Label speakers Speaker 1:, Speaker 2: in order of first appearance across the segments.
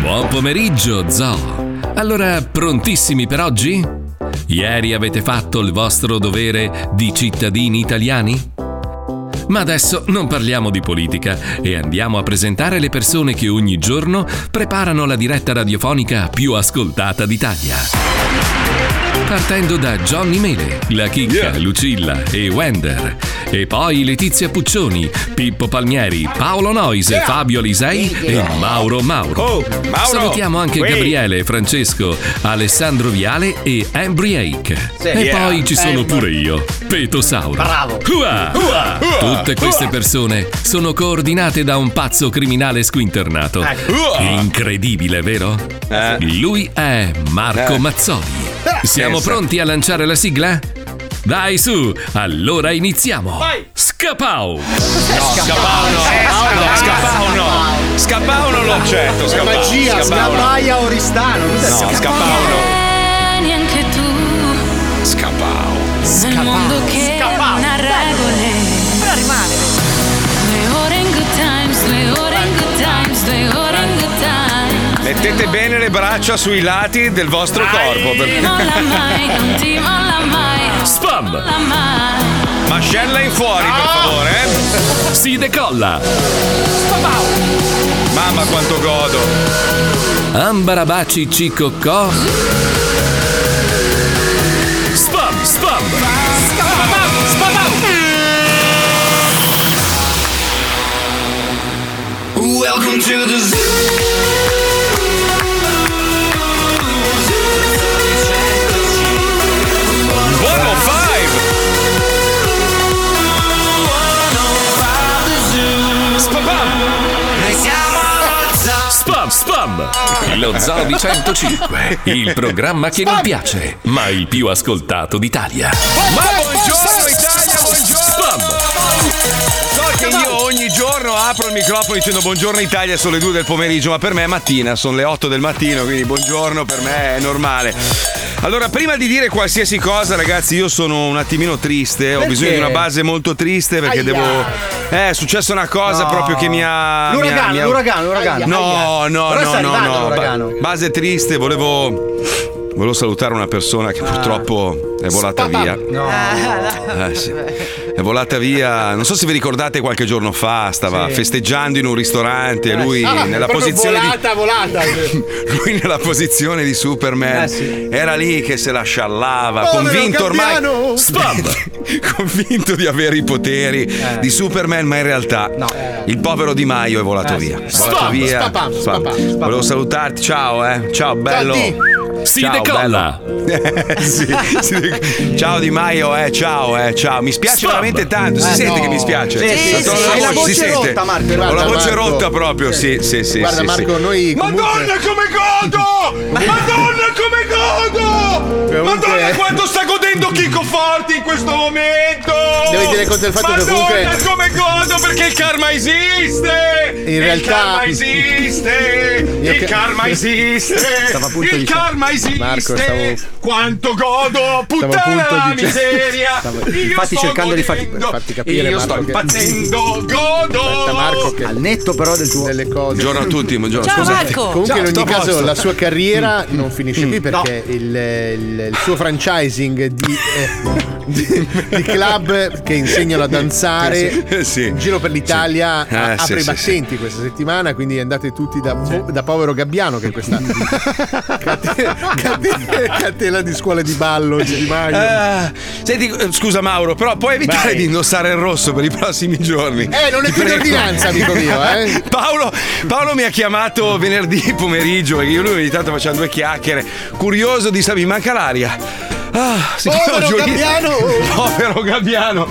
Speaker 1: Buon pomeriggio, Zoo! Allora, prontissimi per oggi? Ieri avete fatto il vostro dovere di cittadini italiani? Ma adesso non parliamo di politica e andiamo a presentare le persone che ogni giorno preparano la diretta radiofonica più ascoltata d'Italia. Partendo da Johnny Mele, La Chicca,
Speaker 2: Yeah.
Speaker 1: Lucilla e Wender. E poi Letizia Puccioni, Pippo Palmieri, Paolo Noise,
Speaker 2: Yeah.
Speaker 1: Fabio Alisei e Mauro Mauro.
Speaker 2: Oh, Mauro!
Speaker 1: Salutiamo anche
Speaker 2: Uè.
Speaker 1: Gabriele, Francesco, Alessandro Viale e Ambry Hake.
Speaker 2: Sì.
Speaker 1: e
Speaker 2: Yeah.
Speaker 1: poi ci sono
Speaker 2: Bello.
Speaker 1: pure io, Petosauro.
Speaker 2: Bravo.
Speaker 1: Uah!
Speaker 2: Uah! Uah!
Speaker 1: Tutte queste persone sono coordinate da un pazzo criminale squinternato.
Speaker 2: Uah!
Speaker 1: Incredibile, vero? Lui è Marco
Speaker 2: Eh.
Speaker 1: Mazzoli.
Speaker 2: Ah,
Speaker 1: Siamo
Speaker 2: pensa.
Speaker 1: pronti a lanciare la sigla? Dai su, allora iniziamo. Scapau!
Speaker 2: Scapao no, scapao no, scapao non lo accetto.
Speaker 3: È
Speaker 2: Scapao,
Speaker 3: magia,
Speaker 2: Scapao no.
Speaker 3: scabaia oristano. cos'è
Speaker 2: No,
Speaker 3: scapao?
Speaker 2: scapao no.
Speaker 4: Vieni anche tu
Speaker 2: Scapao.
Speaker 4: nel mondo che non ha regole. Però rimane. Due ore in good times, due ore in good times, due ore in good times.
Speaker 2: Mettete bene le braccia sui lati del vostro corpo.
Speaker 4: Non la
Speaker 2: per-
Speaker 4: mai, non ti molla mai,
Speaker 1: Spam!
Speaker 4: la mai.
Speaker 2: Mascella in fuori, per favore. eh.
Speaker 1: Si decolla!
Speaker 2: Mamma quanto godo.
Speaker 1: Ambarabaci cicoccò. Spam, spam!
Speaker 5: Welcome to the zoo.
Speaker 2: Buono
Speaker 1: oh
Speaker 2: five. Spapam.
Speaker 5: Noi siamo lo zoo.
Speaker 1: Spam, spam! Lo Zoo di 105, il programma che non piace, ma il più ascoltato d'Italia.
Speaker 2: Ma buongiorno Italia, buongiorno.
Speaker 1: Spam!
Speaker 2: So che io ogni giorno apro il microfono dicendo buongiorno Italia, sono le 2 del pomeriggio, ma per me è mattina, sono le 8 del mattino, quindi buongiorno per me è normale. Allora, prima di dire qualsiasi cosa, ragazzi, io sono un attimino triste, ho
Speaker 3: Perché?
Speaker 2: bisogno di una base molto triste perché
Speaker 3: Aia.
Speaker 2: devo... Eh, è successa una cosa
Speaker 3: No.
Speaker 2: proprio che mi ha... mi ha-
Speaker 3: L'uragano,
Speaker 2: mi ha-
Speaker 3: l'uragano, l'uragano.
Speaker 2: Ah, No,
Speaker 3: Aia.
Speaker 2: no, no,
Speaker 3: Però sta
Speaker 2: no,
Speaker 3: arrivando
Speaker 2: no.
Speaker 3: l'uragano.
Speaker 2: Ba- base triste, volevo... Volevo salutare una persona che purtroppo è volata via.
Speaker 3: Ah. No.
Speaker 6: Ah,
Speaker 2: Eh, sì. È volata via, non so se vi ricordate qualche giorno fa, stava festeggiando in un ristorante e lui,
Speaker 3: Ah,
Speaker 2: nella
Speaker 3: proprio
Speaker 2: posizione di,
Speaker 3: volata, volata.
Speaker 2: lui nella posizione di Superman
Speaker 3: Eh, sì.
Speaker 2: era lì che se la sciallava,
Speaker 3: Povero
Speaker 2: convinto ormai
Speaker 3: Gabbiano.
Speaker 1: Spam!
Speaker 2: convinto di avere i poteri di Superman, ma in realtà
Speaker 3: No.
Speaker 2: il povero Di Maio è volato via. È Volato
Speaker 1: Spam,
Speaker 2: via.
Speaker 3: spapam,
Speaker 2: Spam.
Speaker 3: spapam, spapam.
Speaker 2: Volevo salutarti, ciao eh, ciao bello.
Speaker 3: Di.
Speaker 1: Si
Speaker 2: Ciao,
Speaker 1: decolla!
Speaker 2: Eh, sì, sì. Ciao Di Maio, eh, ciao, eh, ciao. Mi spiace
Speaker 1: Spam.
Speaker 2: veramente tanto. Si
Speaker 3: Eh,
Speaker 2: sente
Speaker 3: no.
Speaker 2: che mi spiace.
Speaker 3: Sì, sì,
Speaker 2: La
Speaker 3: sì,
Speaker 2: tono
Speaker 3: sì.
Speaker 2: della
Speaker 3: Hai la
Speaker 2: voce si
Speaker 3: voce
Speaker 2: sente.
Speaker 3: rotta, Marco, guarda,
Speaker 2: Ho la voce
Speaker 3: Marco.
Speaker 2: rotta proprio, sì, sì, sì.
Speaker 3: Guarda
Speaker 2: sì,
Speaker 3: Marco,
Speaker 2: sì.
Speaker 3: noi comunque-
Speaker 2: Madonna come godo! Madonna come godo!
Speaker 3: Comunque-
Speaker 2: Madonna quanto sta godendo Chico Forti in questo momento!
Speaker 3: Devo tenere conto del fatto che
Speaker 2: Madonna
Speaker 3: comunque-
Speaker 2: come godo perché il karma esiste!
Speaker 3: In realtà-
Speaker 2: Il karma esiste!
Speaker 3: Io
Speaker 2: Il
Speaker 3: che-
Speaker 2: karma esiste!
Speaker 3: Stavo appunto
Speaker 2: il
Speaker 3: dic-
Speaker 2: karma esiste!
Speaker 3: Marco, stavo-
Speaker 2: Quanto godo!
Speaker 3: Stavo
Speaker 2: Puttana
Speaker 3: appunto
Speaker 2: la
Speaker 3: dic-
Speaker 2: miseria!
Speaker 3: Stavo-
Speaker 2: Io
Speaker 3: infatti
Speaker 2: sto
Speaker 3: cercando di farti-
Speaker 2: godendo,
Speaker 3: farti capire,
Speaker 2: Io
Speaker 3: Marco,
Speaker 2: sto
Speaker 3: che-
Speaker 2: impazzendo! Godo!
Speaker 3: Aspetta, Marco, che al netto però del tuo... delle cose.
Speaker 2: Buongiorno a tutti, buongiorno.
Speaker 7: Ciao
Speaker 2: Scusate.
Speaker 7: Marco!
Speaker 8: Comunque
Speaker 2: Ciao,
Speaker 8: in
Speaker 2: sto
Speaker 8: ogni
Speaker 2: a
Speaker 8: caso
Speaker 2: posto.
Speaker 8: la sua carriera
Speaker 2: Mm.
Speaker 8: non finisce qui perché il, il- il suo franchising di, eh, di- di club che insegnano a danzare
Speaker 2: Eh, sì.
Speaker 8: in giro per l'Italia
Speaker 2: Sì.
Speaker 8: a-
Speaker 2: Eh,
Speaker 8: apre
Speaker 2: sì,
Speaker 8: i
Speaker 2: sì,
Speaker 8: battenti questa settimana quindi andate tutti da, da povero Gabbiano che è questa catena, catena- catena di scuole di ballo di Di Maio.
Speaker 2: Ah, senti, eh, scusa Mauro, però puoi evitare
Speaker 8: Vai.
Speaker 2: di indossare il rosso per i prossimi giorni.
Speaker 8: eh non è più in ordinanza amico mio eh
Speaker 2: Paolo, Paolo mi ha chiamato venerdì pomeriggio perché io e lui ogni tanto facciamo due chiacchiere. Curioso di sapere, mi manca l'aria. Ah, siccome
Speaker 3: Povero
Speaker 2: ho giurito-
Speaker 3: Gabbiano!
Speaker 2: Povero Gabbiano!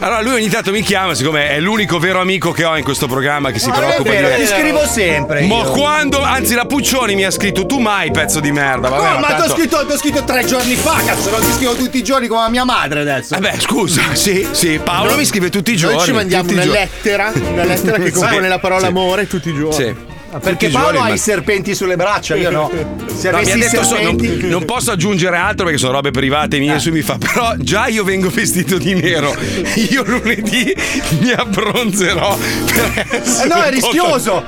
Speaker 2: Allora lui ogni tanto mi chiama, siccome è l'unico vero amico che ho in questo programma che si preoccupa di
Speaker 3: ti
Speaker 2: me.
Speaker 3: scrivo sempre.
Speaker 2: Ma
Speaker 3: io.
Speaker 2: quando, anzi la Puccioni mi ha scritto tu mai pezzo di merda, vabbè.
Speaker 3: No, ma
Speaker 2: tanto-
Speaker 3: t'ho scritto, t'ho scritto tre giorni fa, cazzo, non ti scrivo tutti i giorni come a mia madre adesso. Mm.
Speaker 2: Vabbè, Eh scusa, sì, sì, Paolo mi scrive tutti i giorni.
Speaker 8: noi ci mandiamo
Speaker 2: tutti i
Speaker 8: una
Speaker 2: giorni.
Speaker 8: lettera una lettera che
Speaker 2: Sì.
Speaker 8: compone la parola
Speaker 2: Sì.
Speaker 8: amore tutti i giorni
Speaker 2: Sì.
Speaker 7: Ah, Perché
Speaker 2: i
Speaker 7: Paolo
Speaker 2: giorni,
Speaker 7: ha
Speaker 2: ma-
Speaker 7: i serpenti sulle braccia, io no. Se
Speaker 2: No, mi ha
Speaker 7: avessi i
Speaker 2: detto solo-
Speaker 7: serpenti.
Speaker 2: non, non posso aggiungere altro perché sono robe private
Speaker 7: Eh.
Speaker 2: mie su mi fa però già io vengo vestito di nero io lunedì mi abbronzerò per
Speaker 7: Eh
Speaker 2: essere
Speaker 7: no, è
Speaker 2: un po'
Speaker 7: rischioso.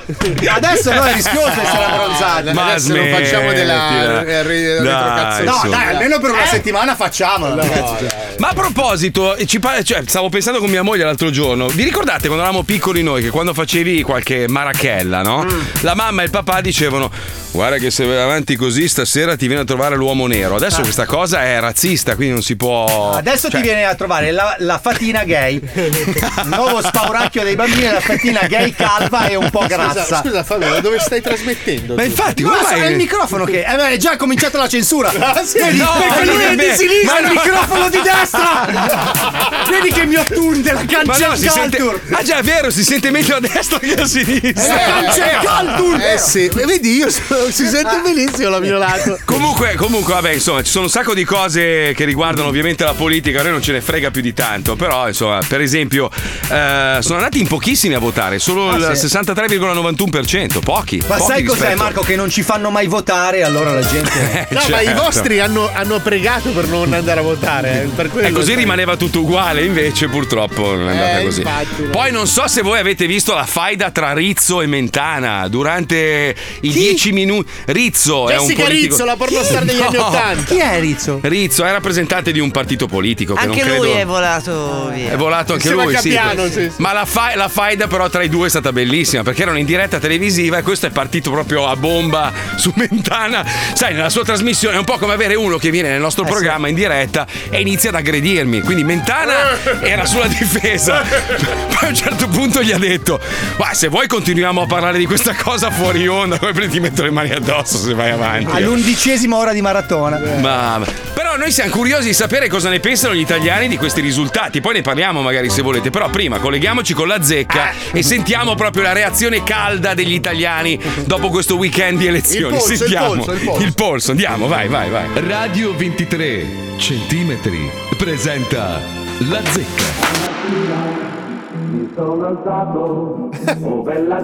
Speaker 7: Adesso no, è rischioso essere abbronzati.
Speaker 2: Ma
Speaker 8: Adesso non facciamo della-
Speaker 2: smettila.
Speaker 8: re-
Speaker 2: Dai,
Speaker 8: retrocazzo-
Speaker 7: No,
Speaker 2: su.
Speaker 7: dai, almeno per una settimana facciamolo. ragazzi.
Speaker 2: Ma a proposito, ci pa- cioè, stavo pensando con mia moglie l'altro giorno. Vi ricordate quando eravamo piccoli noi che quando facevi qualche marachella, no?
Speaker 7: Mm.
Speaker 2: La mamma e il papà dicevano: Guarda, che se vai avanti così stasera ti viene a trovare l'uomo nero. Adesso questa cosa è razzista, quindi non si può.
Speaker 7: Ah. Adesso
Speaker 2: cioè-
Speaker 7: ti viene a trovare la, la fatina gay, il nuovo spauracchio dei bambini, la fatina gay calva e un po' grassa.
Speaker 8: Scusa, scusa Fabio, ma dove stai trasmettendo?
Speaker 2: Ma
Speaker 8: tu?
Speaker 2: infatti,
Speaker 7: No,
Speaker 2: come
Speaker 7: so-
Speaker 2: mai?
Speaker 7: è il microfono che eh, beh, è già cominciata la censura.
Speaker 5: Ah,
Speaker 7: Vedi,
Speaker 2: No,
Speaker 7: perché
Speaker 2: non
Speaker 7: lui
Speaker 2: è
Speaker 7: è
Speaker 2: me.
Speaker 7: di sinistra,
Speaker 2: Ma
Speaker 7: il
Speaker 2: no.
Speaker 7: microfono di destra. Vedi che mi ottunde la
Speaker 2: Ma
Speaker 7: cancel
Speaker 2: no, si sente.
Speaker 7: culture.
Speaker 2: Ah, già, è vero, si sente meglio a destra che a sinistra.
Speaker 7: Cancel culture.
Speaker 8: Eh sì, eh, vedi, io so- si sente benissimo la mio lato.
Speaker 2: Comunque, comunque, vabbè, insomma, ci sono un sacco di cose che riguardano ovviamente la politica, a noi non ce ne frega più di tanto, però, insomma, per esempio, eh, sono andati in pochissimi a votare, solo il 63,91%, pochi.
Speaker 7: Ah, Ma
Speaker 2: pochi
Speaker 7: sai cos'è
Speaker 2: rispetto-
Speaker 7: Marco? Che non ci fanno mai votare, allora la gente.
Speaker 8: No, ma i
Speaker 2: Certo.
Speaker 8: vostri hanno, hanno pregato per non andare a votare. eh, Per quello.
Speaker 2: E così rimaneva tutto uguale, invece purtroppo non è andata
Speaker 8: Eh,
Speaker 2: così.
Speaker 8: infatti, no.
Speaker 2: Poi non so se voi avete visto la faida tra Rizzo e Mentana durante i 10 minuti. Rizzo è un
Speaker 8: Jessica
Speaker 2: politico.
Speaker 8: Rizzo, la pornostar degli anni
Speaker 2: No.
Speaker 8: Ottanta.
Speaker 7: Chi è Rizzo?
Speaker 2: Rizzo è rappresentante di un partito politico che
Speaker 9: Anche
Speaker 2: non
Speaker 9: lui
Speaker 2: credo...
Speaker 9: è volato via.
Speaker 2: È volato anche
Speaker 8: Insieme a
Speaker 2: lui, sì.
Speaker 8: Gabbiano, sì, sì.
Speaker 2: Ma la, fa- la faida però tra i due è stata bellissima perché erano in diretta televisiva e questo è partito proprio a bomba su Mentana. Sai, nella sua trasmissione è un po' come avere uno che viene
Speaker 8: Eh
Speaker 2: nel nostro programma in diretta e inizia ad aggredirmi. Quindi Mentana era sulla difesa. Poi a un certo punto gli ha detto "Ma se vuoi continuiamo a parlare di questa cosa fuori onda, poi prendi ti metto le mani addosso se vai avanti".
Speaker 7: All'undicesima ora di maratona.
Speaker 8: Eh.
Speaker 2: Ma però noi siamo curiosi di sapere cosa ne pensano gli italiani di questi risultati. Poi ne parliamo magari se volete. Però prima colleghiamoci con la
Speaker 8: Ah.
Speaker 2: zecca e sentiamo proprio la reazione calda degli italiani dopo questo weekend di elezioni.
Speaker 8: Il polso, il
Speaker 2: sentiamo
Speaker 8: polso, il polso.
Speaker 2: andiamo, vai, vai, vai.
Speaker 10: Radio 23 centimetri presenta La Zecca.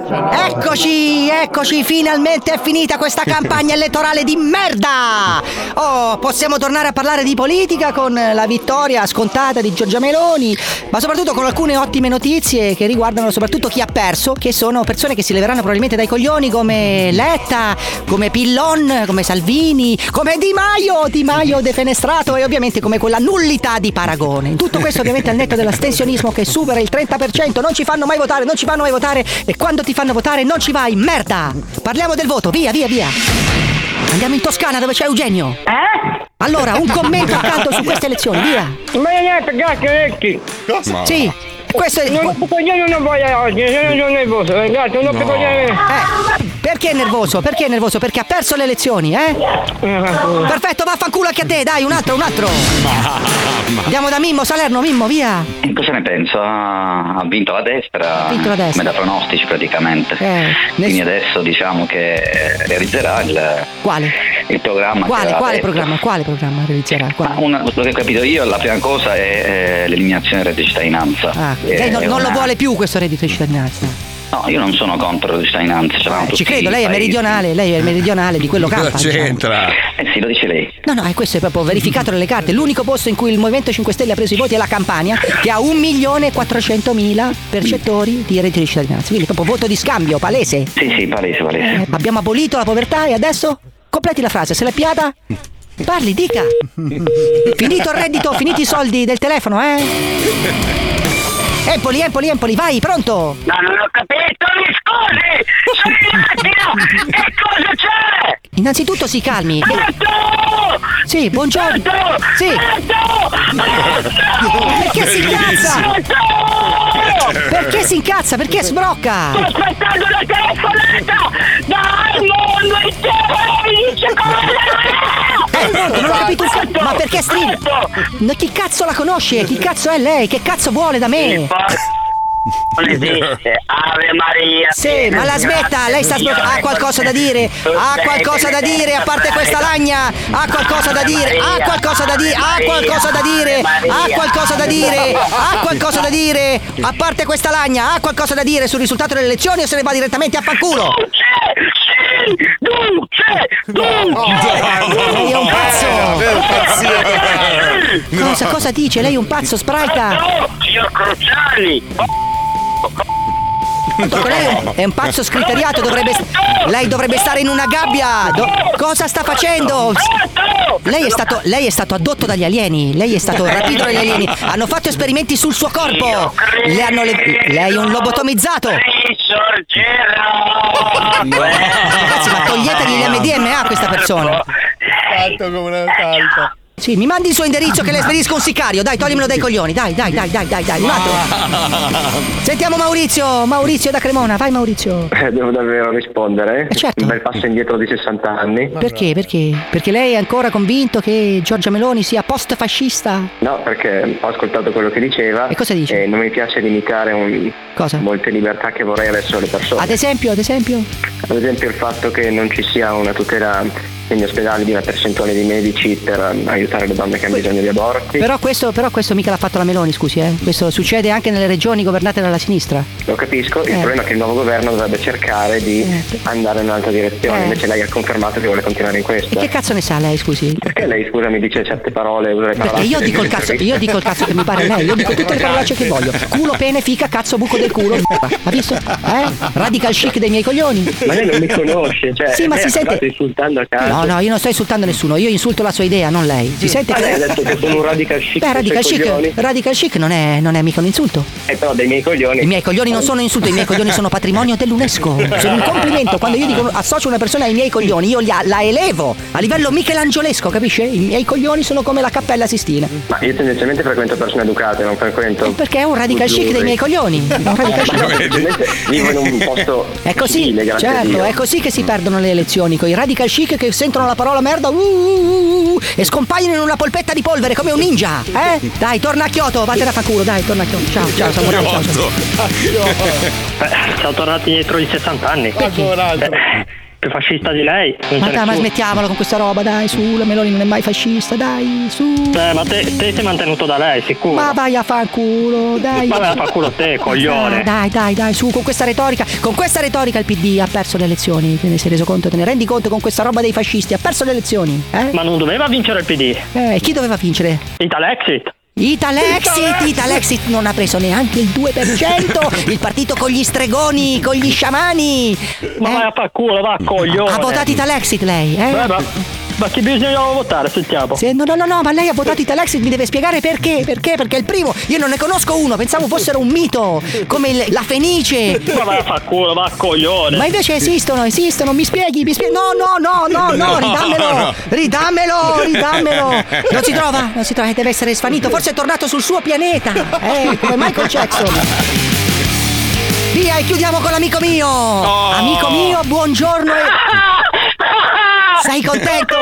Speaker 11: Eccoci, eccoci, finalmente è finita questa campagna elettorale di merda! Oh, possiamo tornare a parlare di politica con la vittoria scontata di Giorgia Meloni, ma soprattutto con alcune ottime notizie che riguardano soprattutto chi ha perso, che sono persone che si leveranno probabilmente dai coglioni come Letta, come Pillon, come Salvini, come Di Maio, Di Maio defenestrato e ovviamente come quella nullità di paragone. Tutto questo ovviamente al netto dell'astensionismo che supera il 30%, non ci fanno mai votare, non ci fanno mai votare e quando ti fanno votare non ci vai, merda! Parliamo del voto, via, via, via! Andiamo in Toscana dove c'è Eugenio.
Speaker 12: Eh?
Speaker 11: Allora, un commento accanto su queste elezioni, via.
Speaker 12: Ma niente, grazie vecchi.
Speaker 11: Sì, questo è...
Speaker 12: Non ho coglione non voglio oggi, sono sono nervoso, eh, grazie, non ho coglione.
Speaker 11: Eh, perché è nervoso? Perché è nervoso? Perché ha perso le elezioni, eh? Perfetto, vaffanculo anche a te, dai, un altro, un altro. Andiamo da Mimmo, Salerno, Mimmo, via.
Speaker 5: Cosa ne pensa? Ha vinto la destra,
Speaker 11: Ha vinto la destra.
Speaker 5: come da pronostici praticamente.
Speaker 11: Eh,
Speaker 5: Quindi
Speaker 11: ness-
Speaker 5: adesso diciamo che eh, realizzerà il,
Speaker 11: Quale?
Speaker 5: il programma. Ah, che
Speaker 11: Quale,
Speaker 5: aveva
Speaker 11: quale
Speaker 5: detto.
Speaker 11: programma? Quale programma realizzerà?
Speaker 5: Ma
Speaker 11: Quale?
Speaker 5: una- quello che ho capito io, la prima cosa è eh, l'eliminazione del reddito di cittadinanza.
Speaker 11: Ah,
Speaker 5: Eh,
Speaker 11: lei non, non lo
Speaker 5: una-
Speaker 11: vuole più questo reddito di cittadinanza. Eh,
Speaker 5: No, io non sono contro il reddito di cittadinanza. ce l'hanno
Speaker 11: Ah, Ci
Speaker 5: tutti
Speaker 11: credo,
Speaker 5: i
Speaker 11: lei è
Speaker 5: paesi.
Speaker 11: meridionale, lei è il meridionale di quello
Speaker 2: Cosa
Speaker 11: campa. diciamo.
Speaker 2: c'entra?
Speaker 5: Eh sì, lo dice lei.
Speaker 11: No, no, e questo è proprio verificato nelle carte. L'unico posto in cui il Movimento 5 Stelle ha preso i voti è la Campania, che ha 1.400.000 percettori di reddito di cittadinanza. Quindi proprio voto di scambio, palese.
Speaker 5: Sì, sì, palese, palese.
Speaker 11: Eh, abbiamo abolito la povertà e adesso completi la frase, se l'è piata. Parli, dica. Finito il reddito, finiti i soldi del telefono, eh? Empoli, Empoli, Empoli, vai, pronto?
Speaker 12: Ma non ho capito, mi scusi! Sono in attimo! Che cosa c'è?
Speaker 11: Innanzitutto si calmi.
Speaker 12: Pronto!
Speaker 11: Sì, buongiorno.
Speaker 12: Pronto!
Speaker 11: Sì,
Speaker 12: Pronto!
Speaker 11: perché si incazza?
Speaker 12: Pronto!
Speaker 11: Perché si incazza? Perché
Speaker 12: Sto
Speaker 11: sbrocca?
Speaker 12: aspettando una telefonata! Dai, mondo intero! Mi dice
Speaker 11: Eh,
Speaker 12: come
Speaker 11: non ho capito un cazzo.
Speaker 12: Pronto!
Speaker 11: Ma perché strilla?
Speaker 12: Pronto!
Speaker 11: No, chi cazzo la conosce? Chi cazzo è lei? Che cazzo vuole da me?
Speaker 12: Non esiste. Ave Maria.
Speaker 11: Sì, ma la smetta, lei sta sbroccando. Ha qualcosa da dire? Ha qualcosa da dire, a parte questa lagna? Ha qualcosa da dire? Ha qualcosa da dire? Ha qualcosa da dire? Ha qualcosa da dire? Ha qualcosa da dire? A parte questa lagna, ha qualcosa da dire sul risultato delle elezioni o se ne va direttamente a fanculo?
Speaker 12: Non c'è, sei duce, duce.
Speaker 11: Lei è un pazzo.
Speaker 12: Eh, sì.
Speaker 11: Cosa, cosa dice? Lei è un pazzo, spralca.
Speaker 12: No, signor Cruciani.
Speaker 11: Lei è un- è un pazzo scriteriato, dovrebbe. Lei dovrebbe stare in una gabbia. Do- cosa sta facendo? Lei è, stato, lei è stato addotto dagli alieni. Lei è stato rapito dagli alieni. Hanno fatto esperimenti sul suo corpo. Le hanno le- lei è un lobotomizzato. Ragazzi, ma toglietegli le MDMA a questa persona.
Speaker 8: Fatto come una talpa.
Speaker 11: Sì, mi mandi il suo indirizzo che le spedisco un sicario. Dai, toglimelo dai coglioni. Dai, dai, dai, dai, dai, dai. Un attimo. Sentiamo Maurizio. Maurizio da Cremona. Vai Maurizio.
Speaker 9: Ah. Eh, Devo davvero rispondere? Un bel passo indietro di 60 anni.
Speaker 11: Eh, certo. Perché? Perché? Perché lei è ancora convinto che Giorgia Meloni sia post fascista?
Speaker 9: No, perché ho ascoltato quello che diceva. E cosa dice? non mi piace limitare un- molte libertà che vorrei adesso alle persone.
Speaker 11: Ad esempio, ad esempio?
Speaker 9: Ad esempio il fatto che non ci sia una tutela negli ospedali di una percentuale di medici per um, aiutare le donne che hanno bisogno di aborti.
Speaker 11: Però questo, però questo mica l'ha fatto la Meloni, scusi, eh. Questo succede anche nelle regioni governate dalla sinistra.
Speaker 9: Lo capisco, il
Speaker 11: Eh.
Speaker 9: problema è che il nuovo governo dovrebbe cercare di andare in un'altra direzione,
Speaker 11: Eh.
Speaker 9: invece lei ha confermato che vuole continuare in
Speaker 11: E
Speaker 9: questa.
Speaker 11: che cazzo ne sa lei, scusi?
Speaker 9: Perché lei, scusa, mi dice certe parole, usa le
Speaker 11: Perché
Speaker 9: parole.
Speaker 11: io dico il cazzo, io dico il cazzo che mi pare a lei, io dico tutte le parolacce che voglio. Culo, pene, fica, cazzo, buco del culo. Ha visto? Eh? Radical chic dei miei coglioni.
Speaker 9: Ma lei non mi conosce, cioè.
Speaker 11: Sì, ma
Speaker 9: lei
Speaker 11: si
Speaker 9: ha
Speaker 11: sente-
Speaker 9: parlato insultando a caso.
Speaker 11: No, no, io non sto insultando nessuno, io insulto la sua idea, non lei. Si sente
Speaker 9: Ma Ah, lei ha detto che sono un radical chic.
Speaker 11: Beh,
Speaker 9: dei
Speaker 11: radical
Speaker 9: suoi
Speaker 11: chic,
Speaker 9: coglioni.
Speaker 11: radical chic non è, non è mica un insulto.
Speaker 9: Eh, però dei miei coglioni.
Speaker 11: I miei coglioni non sono insulto, i miei coglioni sono patrimonio dell'UNESCO. Sono un complimento. Quando io dico associo una persona ai miei coglioni, io li- la elevo a livello michelangiolesco, capisce? I miei coglioni sono come la cappella Sistina.
Speaker 9: Ma io tendenzialmente frequento persone educate, non frequento. Eh,
Speaker 11: Perché è un radical chic dei miei coglioni. È un radical chic.
Speaker 9: Vivo in un posto.
Speaker 11: È così,
Speaker 9: civile, grazie a
Speaker 11: certo,
Speaker 9: Dio.
Speaker 11: è così che si perdono le elezioni, con i radical chic che sentono la parola merda uh, uh, uh, e scompaiono in una polpetta di polvere come un ninja, eh? Dai, torna a Kyoto, vattene a fa culo, dai, torna a Kyoto. Ciao, ciao, Samuele, ciao, ciao.
Speaker 13: Eh, Siamo tornati indietro di 60 anni. Eh, Più fascista di lei. non
Speaker 11: Ma
Speaker 13: c'è
Speaker 11: dai, ma
Speaker 13: nessuno.
Speaker 11: smettiamola con questa roba, dai, su, la Meloni non è mai fascista, dai, su.
Speaker 13: Eh, ma te, te sei mantenuto da lei, sicuro.
Speaker 11: Ma vai a fanculo, dai.
Speaker 13: Vabbè, fa culo te, coglione.
Speaker 11: Ah, Dai, dai, dai, su, con questa retorica, con questa retorica il PD ha perso le elezioni, te ne sei reso conto, te ne rendi conto con questa roba dei fascisti, ha perso le elezioni, eh?
Speaker 13: Ma non doveva vincere il PD.
Speaker 11: Eh, chi doveva vincere?
Speaker 13: Italexit.
Speaker 11: Italexit,
Speaker 13: Italexit!
Speaker 11: Italexit non ha preso neanche il 2%, il partito con gli stregoni, con gli sciamani. Ma vai
Speaker 13: a fa culo, va, coglione.
Speaker 11: Ha votato Italexit lei, eh?
Speaker 13: Beh, ma, ma chi bisogna votare, sentiamo.
Speaker 11: Se- no, no, no, no, ma lei ha votato Italexit, mi deve spiegare perché, perché, perché è il primo, io non ne conosco uno, pensavo fossero un mito, come il- la Fenice.
Speaker 13: Ma vai a fa culo, va, coglione.
Speaker 11: Ma invece esistono, esistono, mi spieghi, mi spieghi. No, no, no, no, no,
Speaker 13: No,
Speaker 11: ridammelo,
Speaker 13: no.
Speaker 11: ridammelo, ridammelo. Non si trova, non si trova, eh, deve essere svanito, forse è tornato sul suo pianeta, eh, come Michael Jackson. Via e chiudiamo con l'amico mio. Amico mio, buongiorno. e- Sei contento?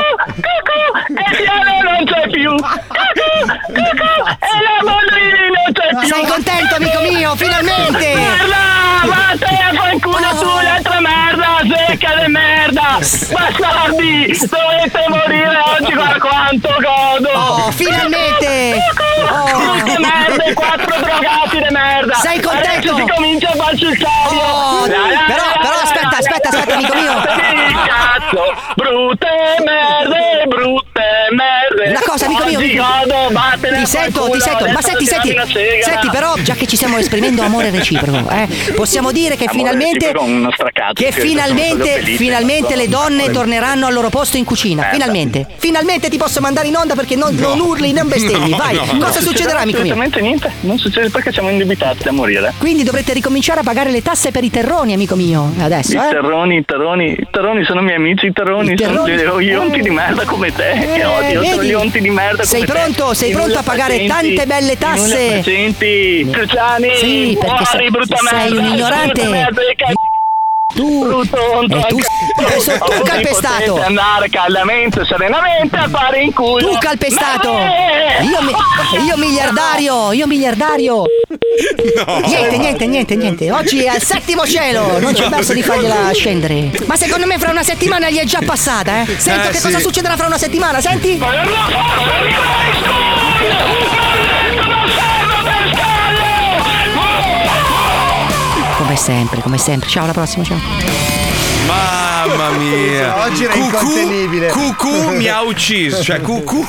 Speaker 12: non c'è più. Cucù, cucù, e la Bollini non c'è più.
Speaker 11: Sei contento, amico mio, finalmente. Oh.
Speaker 12: Merda, vattene a fanculo tu, l'altra merda, secca di merda. Bastardi, dovete morire oggi, guarda quanto godo.
Speaker 11: Oh, finalmente. Oh.
Speaker 12: Cucù, Tutte merde, quattro drogati di merda.
Speaker 11: Sei contento?
Speaker 12: Adesso si comincia a farci il serio.
Speaker 11: Oh,
Speaker 12: La, la,
Speaker 11: però,
Speaker 12: la,
Speaker 11: però
Speaker 12: la,
Speaker 11: aspetta,
Speaker 12: la,
Speaker 11: aspetta,
Speaker 12: la,
Speaker 11: aspetta,
Speaker 12: la,
Speaker 11: amico mio.
Speaker 12: Sì, cazzo,
Speaker 5: esatto.
Speaker 12: brutte merde, brutte merde.
Speaker 11: Una cosa, amico mio.
Speaker 12: Oggi godo, vattene
Speaker 11: Ti
Speaker 12: a
Speaker 11: sento,
Speaker 12: fanculo,
Speaker 11: ti sento. Ma
Speaker 12: adesso
Speaker 11: senti,
Speaker 12: ti
Speaker 11: senti.
Speaker 12: dammi una sega.
Speaker 11: Senti, però, già che ci stiamo esprimendo amore reciproco, eh, possiamo dire che
Speaker 5: Amore
Speaker 11: finalmente.
Speaker 5: reciproco, uno staccato,
Speaker 11: Che
Speaker 5: sì, sono
Speaker 11: finalmente,
Speaker 5: solo felice,
Speaker 11: finalmente le donne torneranno al loro posto in
Speaker 5: Eh,
Speaker 11: cucina. Finalmente. Finalmente ti posso mandare in onda perché non, non urli, non bestemmi.
Speaker 5: No,
Speaker 11: Vai,
Speaker 5: no, no.
Speaker 11: cosa succederà, amico mio?
Speaker 5: Assolutamente niente, non succede perché siamo indebitati da morire.
Speaker 11: Quindi dovrete ricominciare a pagare le tasse per i terroni, amico mio. Adesso,
Speaker 5: I
Speaker 11: eh?
Speaker 5: terroni, i terroni, i terroni sono miei amici, i terroni,
Speaker 11: I terroni? Eh,
Speaker 5: sono gli onti di merda come te, eh, che odio, sono
Speaker 11: vedi?
Speaker 5: gli onti di merda come
Speaker 11: Sei
Speaker 5: te.
Speaker 11: pronto? Sei
Speaker 5: I
Speaker 11: pronto a
Speaker 5: nulla
Speaker 11: pagare
Speaker 5: facenti,
Speaker 11: tante belle
Speaker 5: i nulla
Speaker 11: tasse?
Speaker 5: facenti, Cruciani,
Speaker 11: Sì, perché
Speaker 5: muori,
Speaker 11: sei-
Speaker 5: brutta
Speaker 11: sei
Speaker 5: merda,
Speaker 11: un ignorante.
Speaker 5: brutta merda di cazzo.
Speaker 11: Tu, eh,
Speaker 5: e
Speaker 11: tu- tu- tu calpestato.
Speaker 5: andare caldamente, serenamente a fare in culo.
Speaker 11: Tu calpestato! Io, mi- io miliardario! Io miliardario! Niente, niente, niente, niente. Oggi è al settimo cielo! Non c'è verso di fargliela scendere. Ma secondo me fra una settimana gli è già passata, eh! Sento
Speaker 12: Eh,
Speaker 11: che
Speaker 12: sì.
Speaker 11: cosa succederà fra una settimana, senti? Come sempre, come sempre. Ciao, alla prossima, ciao.
Speaker 2: Mamma Mamma mia.
Speaker 7: Oggi era
Speaker 2: Cucù,
Speaker 7: incontenibile.
Speaker 2: Cucù mi ha ucciso. Cioè, cucù.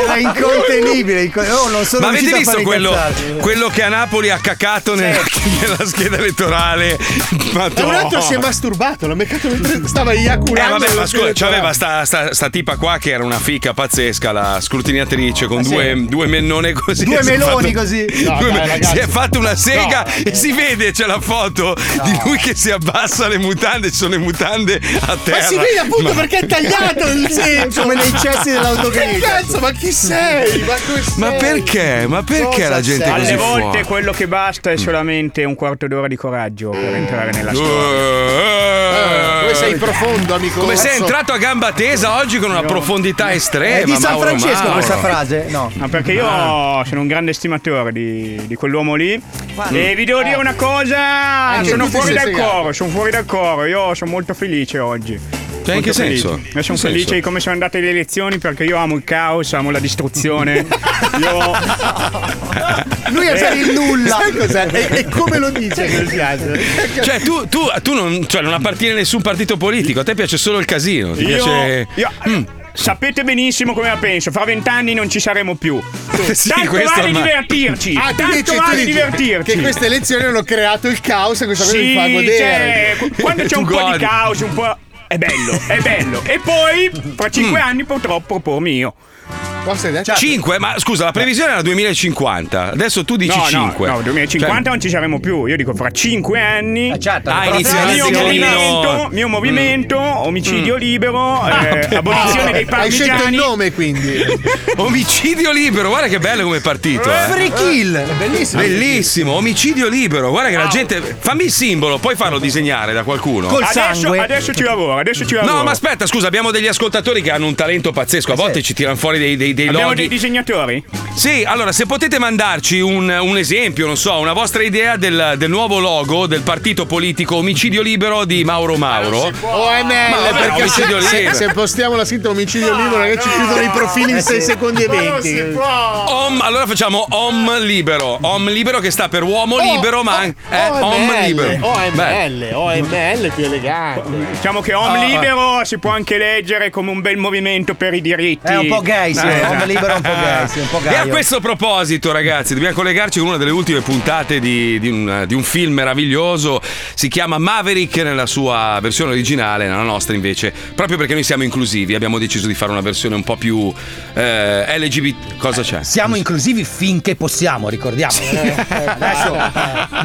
Speaker 7: Era incontenibile. inco- oh, non sono
Speaker 2: Ma avete
Speaker 7: riuscito a
Speaker 2: visto
Speaker 7: fare
Speaker 2: quello,
Speaker 7: incazzare.
Speaker 2: quello che a Napoli ha cacato nella,
Speaker 8: Certo.
Speaker 2: nella scheda elettorale? Ma
Speaker 8: Tra l'altro si è masturbato, l'ho beccato mentre stava
Speaker 2: Eh,
Speaker 8: iaculando.
Speaker 2: vabbè, ma
Speaker 8: nella
Speaker 2: scusa,
Speaker 8: scheda
Speaker 2: c'aveva sta, sta- sta tipa qua che era una fica pazzesca, la scrutinatrice con
Speaker 8: Ah, sì?
Speaker 2: due, due mennone così.
Speaker 8: Due
Speaker 2: Si è
Speaker 8: meloni
Speaker 2: fatto-
Speaker 8: così. No,
Speaker 2: Due
Speaker 8: dai,
Speaker 2: me-
Speaker 8: ragazzi.
Speaker 2: si è fatto una sega e si vede, c'è la foto di lui che si abbassa le mutande, ci sono le mutande a terra.
Speaker 8: Ma si vede appunto perché è tagliato il senso.
Speaker 2: Come nei cessi dell'autogrill.
Speaker 8: Che cazzo, ma chi sei? Ma, come sei?
Speaker 2: Ma perché? Ma perché
Speaker 8: Cosa
Speaker 2: la gente
Speaker 8: sei?
Speaker 2: è così
Speaker 14: Alle volte
Speaker 2: fuori?
Speaker 14: quello che basta è solamente un quarto d'ora di coraggio per entrare nella
Speaker 8: Eh,
Speaker 14: storia.
Speaker 8: come sei profondo, amico.
Speaker 2: Eh. Come sei
Speaker 8: Cazzo.
Speaker 2: entrato a gamba tesa oggi con una profondità estrema?
Speaker 14: È di San
Speaker 2: Mauro
Speaker 14: Francesco
Speaker 2: Mauro. Ah.
Speaker 14: questa
Speaker 7: frase? No.
Speaker 14: Ma perché io sono un grande stimatore di, di quell'uomo lì.
Speaker 7: Guarda.
Speaker 5: Eh,
Speaker 14: E vi devo dire una cosa:
Speaker 7: Anche
Speaker 14: sono
Speaker 7: tu ti
Speaker 14: fuori
Speaker 7: sei
Speaker 14: dal
Speaker 7: fregato.
Speaker 14: coro, sono fuori dal coro. Io sono molto felice oggi.
Speaker 2: Cioè,
Speaker 14: Molto
Speaker 2: in che
Speaker 14: felice.
Speaker 2: senso?
Speaker 14: Io
Speaker 2: In
Speaker 14: sono
Speaker 2: senso?
Speaker 14: felice di come sono andate le elezioni perché io amo il caos, amo la distruzione. Eh. io
Speaker 8: Lui è per il nulla. Sai cos'è? E, e come lo dice?
Speaker 2: Cioè, tu, tu- tu non, cioè, non appartieni a nessun partito politico, a te piace solo il casino. Ti
Speaker 14: Io-
Speaker 2: piace.
Speaker 14: io-
Speaker 8: Mm.
Speaker 14: Sapete benissimo come la penso, fra vent'anni non ci saremo più.
Speaker 2: Sì,
Speaker 14: Tanto
Speaker 2: questo
Speaker 14: vale
Speaker 2: ormai-
Speaker 14: divertirci!
Speaker 8: Ah, tu
Speaker 14: tanto
Speaker 8: dici- tu
Speaker 14: vale
Speaker 8: dici
Speaker 14: divertirci!
Speaker 8: Che queste elezioni hanno creato il caos e questa cosa mi
Speaker 14: sì,
Speaker 8: fa godere.
Speaker 14: cioè, qu- quando c'è un po' di caos, un po'. È bello, è bello. E poi, fra cinque anni, potrò propormi io.
Speaker 8: Mm. Cioè,
Speaker 2: 5, ma scusa, la previsione era 2050, adesso tu dici
Speaker 14: no,
Speaker 2: 5.
Speaker 14: No, no, 2050
Speaker 8: Cioè,
Speaker 14: non ci saremo più. Io dico fra 5 anni.
Speaker 2: Ah,
Speaker 14: il
Speaker 2: inizia
Speaker 14: mio
Speaker 2: l'azione.
Speaker 14: movimento, mio movimento,
Speaker 8: Mm.
Speaker 14: omicidio libero, eh,
Speaker 2: ok.
Speaker 14: abolizione dei
Speaker 8: Ah, Hai scelto il
Speaker 14: parmigiani.
Speaker 8: nome quindi.
Speaker 2: Cioè, Omicidio libero, guarda che bello come partito. eh.
Speaker 7: Free kill. È bellissimo.
Speaker 2: Bellissimo, omicidio libero, guarda che la gente. Fammi il simbolo, poi farlo disegnare da qualcuno.
Speaker 14: adesso, adesso ci lavoro, adesso ci lavoro.
Speaker 2: No, ma aspetta, scusa, abbiamo degli ascoltatori che hanno un talento
Speaker 14: Eh,
Speaker 2: pazzesco. A volte ci tirano fuori dei, dei, dei
Speaker 14: Abbiamo
Speaker 2: loghi.
Speaker 14: dei disegnatori?
Speaker 2: Sì, allora, se potete mandarci un, un esempio, non so, una vostra idea del, del nuovo logo del partito politico Omicidio Libero di Mauro Mauro.
Speaker 8: OML
Speaker 2: Ma vabbè,
Speaker 8: Oh, perché
Speaker 2: omicidio
Speaker 8: se,
Speaker 2: libero.
Speaker 8: se postiamo la scritta omicidio libero ragazzi ci chiudono i
Speaker 14: Eh,
Speaker 8: profili in 6 secondi e 20
Speaker 2: Om- allora facciamo Om Libero. Om Libero che sta per uomo
Speaker 8: Oh,
Speaker 2: libero, ma anche eh, Om Libero. Beh.
Speaker 14: OML più elegante. Diciamo che Om
Speaker 2: Ah, ah.
Speaker 14: libero si può anche leggere come un bel movimento per i diritti. Eh, esatto.
Speaker 2: È un po' gay, sì, Om libero è
Speaker 14: un po' gay, sì, un po'
Speaker 2: Eh, E a questo proposito, ragazzi, dobbiamo collegarci con una delle ultime puntate di, di un, di un film meraviglioso. Si chiama Maverick nella sua versione originale, nella nostra invece, proprio perché noi siamo inclusivi. Abbiamo deciso di fare una versione un po' più eh, LGBT. Cosa c'è?
Speaker 7: Siamo inclusivi finché possiamo, ricordiamo. Eh, adesso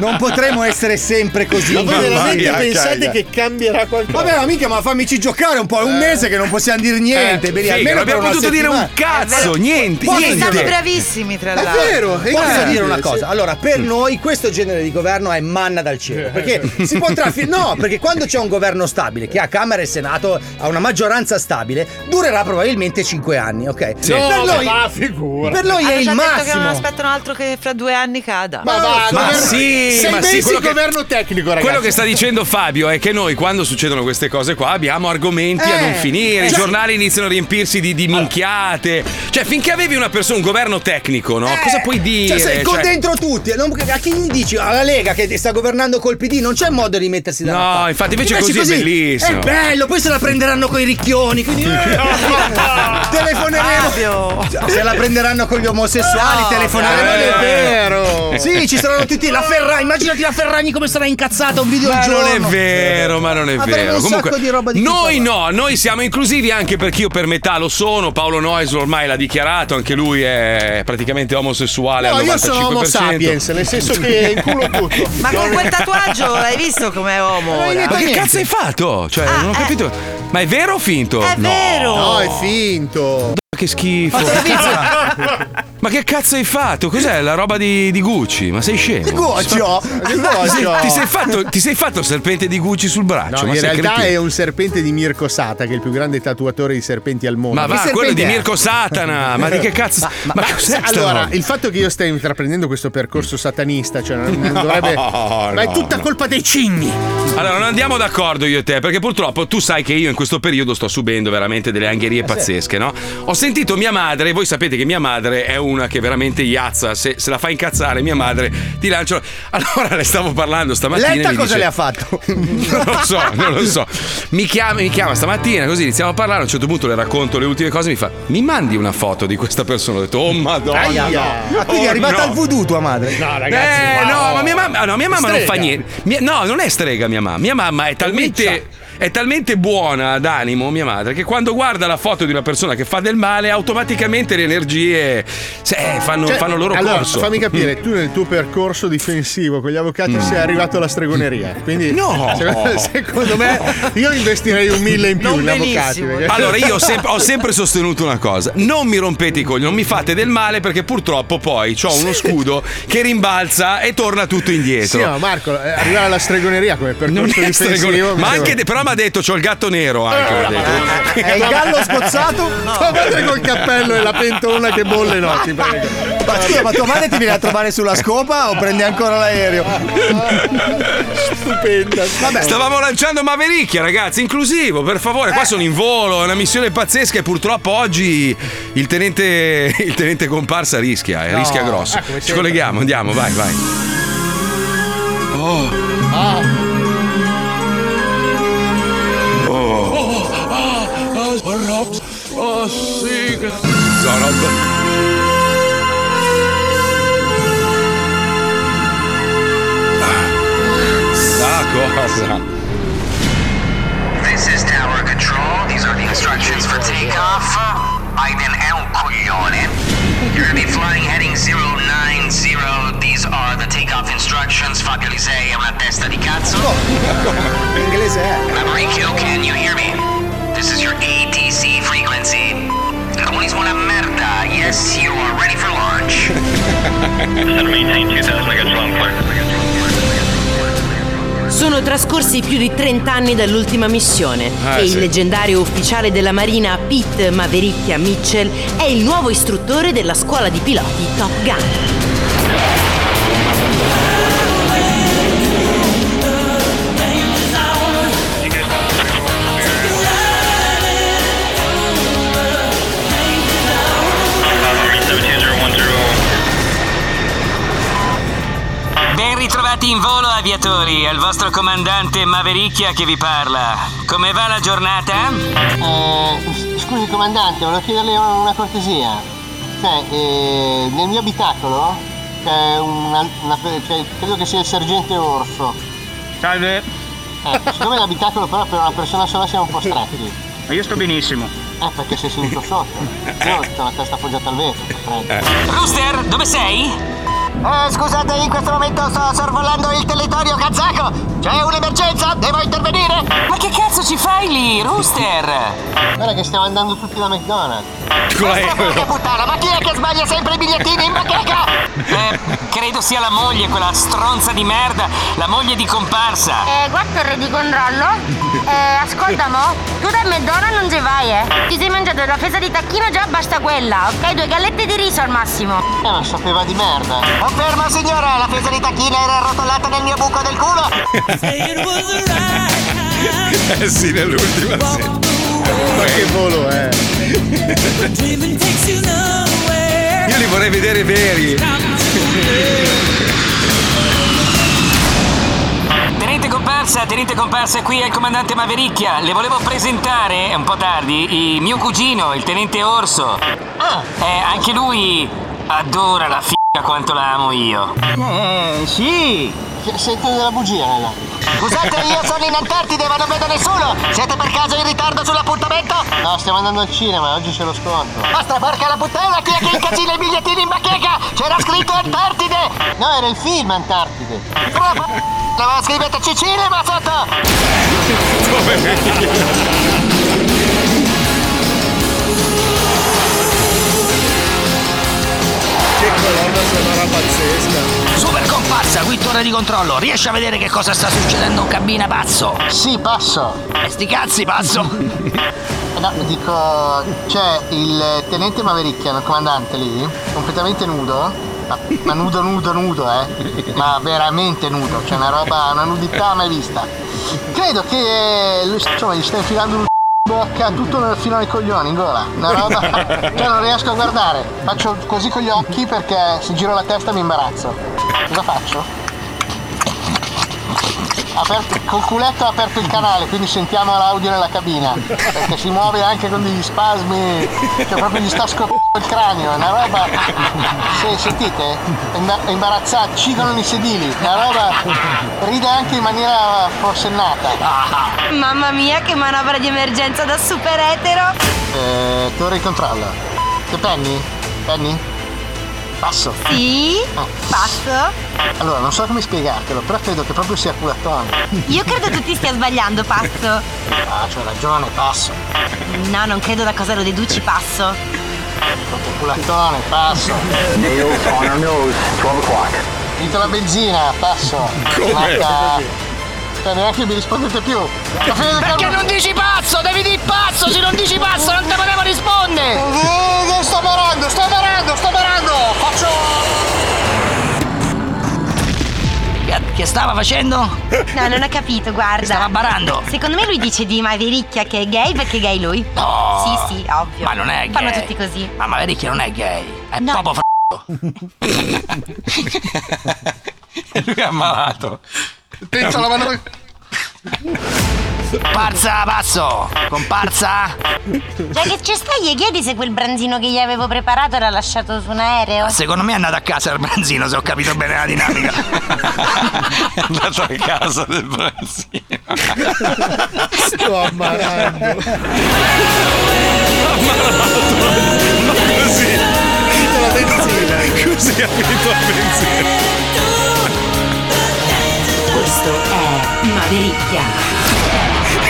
Speaker 7: non potremo essere sempre così.
Speaker 2: Ma voi Mamma veramente mia, pensate caglia.
Speaker 3: che
Speaker 7: cambierà qualcosa? Vabbè, ma mica, ma fammici giocare un po'. È
Speaker 8: Eh.
Speaker 7: un mese che non possiamo dire niente.
Speaker 3: Eh,
Speaker 7: bene,
Speaker 3: figa,
Speaker 7: almeno
Speaker 3: non abbiamo
Speaker 7: per una
Speaker 3: potuto dire
Speaker 6: Eh,
Speaker 3: un
Speaker 7: settimana.
Speaker 3: cazzo, niente,
Speaker 7: Posso
Speaker 3: niente.
Speaker 7: dire-
Speaker 3: Siete stati bravissimi, tra
Speaker 7: È
Speaker 3: l'altro.
Speaker 7: vero,
Speaker 3: È
Speaker 7: posso
Speaker 3: incredibile,
Speaker 7: dire una
Speaker 3: sì. Mm.
Speaker 7: cosa? Allora, per noi questo genere di governo è manna dal
Speaker 3: Eh,
Speaker 7: cielo. Perché si può traffi- No, perché quando c'è un governo stabile, che ha Camera e Senato, ha una maggioranza stabile, durerà probabilmente 5 anni, ok?
Speaker 3: Sì.
Speaker 7: Per
Speaker 3: No,
Speaker 7: noi-
Speaker 3: ma figura.
Speaker 7: Per noi
Speaker 6: Hanno
Speaker 7: è il
Speaker 6: già detto che non
Speaker 7: massimo.
Speaker 6: aspettano altro che fra due anni cada.
Speaker 8: Ma va,
Speaker 2: Ma
Speaker 8: governo-
Speaker 2: sì,
Speaker 8: sei
Speaker 2: ma sì,
Speaker 8: mesi
Speaker 2: quello che-
Speaker 8: governo tecnico Eh, ragazzi
Speaker 2: Quello che sta dicendo Fabio è che noi quando succedono queste cose qua abbiamo argomenti a
Speaker 8: Eh,
Speaker 2: non finire, i
Speaker 8: cioè-
Speaker 2: giornali iniziano a riempirsi di, di minchiate. Cioè, finché avevi una persona, un governo tecnico, no? Cosa puoi dire?
Speaker 7: Cioè, sei
Speaker 2: Cioè-
Speaker 7: contento tutti. non- a chi gli dici? Alla Lega che sta governando col PD, non c'è modo di mettersi da
Speaker 2: No,
Speaker 7: una parte.
Speaker 2: infatti invece così è bellissimo.
Speaker 7: È bello, poi se la prenderanno con i ricchioni. Quindi, eh, telefoneremo. Se la prenderanno con gli omosessuali,
Speaker 2: Ah,
Speaker 3: No,
Speaker 7: telefoneremo.
Speaker 3: Fabio.
Speaker 7: alle-
Speaker 3: È vero.
Speaker 7: Sì, ci saranno tutti. Oh, La Ferragni, immaginati la Ferragni come sarà incazzata un video
Speaker 2: Ma
Speaker 7: al
Speaker 2: non è
Speaker 7: giorno.
Speaker 2: vero, ma non è
Speaker 7: Avremo
Speaker 2: vero.
Speaker 7: un
Speaker 2: Comunque,
Speaker 7: sacco di roba di cui
Speaker 2: noi no, noi siamo inclusivi anche perché io per metà lo sono. Paolo Noyes ormai l'ha dichiarato, anche lui è praticamente omosessuale.
Speaker 8: No,
Speaker 2: al 95%.
Speaker 8: io sono homo sapiens, nel senso che inculo tutto.
Speaker 6: Ma con quel tatuaggio l'hai visto com'è uomo? ora?
Speaker 2: Ma che cazzo hai fatto? Cioè,
Speaker 7: Ah, eh.
Speaker 2: non ho capito. Ma è vero o finto?
Speaker 6: È
Speaker 2: No.
Speaker 6: vero.
Speaker 8: No, è finto.
Speaker 2: Che schifo. Ma che cazzo hai fatto? Cos'è la roba di, di Gucci? Ma sei scemo?
Speaker 8: Di Gucci, oh. Di Gucci,
Speaker 2: Ti sei-
Speaker 8: oh.
Speaker 2: Ti sei, fatto, ti sei fatto il serpente di Gucci sul braccio?
Speaker 8: No,
Speaker 2: Cioè, ma
Speaker 8: in
Speaker 2: sei
Speaker 8: realtà
Speaker 2: cretino.
Speaker 8: è un serpente di Mirko Sata, che è il più grande tatuatore di serpenti al mondo.
Speaker 2: Ma va,
Speaker 8: Che
Speaker 2: quello di
Speaker 8: serpente è?
Speaker 2: Mirko Satana. Ma di che cazzo? Ma, cos'è
Speaker 8: se-
Speaker 2: sta
Speaker 8: allora,
Speaker 2: roba?
Speaker 8: il fatto che io stia intraprendendo questo percorso satanista, cioè non non
Speaker 2: No,
Speaker 8: dovrebbe. ma è
Speaker 2: no,
Speaker 8: tutta
Speaker 2: no.
Speaker 8: colpa dei cigni.
Speaker 2: Allora, non andiamo d'accordo io e te, perché purtroppo tu sai che io in
Speaker 7: Eh,
Speaker 2: questo periodo sto subendo veramente delle angherie pazzesche, no? Ho sentito mia madre, voi sapete che mia madre è un- una che veramente iazza. Se, se la fa incazzare mia madre, ti lancio. Allora le stavo parlando stamattina. e
Speaker 7: Letta
Speaker 2: mi
Speaker 7: cosa
Speaker 2: dice-
Speaker 7: le ha fatto?
Speaker 2: non lo so, non lo so. Mi chiama, mi chiama stamattina, così iniziamo a parlare. A un certo punto le racconto le ultime cose. Mi fa, mi mandi una foto di questa persona? Ho detto, oh madonna.
Speaker 7: Aia, no. Ah, quindi è
Speaker 2: Oh,
Speaker 7: arrivata
Speaker 2: no.
Speaker 7: al voodoo tua madre.
Speaker 14: No,
Speaker 2: eh, no, ma mia mamma, ah, no, mia mamma non fa niente. Mia- no, non è strega mia mamma. Mia mamma è talmente. È talmente buona d'animo mia madre che quando guarda la foto di una persona che fa del male, automaticamente le energie se- eh, fanno,
Speaker 8: Cioè,
Speaker 2: fanno il loro
Speaker 8: allora,
Speaker 2: corso.
Speaker 8: Fammi
Speaker 2: Mm.
Speaker 8: capire, tu nel tuo percorso difensivo con gli avvocati sei arrivato alla stregoneria. Quindi
Speaker 2: No!
Speaker 8: secondo, secondo me io investirei un mille in più in avvocati. perché-
Speaker 2: Allora, io ho, sem- ho sempre sostenuto una cosa: non mi rompete i coglioni, non mi fate del male, perché purtroppo poi ho uno scudo che rimbalza e torna tutto indietro.
Speaker 8: Sì, no, Marco, eh, arrivare alla stregoneria come percorso
Speaker 2: Non è
Speaker 8: difensivo. Ah,
Speaker 2: stregone- ma
Speaker 8: mi
Speaker 2: anche
Speaker 8: sembra-
Speaker 2: de- però mi ha detto c'ho il gatto nero anche mi ha detto.
Speaker 8: È il gallo sgozzato?
Speaker 7: Tua
Speaker 8: madre col cappello e la pentolona che bolle notti.
Speaker 7: Ma scusa, ma tua madre ti viene a trovare sulla scopa o prende ancora l'aereo?
Speaker 8: Stupenda.
Speaker 7: Vabbè.
Speaker 2: Stavamo lanciando Mavericchia, ragazzi, inclusivo, per favore. Qua sono in volo, è una missione pazzesca e purtroppo oggi il tenente, il tenente comparsa rischia, eh,
Speaker 10: No.
Speaker 2: rischia grosso.
Speaker 10: Ah, come
Speaker 2: Ci
Speaker 10: sempre.
Speaker 2: colleghiamo, andiamo, vai, vai.
Speaker 10: Oh.
Speaker 2: Ah. Oh.
Speaker 10: Oh, oh, Rob. Oh, sì.
Speaker 2: No, no. Ah, cosa?
Speaker 15: This is Tower Control. These are the instructions for takeoff. Biden El Coglione. You're going to be flying heading 090. These are the takeoff instructions. Fabio Lisei è una testa di cazzo.
Speaker 7: In Oh, ecco. inglese è.
Speaker 15: Mauricio, can you hear me? This is your ATC frequency. Comunismo una merda. Yes, you are ready for launch.
Speaker 16: Sono trascorsi più di 30 anni dall'ultima missione
Speaker 17: Ah,
Speaker 16: e
Speaker 17: sì.
Speaker 16: il leggendario ufficiale della Marina Pete Mavericchia Mitchell è il nuovo istruttore della scuola di piloti Top Gun.
Speaker 18: Ben ritrovati in volo, aviatori. Al vostro comandante Mavericchia che vi parla. Come va la giornata?
Speaker 19: Eh, scusi comandante, volevo chiederle una cortesia. Cioè, eh, nel mio abitacolo c'è una, una- c'è- credo che sia il sergente Orso.
Speaker 18: Salve.
Speaker 19: Eh, siccome l'abitacolo però per una persona sola siamo un po' stretti.
Speaker 18: Ma io sto benissimo.
Speaker 19: Eh, perché sei seduto sotto. Io ho la testa appoggiata al vetro, freddo.
Speaker 18: Rooster, dove sei?
Speaker 19: Oh, scusate, in questo momento sto sorvolando il territorio kazako! C'è un'emergenza, devo intervenire!
Speaker 18: Ma che cazzo ci fai lì, Rooster?
Speaker 19: Guarda che stiamo andando tutti da McDonald's.
Speaker 18: Con
Speaker 19: Porca puttana, ma chi è Ah, che sbaglia sempre i bigliettini in bacheca?
Speaker 18: Eh, credo sia la moglie, quella stronza di merda, la moglie di comparsa.
Speaker 20: Eh, guarda il re di controllo. Eh, ascolta mo, tu da mezz'ora non ci vai, eh. Ti sei mangiato la fesa di tacchino, già basta quella, ok? Due gallette di riso al massimo.
Speaker 19: Eh, ma sapeva di merda. Conferma signora, la fesa di tacchino era arrotolata nel mio buco del culo.
Speaker 2: Eh sì, nell'ultima sì.
Speaker 8: Ma che volo
Speaker 2: eh.
Speaker 8: è?
Speaker 2: Io li vorrei vedere veri.
Speaker 18: Tenente comparsa, tenente comparsa, qui è il comandante Mavericchia. Le volevo presentare, è un po' tardi, il mio cugino, il tenente Orso. Ah. Eh, anche lui adora la figa quanto la amo io.
Speaker 19: Eh, sì. Sento della bugia, raga. Scusate, io sono in Antartide, ma non vedo nessuno. Siete per caso in ritardo sull'appuntamento? No, stiamo andando al cinema, oggi c'è lo sconto. Basta, porca la puttana, chi è che incasina i bigliettini in bacheca? C'era scritto Antartide. No, era il film Antartide. Però, ma scriveteci cinema sotto.
Speaker 8: Che colonna sonora pazzesca.
Speaker 21: Super comparsa, qui torre di controllo, riesci a vedere che cosa sta succedendo in cabina, pazzo?
Speaker 19: Sì, passo.
Speaker 21: E sti cazzi, pazzo!
Speaker 19: No, dico, c'è il tenente Mavericchia, il comandante lì, completamente nudo, ma, ma nudo, nudo, nudo, eh, ma veramente nudo, cioè eh, c'è una roba, una nudità mai vista. Credo che lui, insomma, gli sta infilando un bocca, tutto fino ai coglioni in gola. Una roba. cioè non riesco a guardare. Faccio così con gli occhi perché se giro la testa mi imbarazzo. Cosa faccio? Aperto- col culetto ho aperto il canale, quindi sentiamo l'audio nella cabina. Perché si muove anche con degli spasmi. Cioè proprio gli sta scoppiando il cranio, è una roba. Se, sentite? È imba- è imbarazzante, cigolano i sedili, una roba. Ride anche in maniera forsennata.
Speaker 20: Mamma mia, che manovra di emergenza da super etero.
Speaker 19: Eh, torre in controllo. Che penny? Penny? Passo. Eh.
Speaker 20: Sì, passo.
Speaker 19: Allora, non so come spiegartelo, però credo che proprio sia culatone.
Speaker 20: Io credo tu ti stia sbagliando, passo.
Speaker 19: Ah, c'ho ragione, passo.
Speaker 20: No, non credo da cosa lo deduci, passo.
Speaker 19: Proprio culatone, passo. Nails on our nose, 12 o'clock. Finita la benzina, passo.
Speaker 12: Come?
Speaker 19: Manca- Cioè, neanche mi rispondete più. Ma fine del
Speaker 12: Perché non dici pazzo? Devi dire pazzo! Se non dici pazzo non te potevo rispondere!
Speaker 19: non sto barando, sto barando, sto barando! Faccio...
Speaker 21: Che, che stava facendo?
Speaker 20: No, non ho capito, guarda. Stava
Speaker 21: barando.
Speaker 20: Secondo me lui dice di Mavericchia che è gay perché è gay lui. No. Sì, sì, ovvio.
Speaker 21: Ma non è gay.
Speaker 20: Fanno tutti così.
Speaker 21: Ma Mavericchia non è gay. È proprio f***o.
Speaker 2: Lui è ammalato.
Speaker 21: Pensa alla mano- Comparsa, passo! Comparsa!
Speaker 20: Cioè che ci stai e chiedi se quel branzino che gli avevo preparato era lasciato su un aereo?
Speaker 21: Secondo me è andato a casa il branzino, se ho capito bene la dinamica.
Speaker 2: È andato a casa del branzino.
Speaker 8: Sto ammalando.
Speaker 12: Così! Finita la benzina!
Speaker 2: Così ha finito la benzina!
Speaker 16: Questo è Mavericchia.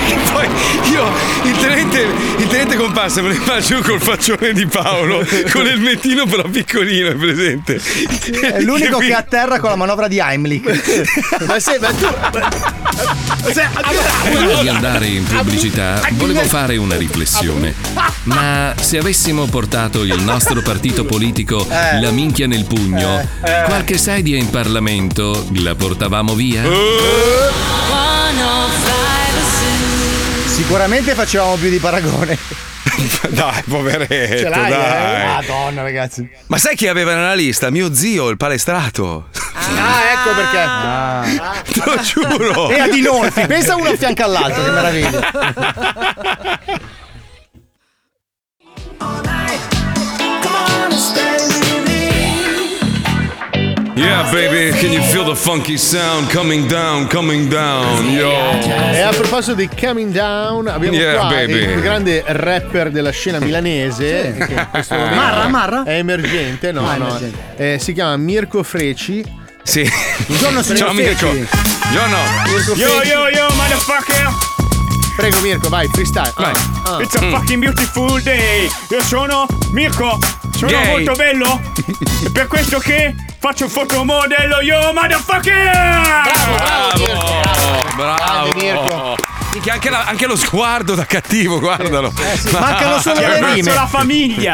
Speaker 2: Che poi io, il tenente, il tenente comparsa, me lo immagino col faccione di Paolo, con l'elmettino però piccolino, è presente.
Speaker 7: È l'unico che atterra con la manovra di Heimlich.
Speaker 8: ma se, ma tu. ma- se-
Speaker 1: Prima di
Speaker 8: allora-
Speaker 1: andare in pubblicità volevo fare una riflessione. Ma se avessimo portato il nostro partito politico
Speaker 2: Eh.
Speaker 1: la minchia nel pugno,
Speaker 2: Eh. Eh.
Speaker 1: qualche sedia in Parlamento la portavamo via?
Speaker 2: Oh.
Speaker 7: Sicuramente facevamo più di paragone.
Speaker 2: Dai, poveretto,
Speaker 7: Ce l'hai,
Speaker 2: dai.
Speaker 7: eh? Madonna, ragazzi.
Speaker 2: Ma sai chi aveva nella lista? Mio zio, il palestrato.
Speaker 8: Ah, ecco perché.
Speaker 7: Ah.
Speaker 2: Te lo giuro.
Speaker 7: E ad Dinolfi, pensa uno a fianco all'altro, che meraviglia.
Speaker 2: Yeah, baby, can you feel the funky sound coming down, coming down, yo.
Speaker 8: E a proposito di Coming Down, abbiamo
Speaker 2: Yeah,
Speaker 8: qua
Speaker 2: baby.
Speaker 8: il più grande rapper della scena milanese, che in questo momento
Speaker 2: Marra,
Speaker 8: è emergente, no,
Speaker 2: Ah,
Speaker 8: no.
Speaker 2: emergente.
Speaker 8: Eh, si chiama Mirko Freci.
Speaker 2: Sì.
Speaker 8: Buongiorno, signor
Speaker 2: Ciao,
Speaker 8: Feci.
Speaker 2: amico. Buongiorno.
Speaker 14: Yo, yo, yo, motherfucker!
Speaker 8: Prego Mirko, vai, freestyle.
Speaker 14: Vai.
Speaker 8: Ah.
Speaker 14: It's a
Speaker 8: Mm.
Speaker 14: fucking beautiful day. Io sono Mirko, sono
Speaker 8: Gay.
Speaker 14: molto bello. e per questo che faccio il fotomodello, yo, motherfucker!
Speaker 2: Bravo, bravo. Minchia, anche, la- anche lo sguardo da cattivo, guardalo.
Speaker 8: Eh, Mancano solo le
Speaker 2: Ammazzo
Speaker 8: rime.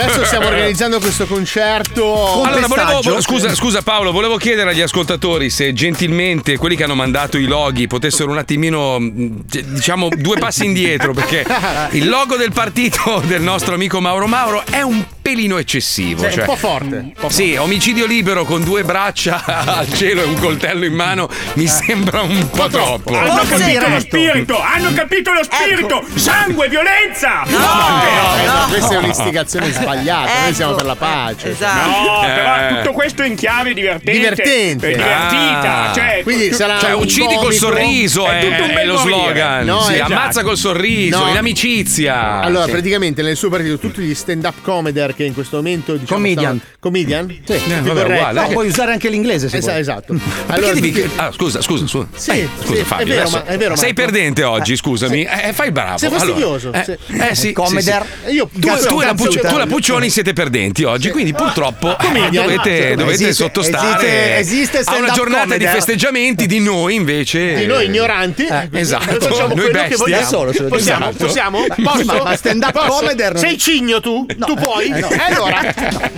Speaker 8: Adesso stiamo organizzando questo concerto.
Speaker 2: Allora, volevo,
Speaker 8: Festaggio.
Speaker 2: vo- scusa, scusa Paolo, volevo chiedere agli ascoltatori se gentilmente quelli che hanno mandato i loghi potessero un attimino, mh, d- diciamo, due passi indietro, perché il logo del partito del nostro amico Mauro Mauro è un pelino eccessivo.
Speaker 8: Sì,
Speaker 2: cioè-
Speaker 8: un po' forte. un po'
Speaker 2: Sì, omicidio libero con due braccia al cielo e un coltello in mano mi sembra un po' troppo.
Speaker 8: Ah,
Speaker 14: Hanno capito lo spirito! Hanno capito lo spirito! Sangue, violenza! No, Eh,
Speaker 8: no, questa è un'istigazione sbagliata, noi siamo per la pace.
Speaker 14: No, però
Speaker 8: Eh.
Speaker 14: tutto questo in chiave divertente.
Speaker 8: Divertente.
Speaker 14: È divertita.
Speaker 8: Ah.
Speaker 14: Cioè,
Speaker 8: Quindi sarà
Speaker 2: Cioè,
Speaker 8: un
Speaker 2: uccidi col
Speaker 8: comico.
Speaker 2: sorriso è,
Speaker 14: eh,
Speaker 8: tutto un
Speaker 2: è
Speaker 8: bel
Speaker 2: lo
Speaker 8: morire.
Speaker 2: slogan.
Speaker 8: No,
Speaker 2: Sì,
Speaker 8: esatto.
Speaker 2: Ammazza col sorriso,
Speaker 8: No.
Speaker 2: in amicizia.
Speaker 8: Allora,
Speaker 2: Ah, Sì.
Speaker 8: praticamente nel suo partito tutti gli stand-up comeder che in questo momento diciamo,
Speaker 7: Comedian.
Speaker 8: stanno- comedian? Sì,
Speaker 2: Eh, vabbè,
Speaker 8: Più corretto.
Speaker 2: uguale, No, anche- puoi
Speaker 7: usare anche l'inglese
Speaker 8: se vuoi. Esatto.
Speaker 2: Perché
Speaker 8: Allora,
Speaker 2: devi
Speaker 8: tutti-
Speaker 2: Ah, scusa, scusa, scusa.
Speaker 8: Sì,
Speaker 2: Eh, scusa
Speaker 8: sì,
Speaker 2: Fabio.
Speaker 8: è vero,
Speaker 2: adesso-
Speaker 8: ma- è vero,
Speaker 2: sei
Speaker 8: Marco.
Speaker 2: perdente oggi, scusami. Eh, fai bravo.
Speaker 8: Sei
Speaker 2: Allora,
Speaker 8: fastidioso.
Speaker 2: eh,
Speaker 8: sì.
Speaker 2: eh, sì, sì,
Speaker 8: Comeder.
Speaker 2: sì.
Speaker 8: Io
Speaker 2: Tu,
Speaker 8: cazzo,
Speaker 2: tu e la,
Speaker 8: cazzo, cioè,
Speaker 2: Pucci-
Speaker 8: cazzo.
Speaker 2: tu e la Puccioni siete perdenti oggi, quindi purtroppo eh,
Speaker 8: Comedian.
Speaker 2: dovete,
Speaker 8: Ah,
Speaker 2: dovete
Speaker 8: esiste-
Speaker 2: sottostare
Speaker 8: esiste- esiste
Speaker 2: a una
Speaker 8: stand-up
Speaker 2: giornata di
Speaker 8: comeder.
Speaker 2: festeggiamenti di noi invece.
Speaker 8: Di noi ignoranti,
Speaker 2: Eh, esatto,
Speaker 8: Noi facciamo
Speaker 2: noi
Speaker 8: quello che
Speaker 2: bestie.
Speaker 8: vogliamo.
Speaker 2: Solo, ce lo
Speaker 8: possiamo,
Speaker 2: dico.
Speaker 8: possiamo?
Speaker 2: Esatto.
Speaker 8: Posso?
Speaker 2: Ma- ma stand-up
Speaker 8: Posso?
Speaker 2: comeder non-
Speaker 8: Sei cigno tu? Tu puoi?
Speaker 2: Eh, no.
Speaker 8: Eh, Allora,
Speaker 2: No.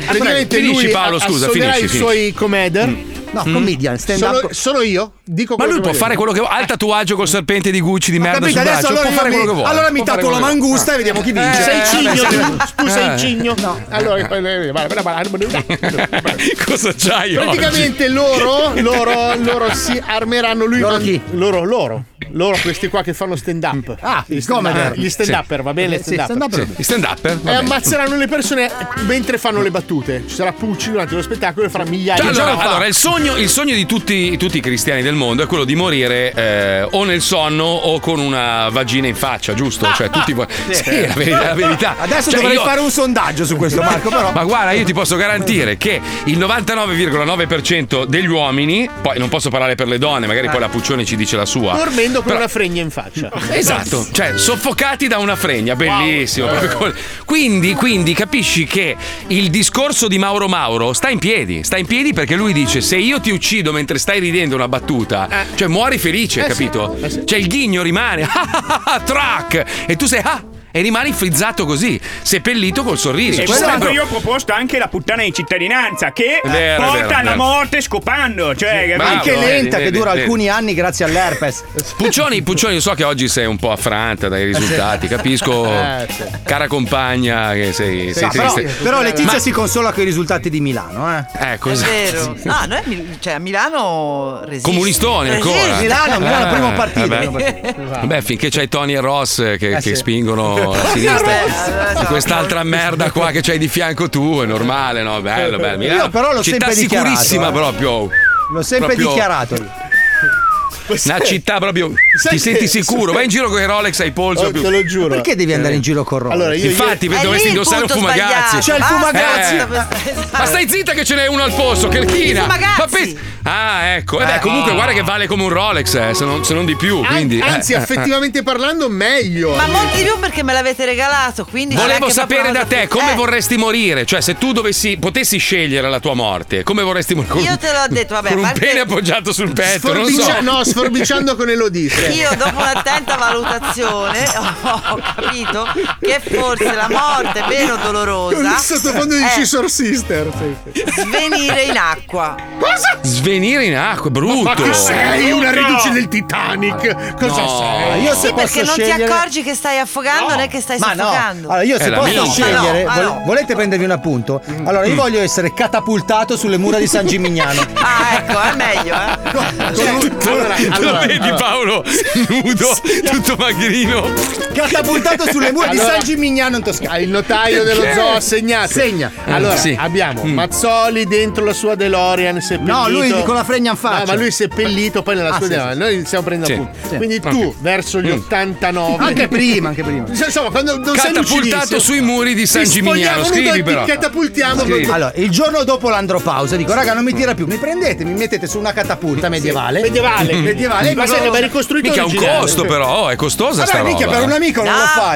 Speaker 8: praticamente
Speaker 2: Finisci,
Speaker 8: lui
Speaker 2: Paolo, scusa,
Speaker 8: assoderà
Speaker 2: finisci,
Speaker 8: i
Speaker 2: finisci.
Speaker 8: suoi comeder
Speaker 11: No,
Speaker 2: Mm.
Speaker 11: comedian, stand up.
Speaker 2: Solo-
Speaker 11: Solo io? Dico
Speaker 2: Ma lui può fare quello che vuole. Ha il tatuaggio col serpente di Gucci di merda
Speaker 11: capito,
Speaker 2: sul
Speaker 11: adesso
Speaker 2: braccio.
Speaker 11: allora
Speaker 2: può
Speaker 11: io
Speaker 2: fare
Speaker 11: mi-
Speaker 2: quello che vuole.
Speaker 11: allora mi
Speaker 2: Può fare
Speaker 11: tatuo
Speaker 2: quello
Speaker 11: la
Speaker 2: che vuole.
Speaker 11: mangusta e vediamo chi vince.
Speaker 2: Eh,
Speaker 11: Sei cigno,
Speaker 2: vabbè,
Speaker 11: tu-
Speaker 2: sì.
Speaker 11: tu sei
Speaker 2: Eh.
Speaker 11: cigno.
Speaker 8: No, allora.
Speaker 2: Cosa c'hai oggi?
Speaker 8: Praticamente loro, loro, loro si armeranno lui. Loro chi? Loro, loro. Loro, questi qua che fanno stand up. Ah,
Speaker 2: il
Speaker 8: stand
Speaker 2: comedy.
Speaker 8: Gli stand upper,
Speaker 2: Sì.
Speaker 8: va bene?
Speaker 2: Eh, Sì,
Speaker 8: Eh, Stand
Speaker 2: stand-upper.
Speaker 8: up.
Speaker 2: Sì, stand-upper, va
Speaker 8: E
Speaker 2: bene.
Speaker 8: ammazzeranno le persone mentre fanno le battute. Ci sarà Pucci durante lo spettacolo e farà migliaia
Speaker 2: Cioè,
Speaker 17: diciamo
Speaker 8: di
Speaker 2: allora,
Speaker 8: giorni fa.
Speaker 2: allora, il sogno, il sogno di tutti, tutti i cristiani del mondo è quello di morire eh, o nel sonno o con una vagina in faccia, giusto? Cioè, tutti voi- Sì, è la verità. è la verità.
Speaker 17: Eh. Adesso
Speaker 2: Cioè,
Speaker 17: dovrei
Speaker 2: io-
Speaker 17: fare un sondaggio su questo, Marco, però.
Speaker 2: Ma guarda, io ti posso garantire che il 99,9% degli uomini, poi non posso parlare per le donne, magari
Speaker 17: Eh.
Speaker 2: poi la Puccione ci dice la sua.
Speaker 8: Dormendo con
Speaker 2: Però-
Speaker 8: una fregna in faccia.
Speaker 2: Esatto, cioè soffocati da una fregna, bellissimo. proprio col- Quindi, quindi capisci che il discorso di Mauro Mauro sta in piedi, sta in piedi perché lui dice se io ti uccido mentre stai ridendo una battuta, cioè muori felice,
Speaker 1: Eh sì,
Speaker 2: capito? Cioè il ghigno rimane, track, e tu sei ah, e rimani frizzato così, seppellito col sorriso.
Speaker 14: E
Speaker 2: Ci sarebbero-
Speaker 14: poi io ho proposto anche la puttana di cittadinanza che
Speaker 2: È vero, è
Speaker 14: porta
Speaker 2: vero, è
Speaker 14: alla
Speaker 2: vero.
Speaker 14: morte scopando. Cioè,
Speaker 2: Bravo,
Speaker 14: capito?
Speaker 2: Anche vedi, lenta, vedi, che dura vedi. alcuni
Speaker 7: anni grazie all'herpes.
Speaker 2: Puccioni, Puccioni, io so che oggi sei un po' affranta dai risultati, capisco,
Speaker 7: Eh, sì.
Speaker 2: cara compagna, che sei, sei
Speaker 7: No, però,
Speaker 2: triste.
Speaker 7: però Letizia
Speaker 2: Ma-
Speaker 7: si consola con i risultati di Milano, eh.
Speaker 2: Ecco,
Speaker 6: È
Speaker 2: esatto.
Speaker 6: vero. No, noi a Mil- cioè, a Milano resiste.
Speaker 2: Comunistoni
Speaker 6: Resiste.
Speaker 2: ancora. Ah,
Speaker 6: vabbè.
Speaker 2: vabbè.
Speaker 6: esatto.
Speaker 2: Vabbè, finché c'hai Tony e Ross eh, che, che
Speaker 6: sì.
Speaker 2: spingono a sinistra.
Speaker 7: eh, esatto.
Speaker 2: E quest'altra merda qua che c'hai di fianco tu è normale, no? Bello, bello. Milano,
Speaker 7: Io però l'ho
Speaker 2: città
Speaker 7: sempre dichiarato,
Speaker 2: sicurissima
Speaker 7: eh.
Speaker 2: proprio.
Speaker 7: L'ho sempre
Speaker 2: Proprio-
Speaker 7: dichiarato. io.
Speaker 2: Una città proprio.
Speaker 7: Sai
Speaker 2: Ti
Speaker 7: che-
Speaker 2: senti sicuro? Vai in giro con i Rolex ai polso.
Speaker 7: Oh,
Speaker 2: più-
Speaker 7: te lo giuro. Perché devi andare in giro con Rolex?
Speaker 2: Allora,
Speaker 7: io-
Speaker 2: Infatti,
Speaker 7: io- Cioè, È
Speaker 2: dovresti
Speaker 7: lì il
Speaker 2: indossare un
Speaker 7: punto
Speaker 2: fumagazzi.
Speaker 7: sbagliato. C'è il
Speaker 6: Ah,
Speaker 2: Basta,
Speaker 7: fumagazzi.
Speaker 2: eh. Ma stai zitta che ce n'è uno al posto, che china.
Speaker 7: fumagazzi.
Speaker 2: Ma pensi- Ah, ecco. Eh beh,
Speaker 7: oh.
Speaker 2: comunque guarda che vale come un Rolex, eh, se, non, se non di più. Quindi,
Speaker 8: Anzi,
Speaker 2: eh, eh, eh.
Speaker 8: effettivamente parlando, meglio.
Speaker 6: Ma molti di più perché me l'avete regalato, quindi... non è
Speaker 2: Volevo
Speaker 6: che proprio
Speaker 2: sapere da
Speaker 6: una cosa
Speaker 2: te
Speaker 6: fi-
Speaker 2: come
Speaker 6: Eh,
Speaker 2: vorresti morire, cioè se tu dovessi, potessi scegliere la tua morte, come vorresti morire?
Speaker 6: Io te l'ho detto, vabbè,
Speaker 2: con
Speaker 6: a
Speaker 2: un
Speaker 6: parte-
Speaker 2: pene appoggiato sul petto, non
Speaker 8: Sforbicia-
Speaker 2: so.
Speaker 8: No, sforbiciando con Elodie.
Speaker 6: Io dopo un'attenta valutazione ho, ho capito che forse la morte
Speaker 8: Con
Speaker 6: meno
Speaker 8: il
Speaker 6: dolorosa
Speaker 8: sottofondo di
Speaker 6: è
Speaker 8: Scissor Sister. sì, sì.
Speaker 6: svenire in acqua.
Speaker 2: Svenire in acqua, brutto.
Speaker 8: Ma che sei una riduce del Titanic? Cosa
Speaker 2: No.
Speaker 8: sei?
Speaker 7: Io
Speaker 6: sì,
Speaker 7: se
Speaker 6: perché
Speaker 7: posso
Speaker 6: non ti
Speaker 7: scegliere-
Speaker 6: accorgi che stai affogando, non è che stai
Speaker 7: Ma no,
Speaker 6: soffocando.
Speaker 7: allora io
Speaker 2: È
Speaker 7: se
Speaker 2: Eh, la Mm.
Speaker 7: posso
Speaker 2: mia.
Speaker 7: scegliere,
Speaker 6: Ma no, ma
Speaker 7: vol- volete prendervi un appunto? Allora io voglio essere catapultato sulle mura di San Gimignano.
Speaker 6: Ah, ecco, è meglio, eh.
Speaker 2: Allora,
Speaker 7: allora,
Speaker 2: lo vedi
Speaker 7: allora.
Speaker 2: Paolo, nudo, tutto magrino.
Speaker 7: Catapultato sulle mura
Speaker 8: Allora-
Speaker 7: di San Gimignano in Toscana.
Speaker 8: Il notaio dello
Speaker 7: Perché?
Speaker 8: zoo ha segnato. Segna. Allora,
Speaker 7: sì.
Speaker 8: abbiamo
Speaker 7: Mm.
Speaker 8: Mazzoli dentro la sua DeLorean seppellito.
Speaker 7: No, lui con la fregna in faccia.
Speaker 8: No, ma lui è seppellito poi nella
Speaker 7: Ah,
Speaker 8: sua
Speaker 7: sì,
Speaker 8: DeLorean.
Speaker 7: sì,
Speaker 8: Noi stiamo prendendo
Speaker 7: Sì.
Speaker 8: appunti.
Speaker 7: Sì.
Speaker 8: Quindi
Speaker 7: Ok.
Speaker 8: tu verso gli
Speaker 7: Mm.
Speaker 8: 89.
Speaker 7: Anche prima, anche prima.
Speaker 8: Insomma, quando non sei
Speaker 2: Catapultato
Speaker 8: lucidissimo.
Speaker 2: sui muri di San
Speaker 8: Ti
Speaker 2: Gimignano,
Speaker 8: spogliamo nudo
Speaker 2: scrivi
Speaker 8: e ti
Speaker 2: però.
Speaker 8: catapultiamo.
Speaker 2: Scrivi.
Speaker 7: Allora, il giorno dopo l'andropausa dico, raga, non mi tira più, mi prendete, mi mettete su una catapulta medievale.
Speaker 8: Medievale, medievale. Ma sai che va ricostruito
Speaker 2: Mm. Mica ha un
Speaker 8: originale.
Speaker 2: costo però, oh, è costosa sta roba. eh.
Speaker 6: No,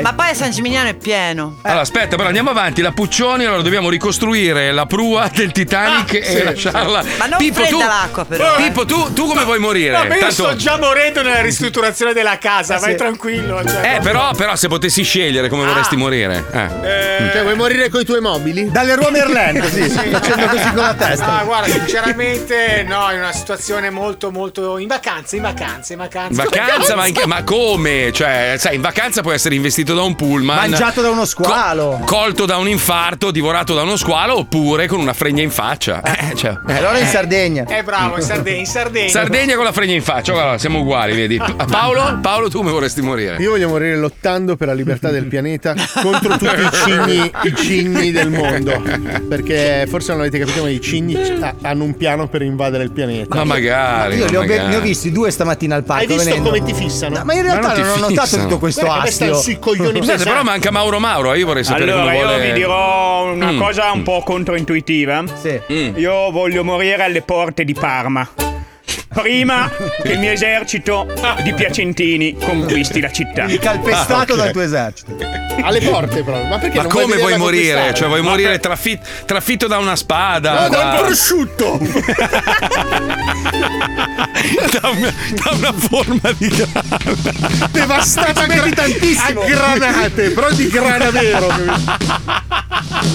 Speaker 6: Ma poi a San Gimignano è pieno.
Speaker 8: Eh.
Speaker 2: Allora, aspetta, però andiamo avanti. La Puccioni, allora dobbiamo ricostruire la prua del Titanic
Speaker 6: Ah,
Speaker 2: e
Speaker 6: sì,
Speaker 2: lasciarla.
Speaker 6: sì. Ma non
Speaker 2: Pippo,
Speaker 6: fredda
Speaker 2: tu-
Speaker 6: l'acqua, però, eh.
Speaker 2: Pippo, tu, tu come vuoi morire?
Speaker 17: No, ma io
Speaker 2: Tanto-
Speaker 17: sto già morendo nella ristrutturazione della
Speaker 7: Ah,
Speaker 17: casa, vai tranquillo. cioè,
Speaker 2: Eh, però, però se potessi scegliere
Speaker 6: Ah.
Speaker 2: come vorresti morire. Eh.
Speaker 8: Cioè, vuoi morire con i tuoi mobili?
Speaker 7: Mm. Dalle rue Merlin, così, facendo così con la testa.
Speaker 17: Ah, guarda, sinceramente, no, è una situazione molto, molto. In vacanza, in vacanza, in
Speaker 2: In
Speaker 17: vacanza.
Speaker 2: Vacanza, ma, anche- ma come? Cioè, sai, in vacanza puoi essere investito da un pullman,
Speaker 7: Mangiato da uno squalo.
Speaker 2: colto da un infarto, divorato da uno squalo, oppure con una fregna in faccia. Eh, cioè, eh.
Speaker 7: Allora in Sardegna.
Speaker 17: Eh, bravo, in Sardegna, in Sardegna.
Speaker 2: Sardegna con la fregna in faccia, guarda, siamo uguali, vedi. Pa- Paolo, Paolo, tu come vorresti morire?
Speaker 8: Io voglio morire lottando per la libertà del pianeta contro tutti i cigni, i cigni del mondo. Perché forse non avete capito, ma i cigni c- ha- hanno un piano per invadere il pianeta.
Speaker 2: Ma magari.
Speaker 7: Io
Speaker 2: ma
Speaker 7: li ho, ve-
Speaker 2: magari.
Speaker 7: ne ho visti due stamattina al parco.
Speaker 8: Hai visto
Speaker 7: venendo.
Speaker 8: come ti fissano?
Speaker 7: No, ma in realtà
Speaker 2: Ma non
Speaker 7: non,
Speaker 2: ti
Speaker 7: ho notato
Speaker 2: fissano.
Speaker 7: tutto questo
Speaker 8: Guarda che
Speaker 7: astio.
Speaker 8: stanno sui coglioni
Speaker 2: Scusate, però manca Mauro Mauro, eh, io vorrei sapere
Speaker 14: Allora,
Speaker 2: come
Speaker 14: io
Speaker 2: vuole.
Speaker 14: vi dirò una
Speaker 2: Mm.
Speaker 14: cosa un po' controintuitiva. Io voglio morire alle porte di Parma. Prima che il mio esercito di piacentini conquisti la città.
Speaker 7: Quindi
Speaker 2: Ah,
Speaker 7: calpestato dal tuo esercito.
Speaker 8: Alle porte proprio. Ma perché
Speaker 2: Ma
Speaker 8: non
Speaker 2: come vuoi
Speaker 8: vederla
Speaker 2: morire?
Speaker 8: conquistare?
Speaker 2: Cioè, vuoi
Speaker 8: Ma
Speaker 2: morire
Speaker 8: per-
Speaker 2: trafi- trafitto da una spada?
Speaker 8: No, da un
Speaker 2: da-
Speaker 8: prosciutto!
Speaker 2: da, una, da una forma di grana.
Speaker 8: Devastata
Speaker 2: Aspetti
Speaker 8: a granate, però di grana vero.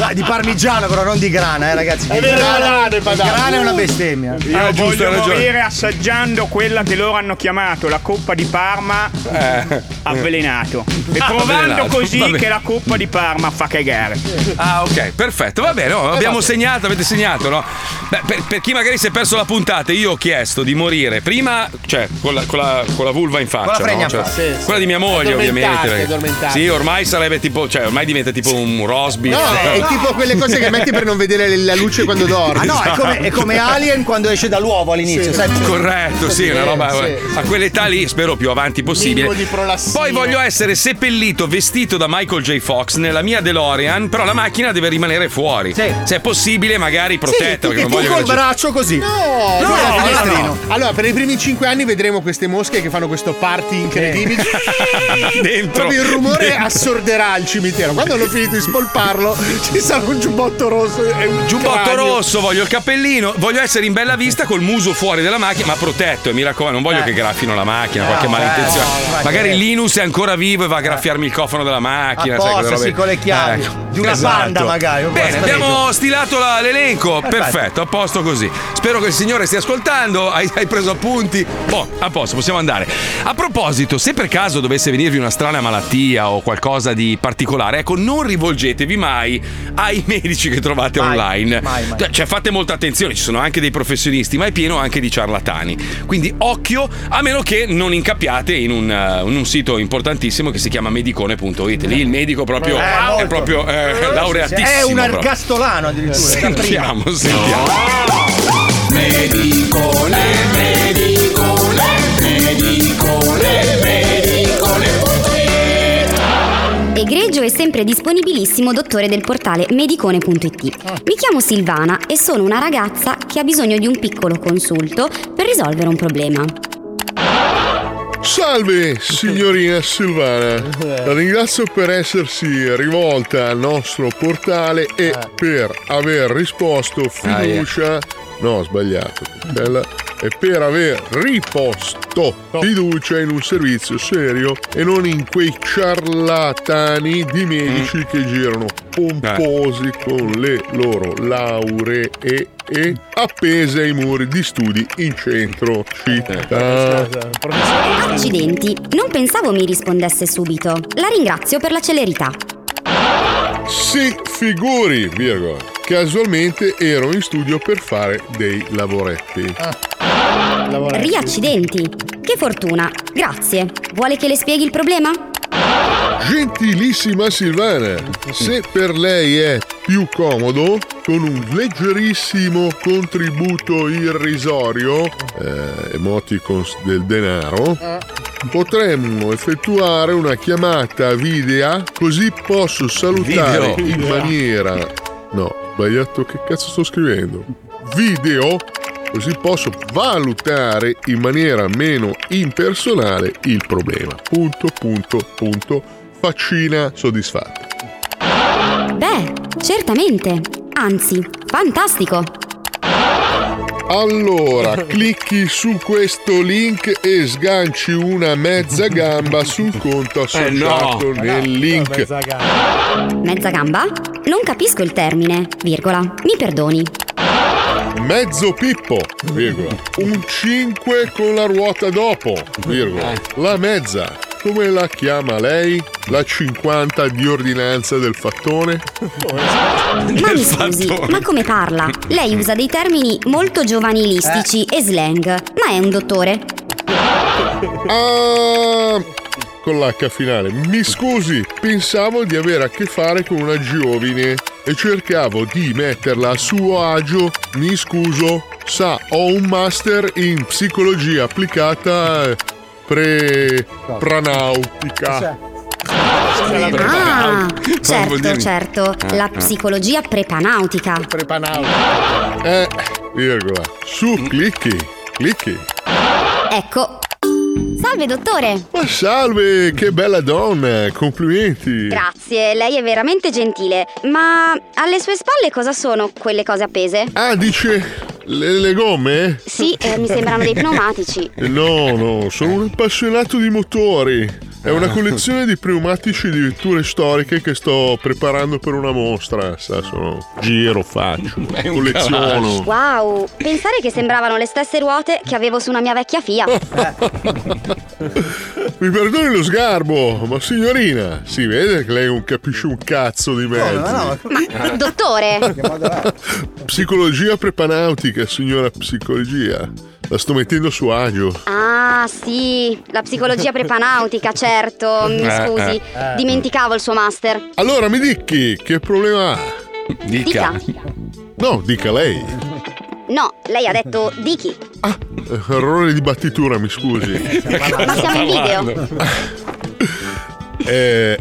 Speaker 7: Ah, di parmigiano però, non di grana, eh ragazzi.
Speaker 8: È
Speaker 7: Di
Speaker 8: vero, grana,
Speaker 7: di grana è una bestemmia.
Speaker 14: Io
Speaker 2: Ah,
Speaker 14: voglio morire assaggiando quella che loro hanno chiamato la coppa di Parma
Speaker 2: Eh.
Speaker 14: Eh. avvelenato.
Speaker 2: Ah,
Speaker 14: E provando
Speaker 2: Avvelenato, va
Speaker 14: così
Speaker 2: bene.
Speaker 14: che la coppa di Parma fa cagare.
Speaker 2: Ah, ok, perfetto. Va bene,
Speaker 8: Eh,
Speaker 2: oh, abbiamo segnato, avete segnato, no? Beh, per, per chi magari si è perso la puntata, io ho chiesto di morire prima, cioè, con la, con la- con la vulva in faccia.
Speaker 8: Con la fregna
Speaker 2: no? Cioè,
Speaker 8: in faccia. Sì, sì.
Speaker 2: Quella di mia moglie,
Speaker 8: Addormentarsi,
Speaker 2: ovviamente. perché-
Speaker 8: addormentarsi.
Speaker 2: Sì, ormai sarebbe tipo, cioè, ormai diventa tipo un Rosby.
Speaker 8: No, è tipo quelle cose che metti per non vedere la luce quando dormi.
Speaker 7: Ah no,
Speaker 2: Esatto.
Speaker 7: è come, è come Alien quando esce dall'uovo all'inizio, sai?
Speaker 2: Corretto, sì, una roba.
Speaker 7: Sì,
Speaker 2: a quell'età lì, spero più avanti possibile.
Speaker 7: Minimo di prolassio.
Speaker 2: Poi voglio essere seppellito vestito da Michael J. Fox nella mia DeLorean, però la macchina deve rimanere fuori. Se è possibile, magari protetta. perché non voglio che la gente-
Speaker 7: così.
Speaker 8: No,
Speaker 2: Eh, No,
Speaker 8: no,
Speaker 2: no,
Speaker 8: no,
Speaker 2: no.
Speaker 8: Allora, per i primi cinque anni vedremo queste mosche che fanno questo party incredibile.
Speaker 2: Dentro.
Speaker 8: Proprio il rumore
Speaker 2: Dentro.
Speaker 8: assorderà il cimitero. Quando hanno finito di spolparlo, ci sarà un giubbotto rosso e un
Speaker 2: Giubbotto
Speaker 8: cranio.
Speaker 2: rosso, voglio il cappellino, voglio essere in bella vista col muso fuori della macchina, ma protetto, e mi raccomando, non voglio che graffino la macchina, qualche
Speaker 7: Eh. no, eh,
Speaker 2: malintenzione.
Speaker 7: no, no,
Speaker 2: Magari
Speaker 7: no.
Speaker 2: Linus è ancora vivo e va a graffiarmi il cofano della macchina, sai quelle
Speaker 7: Apposta,
Speaker 2: robe-
Speaker 7: sì, con le chiavi.
Speaker 2: Ecco.
Speaker 7: Di una
Speaker 2: Esatto.
Speaker 7: banda magari. un po'
Speaker 2: Bene,
Speaker 7: spreco.
Speaker 2: abbiamo stilato la- l'elenco,
Speaker 7: Perfetto.
Speaker 2: perfetto. a posto così. Spero che il signore stia ascoltando, hai, hai preso appunti. Boh, a posto, possiamo andare. A proposito, se per caso dovesse venirvi una strana malattia o qualcosa di particolare, ecco, non rivolgetevi mai ai medici che trovate online. Cioè, Cioè, fate molta attenzione, ci sono anche dei professionisti, ma è pieno anche di ciarlatani. Quindi occhio, a meno che non incappiate in un, eh, in un sito importantissimo che si chiama medicone.it. Lì il medico proprio
Speaker 7: Eh,
Speaker 2: è
Speaker 7: molto.
Speaker 2: proprio eh, laureatissimo.
Speaker 7: È un
Speaker 2: proprio.
Speaker 7: arcastolano addirittura. da prima.
Speaker 2: Sentiamo, sentiamo.
Speaker 10: Medicone, medicone, medicone, medicone.it
Speaker 4: Egregio e sempre disponibilissimo dottore del portale medicone.it. Mi chiamo Silvana e sono una ragazza che ha bisogno di un piccolo consulto per risolvere un problema.
Speaker 22: Salve signorina Silvana, la ringrazio per essersi rivolta al nostro portale e
Speaker 2: Ah.
Speaker 22: per aver risposto fiducia. No, ho sbagliato. bella. E per aver riposto fiducia in un servizio serio e non in quei ciarlatani di medici che girano pomposi con le loro lauree e appese ai muri di studi in centro
Speaker 4: eh.
Speaker 22: città.
Speaker 4: Accidenti, non pensavo mi rispondesse subito. La ringrazio per la celerità.
Speaker 22: Si figuri, virgola. Casualmente ero in studio per fare dei lavoretti.
Speaker 4: Riaccidenti. Che fortuna. Grazie. Vuole che le spieghi il problema?
Speaker 22: Gentilissima Silvana, se per lei è più comodo, con un leggerissimo contributo irrisorio, eh, emoticons del denaro, potremmo effettuare una chiamata video, così posso salutare Video. in maniera... No, sbagliato, che cazzo sto scrivendo? Video, così posso valutare in maniera meno impersonale il problema. Punto, punto, punto. Faccina soddisfatta.
Speaker 4: Beh, certamente. Anzi, fantastico.
Speaker 22: Allora, clicchi su questo link e sganci una mezza gamba sul conto associato nel link.
Speaker 4: Mezza gamba? Non capisco il termine, virgola. Mi perdoni.
Speaker 22: Mezzo pippo, virgola. Un 5 con la ruota dopo, virgola. La mezza, come la chiama lei? La 50 di ordinanza del fattone?
Speaker 4: Ma mi scusi, ma come parla? Lei usa dei termini molto giovanilistici
Speaker 22: Eh.
Speaker 4: e slang, ma è un dottore.
Speaker 22: Ah, con l'H finale. Mi scusi, pensavo di avere a che fare con una giovine e cercavo di metterla a suo agio. Mi scuso, sa, ho un master in psicologia applicata eh, pre pranautica.
Speaker 4: Ah,
Speaker 22: vuol
Speaker 4: certo,
Speaker 22: dire?
Speaker 4: certo,
Speaker 22: Ah,
Speaker 4: la
Speaker 22: ah.
Speaker 4: psicologia prepanautica.
Speaker 22: Prepanautica. Eh, virgola. Su, clicchi, clicchi.
Speaker 4: Ecco. Salve dottore.
Speaker 22: Ma Ah, salve, che bella donna, complimenti.
Speaker 4: Grazie, lei è veramente gentile, ma alle sue spalle cosa sono quelle cose appese?
Speaker 22: Ah, dice le, le gomme?
Speaker 4: Sì, eh, mi sembrano dei pneumatici.
Speaker 22: No, no, sono un appassionato di motori. È
Speaker 4: Ah.
Speaker 22: una collezione di pneumatici di vetture storiche che sto preparando per una mostra. Sa, sono giro, faccio, È un colleziono.
Speaker 4: Wow, pensare che sembravano le stesse ruote che avevo su una mia vecchia
Speaker 22: Oh.
Speaker 4: Fiat.
Speaker 22: Mi perdoni lo sgarbo, ma signorina, si vede che lei non capisce un cazzo di mezzi.
Speaker 4: Ma Ah, Eh. dottore,
Speaker 22: Psicologia prepanautica, signora psicologia. La sto mettendo su agio.
Speaker 4: Ah, sì, la psicologia prepanautica, certo. Mi
Speaker 22: Eh,
Speaker 4: scusi,
Speaker 22: eh.
Speaker 4: dimenticavo il suo master.
Speaker 22: Allora mi dichi che problema ha?
Speaker 4: Dica.
Speaker 22: No, dica lei.
Speaker 4: No, lei ha detto Dicky.
Speaker 22: Errore di battitura, mi scusi.
Speaker 4: Ma siamo in video.
Speaker 22: Eh,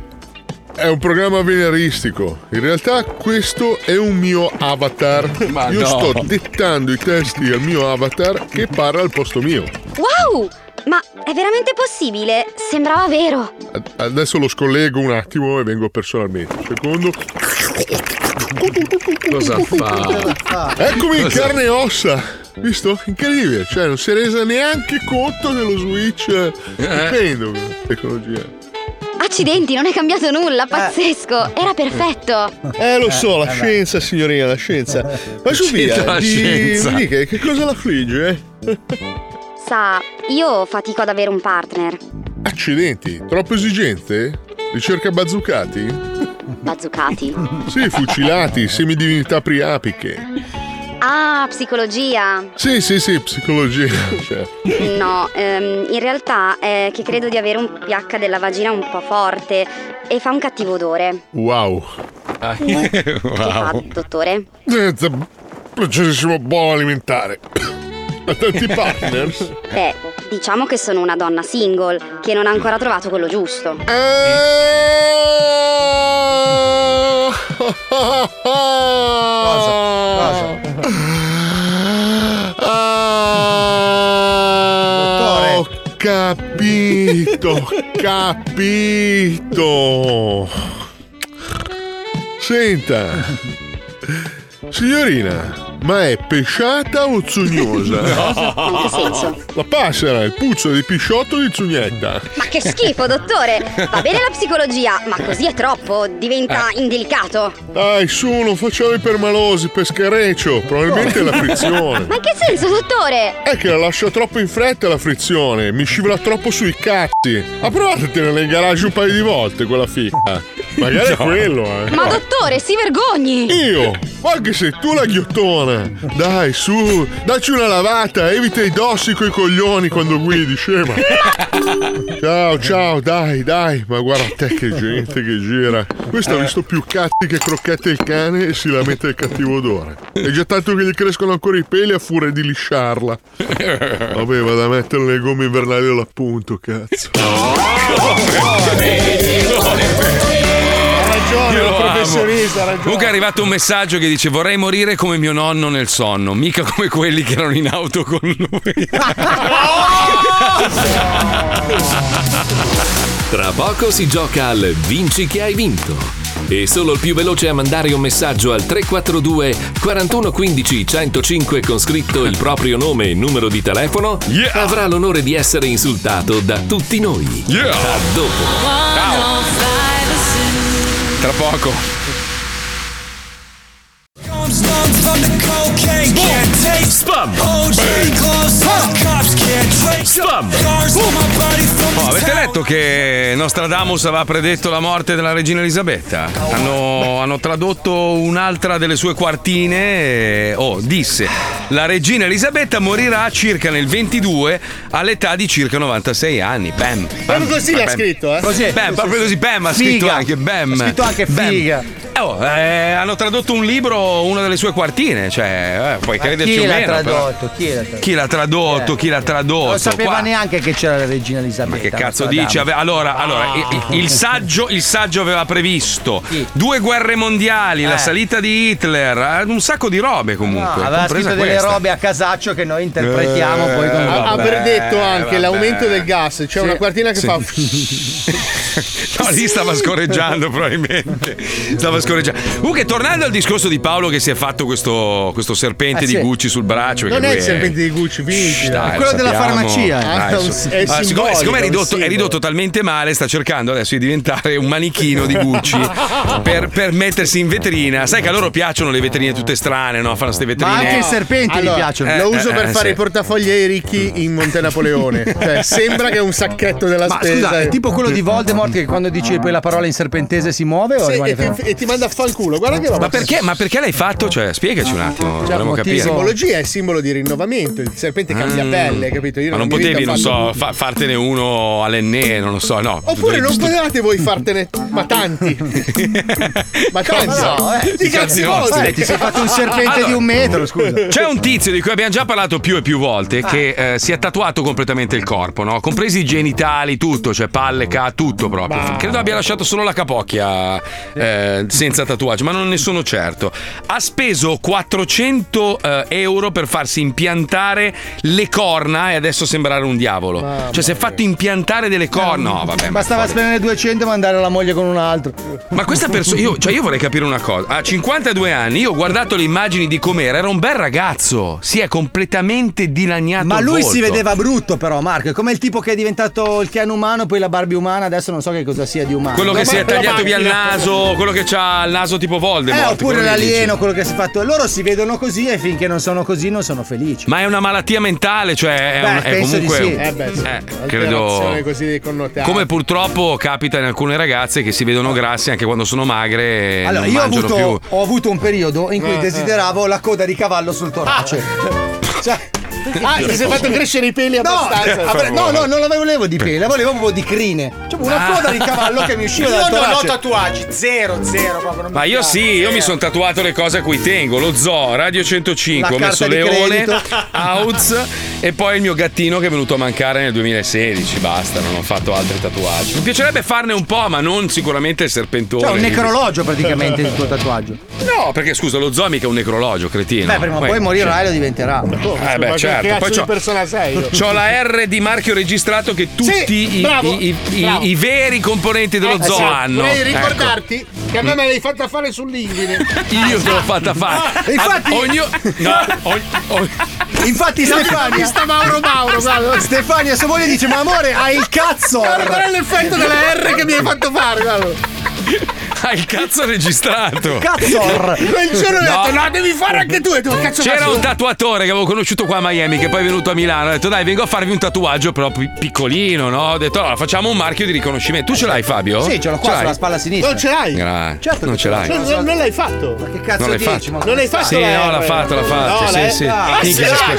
Speaker 22: è un programma veneristico. In realtà questo è un mio avatar.
Speaker 10: Ma
Speaker 22: Io
Speaker 10: no.
Speaker 22: sto dettando i testi al mio avatar che parla al posto mio.
Speaker 4: Wow! Ma è veramente possibile? Sembrava vero.
Speaker 22: Ad- Adesso lo scollego un attimo e vengo personalmente. Un secondo.
Speaker 10: Cosa fa?
Speaker 22: Eccomi in
Speaker 10: Cosa-
Speaker 22: carne e ossa. Visto? Incredibile, cioè non si è resa neanche conto dello switch.
Speaker 8: Eh.
Speaker 22: Stupendo, tecnologia.
Speaker 4: Accidenti, non è cambiato nulla, pazzesco. Era perfetto.
Speaker 22: Eh, lo so, la
Speaker 8: eh,
Speaker 22: scienza, signorina, la scienza. Ma su
Speaker 8: C'entra
Speaker 22: via,
Speaker 8: la
Speaker 22: di-
Speaker 8: scienza.
Speaker 22: mi dica, che cosa eh? l'affligge?
Speaker 4: Sa, io fatico ad avere un partner.
Speaker 22: Accidenti, troppo esigente? Ricerca bazzucati?
Speaker 4: Bazzucati.
Speaker 22: Sì, fucilati, semidivinità priapiche.
Speaker 4: Ah, psicologia.
Speaker 22: Sì, sì, sì, psicologia. Cioè,
Speaker 4: No, ehm, in realtà è che credo di avere un pH della vagina un po' forte e fa un cattivo odore.
Speaker 22: wow.
Speaker 4: Ah, dottore?
Speaker 22: Senza piacerissimo buono alimentare. Ha tanti partners?
Speaker 4: Beh, diciamo che sono una donna single, che non ha ancora trovato quello giusto.
Speaker 22: Ah, ho capito, capito. Senta, signorina, ma è pesciata o zugnosa?
Speaker 10: No. In che senso?
Speaker 22: La passera, il puzzo di pisciotto o di zugnetta?
Speaker 4: Ma che schifo, dottore! Va bene la psicologia, ma così è troppo, diventa
Speaker 22: Eh.
Speaker 4: indelicato.
Speaker 22: Dai, su, non facciamo i permalosi, pescareccio. Probabilmente è la frizione.
Speaker 4: Ma in che senso, dottore?
Speaker 22: È che la lascio troppo in fretta la frizione, mi scivola troppo sui cazzi. Ha provato a tenerla in garage un paio di volte quella fitta. Magari è
Speaker 10: No.
Speaker 22: quello, eh.
Speaker 4: Ma dottore, si vergogni!
Speaker 22: Io? Ma anche se tu laghiottona! Dai, su, dacci una lavata, evita i dossi coi coglioni quando guidi, scema! Ciao, ciao, dai, dai, ma guarda te che gente che gira! Questo
Speaker 8: Eh.
Speaker 22: ha visto più cazzi che crocchette il cane e si lamenta del cattivo odore. È già tanto che gli crescono ancora i peli a furia di lisciarla. Vabbè, vado a mettere le gomme invernali all'appunto, cazzo.
Speaker 8: ragione,
Speaker 2: Io
Speaker 8: la
Speaker 2: lo amo.
Speaker 8: professionista, ha ragione.
Speaker 2: Comunque è arrivato un messaggio che dice vorrei morire come mio nonno nel sonno, mica come quelli che erano in auto con lui.
Speaker 1: Tra poco si gioca al Vinci che hai vinto. E solo il più veloce a mandare un messaggio al 342 4115 105 con scritto il proprio nome e numero di telefono avrà l'onore di essere insultato da tutti noi. A dopo.
Speaker 2: Tra poco. Oh, avete letto che Nostradamus aveva predetto la morte della regina Elisabetta? Hanno, hanno tradotto un'altra delle sue quartine. e- Oh, disse: La regina Elisabetta morirà circa nel 22 all'età di circa 96 anni. Bam. bam,
Speaker 8: Proprio così l'ha
Speaker 2: bam.
Speaker 8: scritto, eh?
Speaker 2: Così. Bam, proprio così. Bam, ha scritto
Speaker 8: Figa.
Speaker 2: anche. Bam.
Speaker 8: Ha scritto anche
Speaker 2: Bam.
Speaker 8: figa.
Speaker 2: Eh, oh, eh, hanno tradotto un libro, una delle sue quartine. Cioè, eh, puoi
Speaker 9: Ma
Speaker 2: crederci
Speaker 9: chi
Speaker 2: o
Speaker 9: l'ha
Speaker 2: meno. però-
Speaker 9: tradotto? Chi l'ha tradotto?
Speaker 2: Chi l'ha tradotto? Chi l'ha tradotto?
Speaker 9: Non sapeva
Speaker 2: Qua-
Speaker 9: neanche che c'era la regina Elisabetta.
Speaker 2: Che cazzo
Speaker 9: Nostradamus.
Speaker 2: dice? Ave- allora,
Speaker 8: Ah.
Speaker 2: allora, i- i- il, saggio, il saggio aveva previsto due guerre mondiali, la
Speaker 9: Eh.
Speaker 2: salita di Hitler, eh, un sacco di robe comunque.
Speaker 8: Ah,
Speaker 9: No, aveva
Speaker 2: compresa
Speaker 9: scritto delle
Speaker 2: questa. Eh,
Speaker 9: robe a casaccio che noi interpretiamo poi con
Speaker 8: ha, ha
Speaker 9: Vabbè,
Speaker 8: predetto anche
Speaker 9: vabbè.
Speaker 8: l'aumento del gas. C'è
Speaker 9: Sì.
Speaker 8: una quartina che
Speaker 9: Sì.
Speaker 8: fa.
Speaker 2: No, lì stava scorreggiando probabilmente. Stava scorreggiando. Comunque, tornando al discorso di Paolo che si è fatto questo questo, questo serpente
Speaker 8: Ah,
Speaker 2: di
Speaker 8: sì.
Speaker 2: Gucci sul braccio.
Speaker 8: Non
Speaker 2: perché
Speaker 8: è
Speaker 2: Cioè, lui
Speaker 8: il serpente di Gucci,
Speaker 2: Shh,
Speaker 8: finitela.
Speaker 2: dai, lo sappiamo. Dai,
Speaker 8: Ah,
Speaker 2: su-
Speaker 8: è
Speaker 2: Allora, siccome,
Speaker 8: simbolico,
Speaker 2: siccome è,
Speaker 8: un
Speaker 2: ridotto, è
Speaker 8: simbolo.
Speaker 2: ridotto talmente male, sta cercando adesso di diventare un manichino di Gucci per, per mettersi in vetrina. Sai che a loro piacciono le vetrine tutte strane, no? Fanno queste vetrine.
Speaker 8: Allora,
Speaker 2: Eh,
Speaker 8: Lo
Speaker 2: eh,
Speaker 8: uso per
Speaker 2: eh,
Speaker 8: fare
Speaker 2: sì.
Speaker 8: i portafogli ai ricchi in Monte Napoleone. Cioè, sembra che è un sacchetto della
Speaker 7: Ma
Speaker 8: spesa. eh.
Speaker 7: scusa, è tipo quello di Voldemort
Speaker 2: che
Speaker 7: quando dici poi la parola in serpentese si muove o
Speaker 8: Sì,
Speaker 7: rimane
Speaker 8: e,
Speaker 7: fermo?
Speaker 8: ti, e ti manda a fanculo, guarda che roba.
Speaker 2: Ma perché, ma perché l'hai fatto? Cioè, spiegaci un attimo,
Speaker 8: Cioè,
Speaker 2: volevo
Speaker 8: la
Speaker 2: capire.
Speaker 8: simbologia è simbolo di rinnovamento. Il serpente cambia
Speaker 2: Mm.
Speaker 8: pelle, capito? Io
Speaker 2: Ma non
Speaker 8: nella mia
Speaker 2: potevi,
Speaker 8: vita
Speaker 2: non
Speaker 8: ho
Speaker 2: so,
Speaker 8: fatto-
Speaker 2: fa- fartene uno all'enne, non lo so, no.
Speaker 8: Oppure non
Speaker 2: Dovevi-
Speaker 8: potevate voi fartene, ma tanti. ma tanti.
Speaker 2: Cosa?
Speaker 8: Di
Speaker 2: eh? Di cazzi
Speaker 8: cazzi
Speaker 2: vostri.
Speaker 8: vostri.
Speaker 2: Eh, ti sei fatto un serpente
Speaker 7: di un metro, scusa.
Speaker 2: C'è un tizio di cui abbiamo già parlato più e più volte che eh, si è tatuato completamente il corpo, no? compresi i genitali, tutto, cioè palle, ca, tutto proprio. Credo abbia lasciato solo la capocchia eh, senza tatuaggio, ma non ne sono certo. Ha speso 400 eh, euro per farsi impiantare le corna e adesso sembrare un diavolo. cioè, si è fatto impiantare delle corna. No, vabbè. ma
Speaker 7: Eh, Bastava spendere 200 e mandare la moglie con un altro.
Speaker 2: ma questa persona, io, cioè io vorrei capire una cosa. A 52 anni, io ho guardato le immagini di com'era, era un bel ragazzo. Si è completamente dilaniato.
Speaker 7: Ma
Speaker 2: il
Speaker 7: lui si
Speaker 2: volto.
Speaker 7: vedeva brutto però, Marco. È come il tipo che è diventato il Ken umano, poi la Barbie umana, adesso non so che cosa sia di umano.
Speaker 2: Quello che
Speaker 7: La
Speaker 2: si è
Speaker 7: Barbie- la
Speaker 2: tagliato via il
Speaker 7: macchina.
Speaker 2: naso, quello che ha il naso tipo
Speaker 7: Eh,
Speaker 2: Voldemort.
Speaker 7: oppure
Speaker 2: quello lì,
Speaker 7: l'alieno,
Speaker 2: dici.
Speaker 7: quello che si è fatto. Loro si vedono così e finché non sono così non sono felici.
Speaker 2: Ma è una malattia mentale, cioè è,
Speaker 7: Beh,
Speaker 2: un- è
Speaker 7: penso di
Speaker 2: comunque.
Speaker 7: sì.
Speaker 2: un-
Speaker 8: Eh beh, sì.
Speaker 2: eh,
Speaker 8: Alterazione
Speaker 2: credo.
Speaker 8: così dei connotati.
Speaker 2: Come purtroppo capita in alcune ragazze che si vedono grasse anche quando sono magre e
Speaker 7: Allora,
Speaker 2: non
Speaker 7: io ho
Speaker 2: mangiano
Speaker 7: avuto,
Speaker 2: più.
Speaker 7: ho avuto un periodo in cui
Speaker 8: Eh,
Speaker 7: desideravo la coda di cavallo sul torace. Cioè,
Speaker 8: Ah, ti sei fatto crescere i peli
Speaker 7: No,
Speaker 8: abbastanza.
Speaker 7: avrei- no, no, non la volevo di peli, la volevo proprio di crine. Cioè, una
Speaker 17: Ah.
Speaker 7: coda di cavallo che mi usciva dal
Speaker 17: Io non ho
Speaker 7: torace.
Speaker 17: tatuaggi, zero, zero proprio. non mi
Speaker 2: Ma io
Speaker 17: piace.
Speaker 2: sì, io mi sono tatuato le cose a cui tengo, lo zoo, Radio 105,
Speaker 17: La
Speaker 2: ho messo
Speaker 17: carta di
Speaker 2: Leone,
Speaker 17: credito.
Speaker 2: Auz e poi il mio gattino che è venuto a mancare nel 2016, basta, non ho fatto altri tatuaggi. Mi piacerebbe farne un po', ma non sicuramente il serpentone.
Speaker 7: Cioè, un necrologio praticamente il tuo tatuaggio.
Speaker 2: No, perché scusa, lo zoo mica è un necrologio, cretino. cioè,
Speaker 7: Beh, prima o poi morirai e lo diventerà.
Speaker 2: Eh beh, certo, poi c'ho,
Speaker 8: persona sei io?
Speaker 2: c'ho la R di marchio registrato che tutti i,
Speaker 8: bravo,
Speaker 2: i- i-
Speaker 8: bravo.
Speaker 2: i veri componenti dello
Speaker 8: Eh,
Speaker 2: zoo
Speaker 8: sì.
Speaker 2: hanno.
Speaker 8: Vorrei
Speaker 2: Ecco.
Speaker 8: ricordarti che a me me l'hai fatta fare sull'inguine.
Speaker 2: Io te l'ho fatta fare.
Speaker 8: E infatti-
Speaker 2: Ah, ogni- no, ogni- ogni-
Speaker 7: Infatti
Speaker 8: L'ha
Speaker 7: Stefania
Speaker 8: vista Mauro Mauro, guarda.
Speaker 7: Stefania sua moglie dice "Ma amore, hai il cazzo!"
Speaker 8: Guarda, guarda l'effetto della R che mi hai fatto fare, guarda.
Speaker 2: Ah, il cazzo registrato.
Speaker 8: Quel giorno ho
Speaker 2: No.
Speaker 8: detto, no, devi fare anche tu. E tu, cazzo,
Speaker 2: C'era
Speaker 8: cazzo.
Speaker 2: un tatuatore che avevo conosciuto qua a Miami, che poi è venuto a Milano. Ho detto, dai, vengo a farvi un tatuaggio, però pi- piccolino, no? Ho detto, allora facciamo un marchio di riconoscimento. Tu ce l'hai, Fabio?
Speaker 7: Sì, ce l'ho qua
Speaker 2: l'hai?
Speaker 7: sulla spalla sinistra.
Speaker 8: Non ce l'hai?
Speaker 2: Grazie.
Speaker 7: Certo
Speaker 2: non
Speaker 7: che
Speaker 2: ce l'hai.
Speaker 8: Non, non- non l'hai fatto. Ma che
Speaker 2: cazzo Non l'hai dici? fatto. Ma
Speaker 8: Non l'hai fatto.
Speaker 2: Sì,
Speaker 8: la
Speaker 2: no,
Speaker 8: R.
Speaker 2: l'ha fatto, l'ha fatto.
Speaker 8: No,
Speaker 2: sì,
Speaker 8: la
Speaker 2: sì.
Speaker 8: R. Ah,
Speaker 2: Minchia,
Speaker 8: sì,
Speaker 2: si
Speaker 8: la
Speaker 2: è
Speaker 8: R,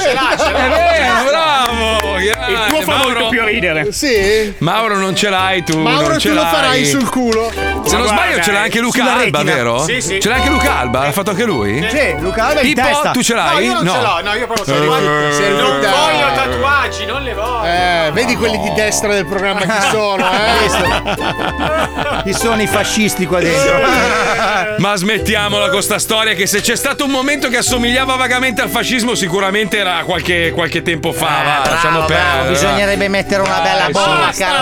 Speaker 8: la
Speaker 2: schiacciato.
Speaker 8: R.
Speaker 2: È vero, bravo.
Speaker 14: Il tuo fa molto più ridere.
Speaker 8: Sì.
Speaker 2: Oh, Mauro non ce l'hai tu.
Speaker 8: Mauro,
Speaker 2: non ce
Speaker 8: tu lo
Speaker 2: l'hai.
Speaker 8: farai sul culo.
Speaker 2: Se non
Speaker 8: Ma
Speaker 2: sbaglio
Speaker 8: guarda,
Speaker 2: ce l'ha anche
Speaker 8: sulla
Speaker 2: Luca Alba,
Speaker 8: retina.
Speaker 2: vero?
Speaker 8: Sì, sì.
Speaker 2: Ce l'ha anche Luca Alba, l'ha fatto anche lui?
Speaker 8: Eh,
Speaker 7: Sì, Luca Alba in
Speaker 2: Pippo,
Speaker 7: testa.
Speaker 2: tu ce l'hai?
Speaker 17: No, io non ce l'ho, Ah, no, io proprio sono
Speaker 2: Eh,
Speaker 17: arrivato-
Speaker 2: sei
Speaker 17: Non
Speaker 2: rifiutato.
Speaker 17: voglio tatuaggi, non le voglio.
Speaker 8: Eh, vedi quelli di destra del programma chi sono, eh?
Speaker 7: Chi sono i fascisti qua
Speaker 2: Eh,
Speaker 7: dentro?
Speaker 2: Ma smettiamola con sta storia che se c'è stato un momento che assomigliava vagamente al fascismo sicuramente era qualche, qualche tempo fa, va, lasciamo perdere. eh. va.
Speaker 7: Bisognerebbe mettere una bella bolla, cara.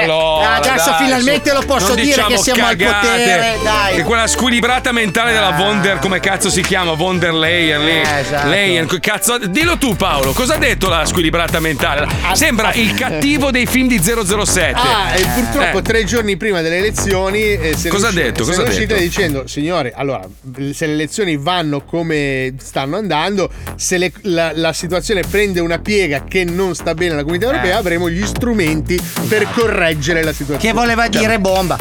Speaker 2: Eh, allora,
Speaker 7: Adesso
Speaker 2: dai,
Speaker 7: finalmente
Speaker 2: su.
Speaker 7: lo posso
Speaker 2: Non
Speaker 7: dire
Speaker 2: diciamo
Speaker 7: che siamo
Speaker 2: cagate.
Speaker 7: al potere. Dai.
Speaker 2: Che quella squilibrata mentale della von der, come cazzo si chiama? Von der Leyen lì.
Speaker 7: Eh, esatto.
Speaker 2: Leyen, che cazzo. Dillo tu Paolo, cosa ha detto la squilibrata mentale? Sembra il cattivo dei film di 007.
Speaker 8: Ah, e purtroppo
Speaker 2: Eh.
Speaker 8: tre giorni prima delle elezioni eh, se ne
Speaker 2: Cosa ha
Speaker 8: usci-
Speaker 2: detto?
Speaker 8: se
Speaker 2: Cosa
Speaker 8: ne
Speaker 2: ha
Speaker 8: uscite
Speaker 2: detto?
Speaker 8: dicendo, signori, allora, se le elezioni vanno come stanno andando, se le- la, la situazione prende una piega che non sta bene alla comunità
Speaker 2: Eh.
Speaker 8: europea, avremo gli strumenti per correggere la situazione.
Speaker 7: Che voleva dire bomba.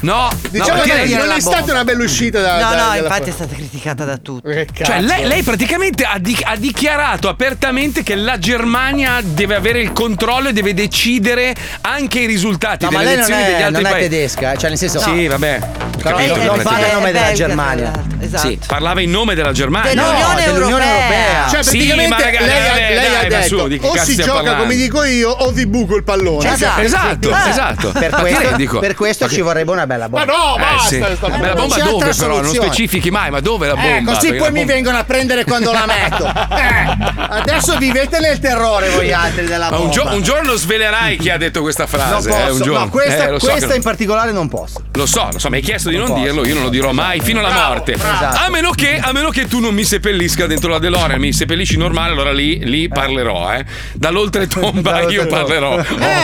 Speaker 2: No,
Speaker 8: Diciamo
Speaker 2: perché
Speaker 8: che
Speaker 2: lei-
Speaker 8: non è stata una bella uscita da,
Speaker 6: No,
Speaker 8: da-
Speaker 6: no,
Speaker 8: dalla-
Speaker 6: infatti è stata criticata da tutti.
Speaker 2: Cioè, lei, lei praticamente ha, di- ha dichiarato apertamente che la Germania deve avere il controllo e deve decidere anche i risultati
Speaker 7: No, ma
Speaker 2: delle
Speaker 7: lei non
Speaker 2: elezioni degli
Speaker 7: è,
Speaker 2: altri
Speaker 7: non è
Speaker 2: paesi.
Speaker 7: tedesca, eh, cioè nel senso.
Speaker 2: Sì, vabbè.
Speaker 7: Però
Speaker 2: Capito,
Speaker 7: non
Speaker 2: capito.
Speaker 7: parla a nome della Germania.
Speaker 6: Esatto.
Speaker 2: Sì, parlava in nome della Germania.
Speaker 7: Dell'Unione No, dell'Unione Europea. Europea.
Speaker 8: Cioè,
Speaker 2: Sì,
Speaker 8: praticamente
Speaker 2: ma raga-
Speaker 8: lei, ha-
Speaker 2: eh,
Speaker 8: lei ha
Speaker 2: dai, ma
Speaker 8: detto:
Speaker 2: su, di che
Speaker 8: o
Speaker 2: cazzo
Speaker 8: si
Speaker 2: stiamo
Speaker 8: gioca
Speaker 2: parlando?
Speaker 8: come dico io, o vi buco il pallone.
Speaker 2: Esatto,
Speaker 8: Cioè,
Speaker 2: esatto, esatto.
Speaker 7: Eh. Per
Speaker 2: Ma ti rendi
Speaker 7: questo,
Speaker 2: conto?
Speaker 7: per questo ci vorrebbe una bella bomba.
Speaker 2: Eh, sì. Ma la bomba
Speaker 7: c'è
Speaker 2: dove
Speaker 7: altra
Speaker 2: però? Non
Speaker 7: soluzione.
Speaker 2: specifichi mai, ma dove la bomba?
Speaker 7: Eh, così
Speaker 2: Perché
Speaker 7: poi
Speaker 2: la
Speaker 7: mi
Speaker 2: bomba-
Speaker 7: vengono a prendere quando la metto. Eh, adesso vivete nel terrore voi altri della
Speaker 2: Ma
Speaker 7: bomba.
Speaker 2: un, gio- un giorno svelerai chi ha detto questa
Speaker 7: non
Speaker 2: frase. eh,
Speaker 7: posso,
Speaker 2: un giorno.
Speaker 7: no, questa,
Speaker 2: Eh, lo so che
Speaker 7: questa
Speaker 2: non-
Speaker 7: in particolare non posso.
Speaker 2: Lo so, lo so, mi hai chiesto di
Speaker 7: Non
Speaker 2: non,
Speaker 7: posso,
Speaker 2: dirlo, io non lo dirò mai fino alla morte. A, meno che, a meno che tu non mi seppellisca dentro la DeLorean, mi seppellisci normale, allora lì, lì parlerò. Eh. Dall'oltretomba io parlerò.
Speaker 8: Eh,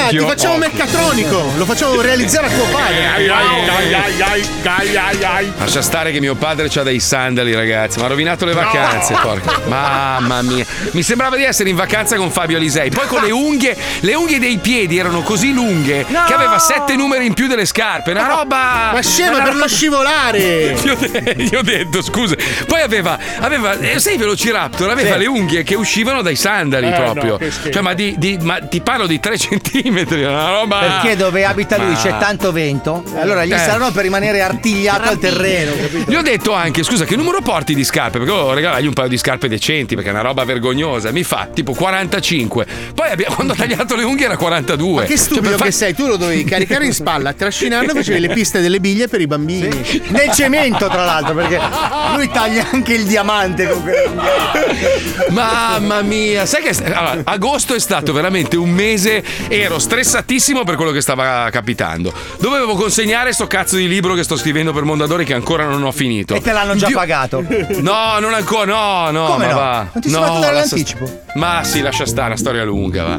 Speaker 2: Occhio,
Speaker 8: ti facciamo
Speaker 2: occhio.
Speaker 8: meccatronico, lo facciamo realizzare a tuo padre.
Speaker 2: Ai, ai, ai, ai, Lascia stare che mio padre ha dei sandali, ragazzi. Mi ha rovinato le vacanze, porca. Mamma mia. Mi sembrava di essere in vacanza con Fabio Alisei. Poi con le unghie, le unghie dei piedi erano così lunghe che aveva sette numeri in più delle scarpe. Una roba.
Speaker 8: Ma scema,
Speaker 2: una
Speaker 8: per non scivolare.
Speaker 2: Gli ho, de- gli ho detto, scusa. Poi aveva. aveva eh, sai, Velociraptor aveva
Speaker 8: Sì.
Speaker 2: le unghie che uscivano dai sandali
Speaker 8: Eh,
Speaker 2: proprio.
Speaker 8: no, che schifo.
Speaker 2: cioè, ma, di- di- ma ti parlo di 3 centimetri, una roba.
Speaker 7: Perché
Speaker 9: dove abita
Speaker 7: lui c'è
Speaker 2: Ma-
Speaker 9: tanto vento.
Speaker 7: Allora gli
Speaker 2: Eh.
Speaker 7: saranno per rimanere artigliato al terreno.
Speaker 2: Gli ho detto anche, scusa, che numero porti di scarpe? Perché volevo regalargli un paio di scarpe decenti, perché è una roba vergognosa. Mi fa tipo 45. Poi abbia- quando ho tagliato le unghie era 42.
Speaker 8: Ma che
Speaker 2: Cioè,
Speaker 8: stupido
Speaker 2: per
Speaker 8: che
Speaker 2: far-
Speaker 8: sei, tu lo dovevi caricare in spalla, trascinarlo e facevi le piste delle biglie per i bambini.
Speaker 7: Nel cemento, tra l'altro, perché lui taglia anche il diamante con
Speaker 2: Mamma mia, sai che allora, agosto è stato veramente un mese, ero stressatissimo per quello che stava capitando. Dovevo consegnare sto cazzo di libro che sto scrivendo per Mondadori che ancora non ho finito.
Speaker 7: E te l'hanno già
Speaker 2: Dio-
Speaker 7: pagato.
Speaker 2: No, non ancora, no, no,
Speaker 7: Come
Speaker 2: ma
Speaker 7: no?
Speaker 2: va.
Speaker 7: Non ti sei
Speaker 2: no,
Speaker 7: fatto dare
Speaker 2: lascia-
Speaker 7: l'anticipo?
Speaker 2: Ma sì, lascia stare, una storia lunga, va.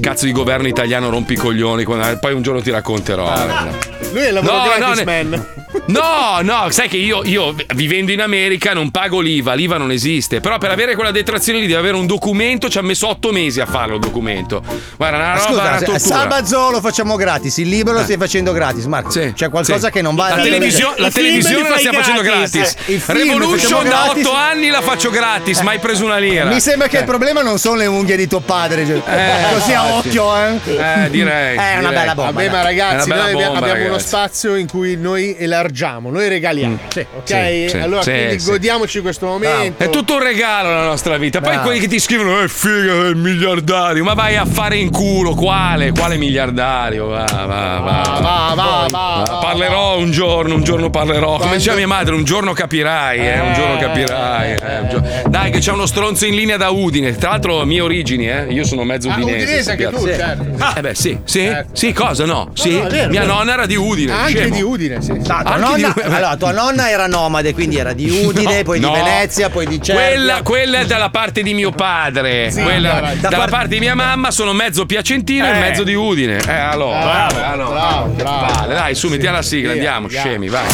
Speaker 2: Cazzo di governo italiano rompi i coglioni, quando- poi un giorno ti racconterò.
Speaker 7: Ah.
Speaker 2: guarda.
Speaker 8: Lui è il lavoro
Speaker 2: No,
Speaker 8: di
Speaker 2: no,
Speaker 8: Gratis
Speaker 2: ne- Ah,
Speaker 8: Man.
Speaker 2: No, no, sai che io, io vivendo in America non pago l'IVA, l'IVA non esiste, però per avere quella detrazione lì devi avere un documento, ci ha messo otto mesi a farlo il documento. Guarda, una roba una
Speaker 7: Scusa,
Speaker 2: tortura.
Speaker 7: se- Salvazzo lo facciamo gratis, il libro lo stai facendo gratis, Marco. C'è qualcosa
Speaker 2: Eh. sì.
Speaker 7: che non va
Speaker 2: la, televisione, la televisione la stiamo facendo gratis.
Speaker 7: eh,
Speaker 2: Revolution da
Speaker 7: otto
Speaker 2: otto anni la faccio gratis, mai preso una lira.
Speaker 7: Mi sembra che
Speaker 2: Eh.
Speaker 7: il problema non sono le unghie di tuo padre. cioè,
Speaker 2: Eh,
Speaker 7: così a
Speaker 2: infatti.
Speaker 7: occhio, eh.
Speaker 2: Eh,
Speaker 7: È
Speaker 2: direi,
Speaker 7: una
Speaker 2: direi.
Speaker 7: bella bomba.
Speaker 8: Vabbè, ma
Speaker 7: dai.
Speaker 8: ragazzi,
Speaker 2: È una
Speaker 8: noi
Speaker 2: bella
Speaker 8: abbiamo,
Speaker 2: bomba,
Speaker 8: abbiamo uno
Speaker 2: ragazzi. Mm.
Speaker 8: spazio in cui noi elargiamo, noi regaliamo. ok?
Speaker 2: sì, sì,
Speaker 8: allora,
Speaker 2: sì,
Speaker 8: quindi
Speaker 2: sì.
Speaker 8: godiamoci questo momento.
Speaker 2: È tutto un regalo la nostra vita. Poi
Speaker 8: Bravo.
Speaker 2: quelli che ti scrivono: Eh, figa, è il miliardario. Ma vai a fare in culo, quale? Quale miliardario? Va, va, va.
Speaker 8: va, va, va,
Speaker 2: Va, Parlerò un giorno, un giorno parlerò. Come diceva mia madre, un giorno capirai, eh, un giorno capirai. eh, un giorno- Dai, che c'è uno stronzo in linea da Udine. Tra l'altro, mie origini, eh. Io sono mezzo
Speaker 8: Ah,
Speaker 2: udinese.
Speaker 8: udinese anche
Speaker 2: sappiate.
Speaker 8: tu,
Speaker 2: Sì.
Speaker 8: certo.
Speaker 2: Ah, eh beh, sì, sì, sì, cosa no? Sì,
Speaker 8: no, è vero,
Speaker 2: mia
Speaker 8: vero.
Speaker 2: nonna era di Udine.
Speaker 8: Anche
Speaker 2: scemo.
Speaker 8: di Udine, sì.
Speaker 7: Ah, tua
Speaker 2: Anche di-
Speaker 7: nonna- allora, tua nonna era nomade, quindi era di Udine,
Speaker 2: No,
Speaker 7: poi
Speaker 2: no.
Speaker 7: di Venezia, poi di Cervia.
Speaker 2: Quella, quella è dalla parte di mio padre.
Speaker 7: Certo. Sì,
Speaker 2: Quella-
Speaker 7: vai, vai.
Speaker 2: dalla
Speaker 7: Da parte-
Speaker 2: parte di mia mamma sono mezzo piacentino e
Speaker 7: Eh.
Speaker 2: mezzo di Udine. Eh, allora.
Speaker 8: Bravo,
Speaker 2: allora.
Speaker 8: bravo,
Speaker 2: Che
Speaker 8: bravo.
Speaker 2: palle. Dai, su, mettiamo la sigla,
Speaker 8: via,
Speaker 2: andiamo,
Speaker 8: andiamo.
Speaker 2: scemi, vai.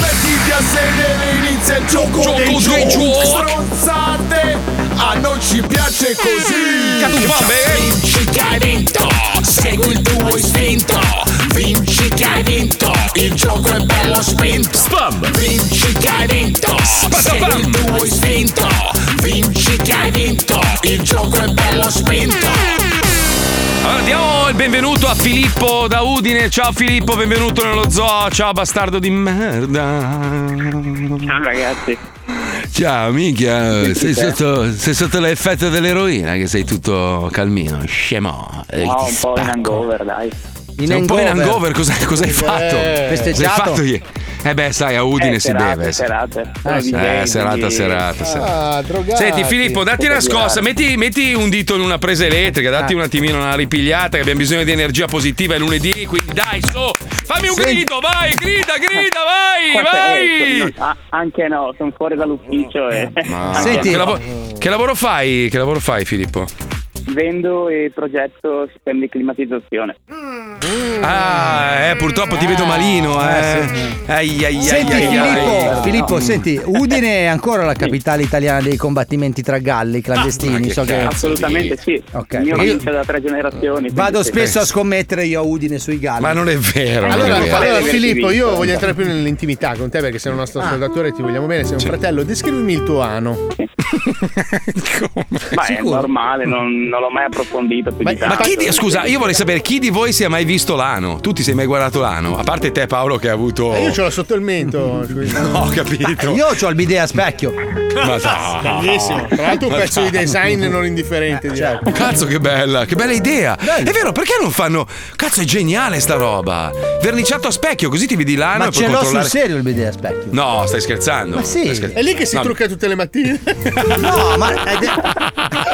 Speaker 5: Mettiti a sedere, inizia il gioco,
Speaker 2: Gioco
Speaker 5: dei
Speaker 2: dei
Speaker 5: giochi.
Speaker 2: giochi.
Speaker 5: Stronzate, a noi ci piace così.
Speaker 2: Catufabe.
Speaker 5: Vinci che hai vinto, segui il tuo istinto. Vinci che hai vinto, il gioco è bello spinto. Spam. Vinci che hai vinto, segui il tuo istinto. Vinci che hai vinto, il gioco è bello spinto.
Speaker 2: Allora, diamo il benvenuto a Filippo da Udine. Ciao Filippo, benvenuto nello zoo. Ciao bastardo di merda.
Speaker 13: Ciao ragazzi.
Speaker 2: Ciao, minchia, sei
Speaker 13: Sì, sì.
Speaker 2: sotto, sei sotto l'effetto dell'eroina che sei tutto calmino, scemo.
Speaker 13: No,
Speaker 2: Eh, ti
Speaker 13: Ah, un po' in
Speaker 2: spacco.
Speaker 13: hangover, dai.
Speaker 2: Sei un po' in hangover, cosa, cosa hai
Speaker 13: Eh,
Speaker 2: fatto? Cosa hai
Speaker 13: festeggiato?
Speaker 2: fatto ieri? Eh beh, sai, a Udine
Speaker 13: Eh,
Speaker 2: si
Speaker 13: serate,
Speaker 2: beve.
Speaker 13: serate.
Speaker 2: Eh,
Speaker 13: Sono
Speaker 2: sì.
Speaker 13: DJ,
Speaker 2: Eh, serata,
Speaker 13: quindi-
Speaker 2: serata, serata.
Speaker 8: Ah, drogati.
Speaker 2: Senti Filippo, datti una scossa, metti, metti un dito in una presa elettrica, datti un attimino una ripigliata che abbiamo bisogno di energia positiva, è lunedì, quindi dai, su, fammi un grido, vai, grida, grida, vai,
Speaker 13: Quattro- eh,
Speaker 2: vai!
Speaker 13: sono- ah, anche no, sono fuori dall'ufficio e
Speaker 2: Eh, Ma-
Speaker 13: anche
Speaker 2: Ah, che,
Speaker 13: no.
Speaker 2: lavo- che lavoro fai? Che lavoro fai, Filippo?
Speaker 13: vendo e progetto sistemi di climatizzazione.
Speaker 2: Ah, eh, purtroppo ti vedo malino, eh. Ai, ai, ai,
Speaker 7: Senti
Speaker 2: ai, ai.
Speaker 7: Filippo, Filippo,
Speaker 2: eh. No.
Speaker 7: senti, Udine è ancora la capitale italiana dei combattimenti tra galli
Speaker 2: Ah,
Speaker 7: clandestini. so che
Speaker 13: Assolutamente sì.
Speaker 7: Ok,
Speaker 13: Il
Speaker 7: perché
Speaker 13: mio
Speaker 7: io-
Speaker 13: vince da tre generazioni.
Speaker 7: Vado
Speaker 13: quindi sì.
Speaker 7: spesso a scommettere io a Udine sui galli.
Speaker 2: Ma non è vero.
Speaker 8: Allora,
Speaker 2: non è vero.
Speaker 8: allora,
Speaker 13: Valerio,
Speaker 8: Filippo,
Speaker 13: vinto.
Speaker 8: io voglio entrare più nell'intimità con te perché sei un nostro ascoltatore, ti vogliamo bene, sei un fratello. Descrivimi il tuo ano.
Speaker 13: Ma è normale, non, non l'ho mai approfondito più di
Speaker 2: Ma
Speaker 13: tanto.
Speaker 2: chi di- scusa, io vorrei sapere chi di voi si è mai visto l'ano? Tu ti sei mai guardato l'ano? A parte te, Paolo, che hai avuto.
Speaker 8: Ma Io ce l'ho sotto il mento.
Speaker 2: Ho capito.
Speaker 7: Ah, Io ho il bidet a specchio.
Speaker 2: Ma dai.
Speaker 8: Bellissimo. Tra l'altro un
Speaker 2: Ma
Speaker 8: pezzo di
Speaker 2: dai.
Speaker 8: design non indifferente. direi.
Speaker 7: Certo.
Speaker 2: Cazzo, che bella, che bella idea! È vero, perché non fanno. Cazzo, è geniale sta roba! Verniciato a specchio, così ti vedi
Speaker 8: Ah,
Speaker 2: l'ano
Speaker 7: Ma
Speaker 2: e puoi
Speaker 7: ce l'ho sul
Speaker 2: controllare.
Speaker 7: serio il bidet a specchio.
Speaker 2: No, stai scherzando.
Speaker 7: Ma sì.
Speaker 2: Stai scherzando.
Speaker 8: È lì che si
Speaker 2: No,
Speaker 8: trucca tutte le mattine.
Speaker 7: No, ma è,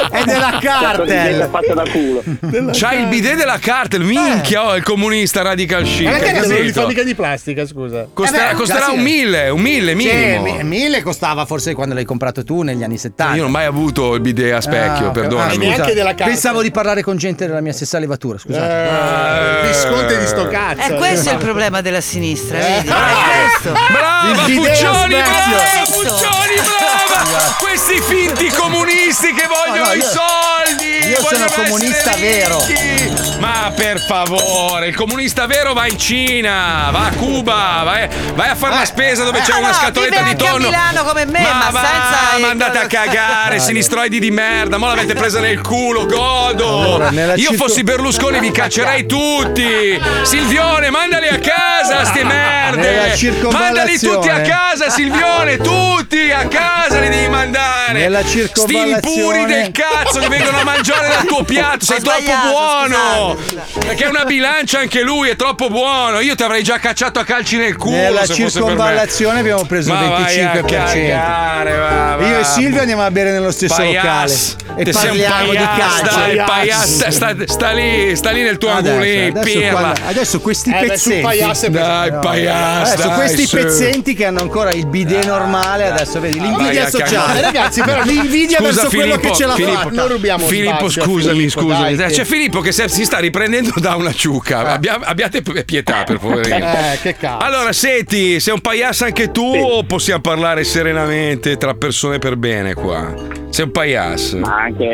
Speaker 7: È della
Speaker 2: carta
Speaker 7: cartel.
Speaker 2: fatta da culo. C'hai il bidet della cartel, minchia, oh, il comunista radical chic.
Speaker 8: Eh. Ma la carta
Speaker 2: capito?
Speaker 8: non li fa mica Eh di plastica, scusa.
Speaker 2: Costerà- costerà un mille, un mille minimo.
Speaker 7: Cioè, mi- mille costava forse quando l'hai comprato tu negli anni 70.
Speaker 2: Io non ho mai avuto il bidet a specchio,
Speaker 7: Ah, ok.
Speaker 2: perdonami.
Speaker 7: Ah, scusa. Pensavo di parlare con gente della mia stessa levatura, scusate.
Speaker 2: Eh, Visconti di sto
Speaker 6: Eh, questo è il problema della sinistra, vedi?
Speaker 2: Brava
Speaker 6: Il bidet
Speaker 2: Puccioni,
Speaker 6: a specchio.
Speaker 2: brava Puccioni, brava! Questi finti comunisti che vogliono
Speaker 7: No, no,
Speaker 2: i
Speaker 7: io-
Speaker 2: soldi!
Speaker 7: io sono
Speaker 2: vogliono
Speaker 7: comunista
Speaker 2: essere
Speaker 7: vero.
Speaker 2: ricchi. Ma per favore, il comunista vero va in Cina, va a Cuba, vai, vai a fare la spesa dove
Speaker 6: eh,
Speaker 2: c'è
Speaker 6: ma
Speaker 2: una
Speaker 6: no,
Speaker 2: scatoletta
Speaker 6: vive
Speaker 2: di
Speaker 6: anche a
Speaker 2: tonno.
Speaker 6: Milano come me, ma
Speaker 2: va,
Speaker 6: senza i-
Speaker 2: ma andate a cagare,
Speaker 6: Vale.
Speaker 2: sinistroidi di merda, mo l'avete presa nel culo, godo!
Speaker 7: Allora, nella
Speaker 2: Io
Speaker 7: circo-
Speaker 2: fossi Berlusconi vi caccerei tutti! Silvione, mandali a casa, ste
Speaker 7: Nella
Speaker 2: merde! Mandali tutti a
Speaker 7: circonvallazione-
Speaker 2: casa, Silvione, tutti a casa li devi mandare!
Speaker 7: Nella
Speaker 2: Sti
Speaker 7: circonvallazione-
Speaker 2: impuri del cazzo che vengono a mangiare dal tuo piatto, sei
Speaker 6: Ho
Speaker 2: troppo
Speaker 6: sbagliato,
Speaker 2: buono!
Speaker 6: scusate, scusate.
Speaker 2: Perché è una bilancia anche lui, è troppo buono! Io ti avrei già cacciato a calci nel culo!
Speaker 7: Nella
Speaker 2: se fosse per me.
Speaker 7: circonvallazione abbiamo preso il
Speaker 2: Ma vai a
Speaker 7: 25%.
Speaker 2: cagare, va, va.
Speaker 7: Io e Silvio andiamo a bere nello stesso
Speaker 2: Paias.
Speaker 7: locale e
Speaker 2: Te sei un
Speaker 7: parliamo di
Speaker 2: paias,
Speaker 7: calcio. Eh,
Speaker 2: dai, paias, sta, sta- sta lì, sta lì nel tuo
Speaker 7: Adesso,
Speaker 2: angolino,
Speaker 7: adesso
Speaker 2: pirla.
Speaker 7: quando- adesso
Speaker 8: Eh,
Speaker 7: questi pezzetti,
Speaker 2: Dai,
Speaker 7: No,
Speaker 2: paias,
Speaker 7: adesso
Speaker 2: dai,
Speaker 7: Eh, questi
Speaker 2: su. Eh.
Speaker 7: pezzenti che hanno ancora il bidet normale, adesso vedi
Speaker 2: Vai
Speaker 7: l'invidia
Speaker 2: a
Speaker 7: sociale.
Speaker 2: cagare.
Speaker 8: Eh, Ragazzi, però l'invidia
Speaker 2: Scusa,
Speaker 8: verso quello che ce l'ha fatta. Non rubiamo
Speaker 2: Filippo,
Speaker 8: spazio a
Speaker 2: scusami,
Speaker 8: Filippo,
Speaker 2: scusami. Eh,
Speaker 8: dai,
Speaker 2: C'è
Speaker 8: che-
Speaker 2: Filippo che se- si sta riprendendo da una ciuca. Abbia- abbiate p- pietà, per poverino.
Speaker 8: Eh, che cazzo.
Speaker 2: Allora, senti, sei un paias anche tu o possiamo parlare serenamente tra persone per bene qua? Sei un paias.
Speaker 13: Ma anche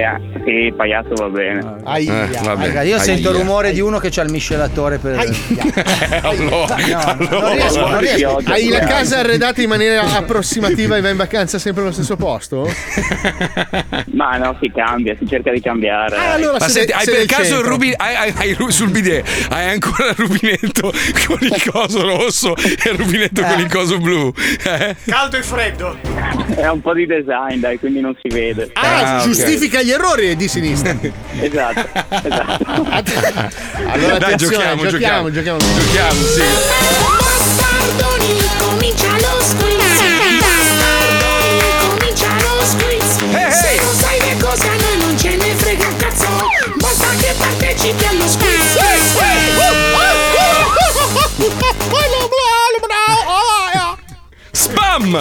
Speaker 13: sì, paiasso va bene.
Speaker 2: Aia. Eh, vabbè.
Speaker 7: Raga, io
Speaker 2: Aia.
Speaker 7: sento il rumore di uno che c'ha il miscelatore per.
Speaker 2: allora,
Speaker 7: non riesco, non riesco.
Speaker 8: Hai la casa arredata in maniera approssimativa e vai in vacanza sempre allo stesso posto?
Speaker 13: Ma no, si cambia, si cerca di cambiare.
Speaker 8: Ah, allora
Speaker 2: Ma
Speaker 8: se
Speaker 2: senti,
Speaker 8: le-
Speaker 2: hai
Speaker 8: se
Speaker 2: per
Speaker 8: le
Speaker 2: caso il
Speaker 8: c'entra.
Speaker 2: rubi- hai, hai- hai ru- sul bidet, hai ancora il rubinetto con il coso rosso e il rubinetto con il coso blu. Eh?
Speaker 17: Caldo e freddo.
Speaker 13: È un po' di design, dai, quindi non si vede.
Speaker 8: Ah, giustifica gli errori di sinistra.
Speaker 13: Esatto,
Speaker 8: Allora
Speaker 2: Dai,
Speaker 8: attenzione,
Speaker 2: giochiamo, giochiamo.
Speaker 8: giochiamo, giochiamo.
Speaker 2: Giochiamo, sì.
Speaker 5: Bastardoni, comincia lo squiz. Bastardoni, comincia lo squiz. Se non sai le cose a noi non ce ne frega un cazzo. Basta che partecipi allo squiz.
Speaker 2: Spam!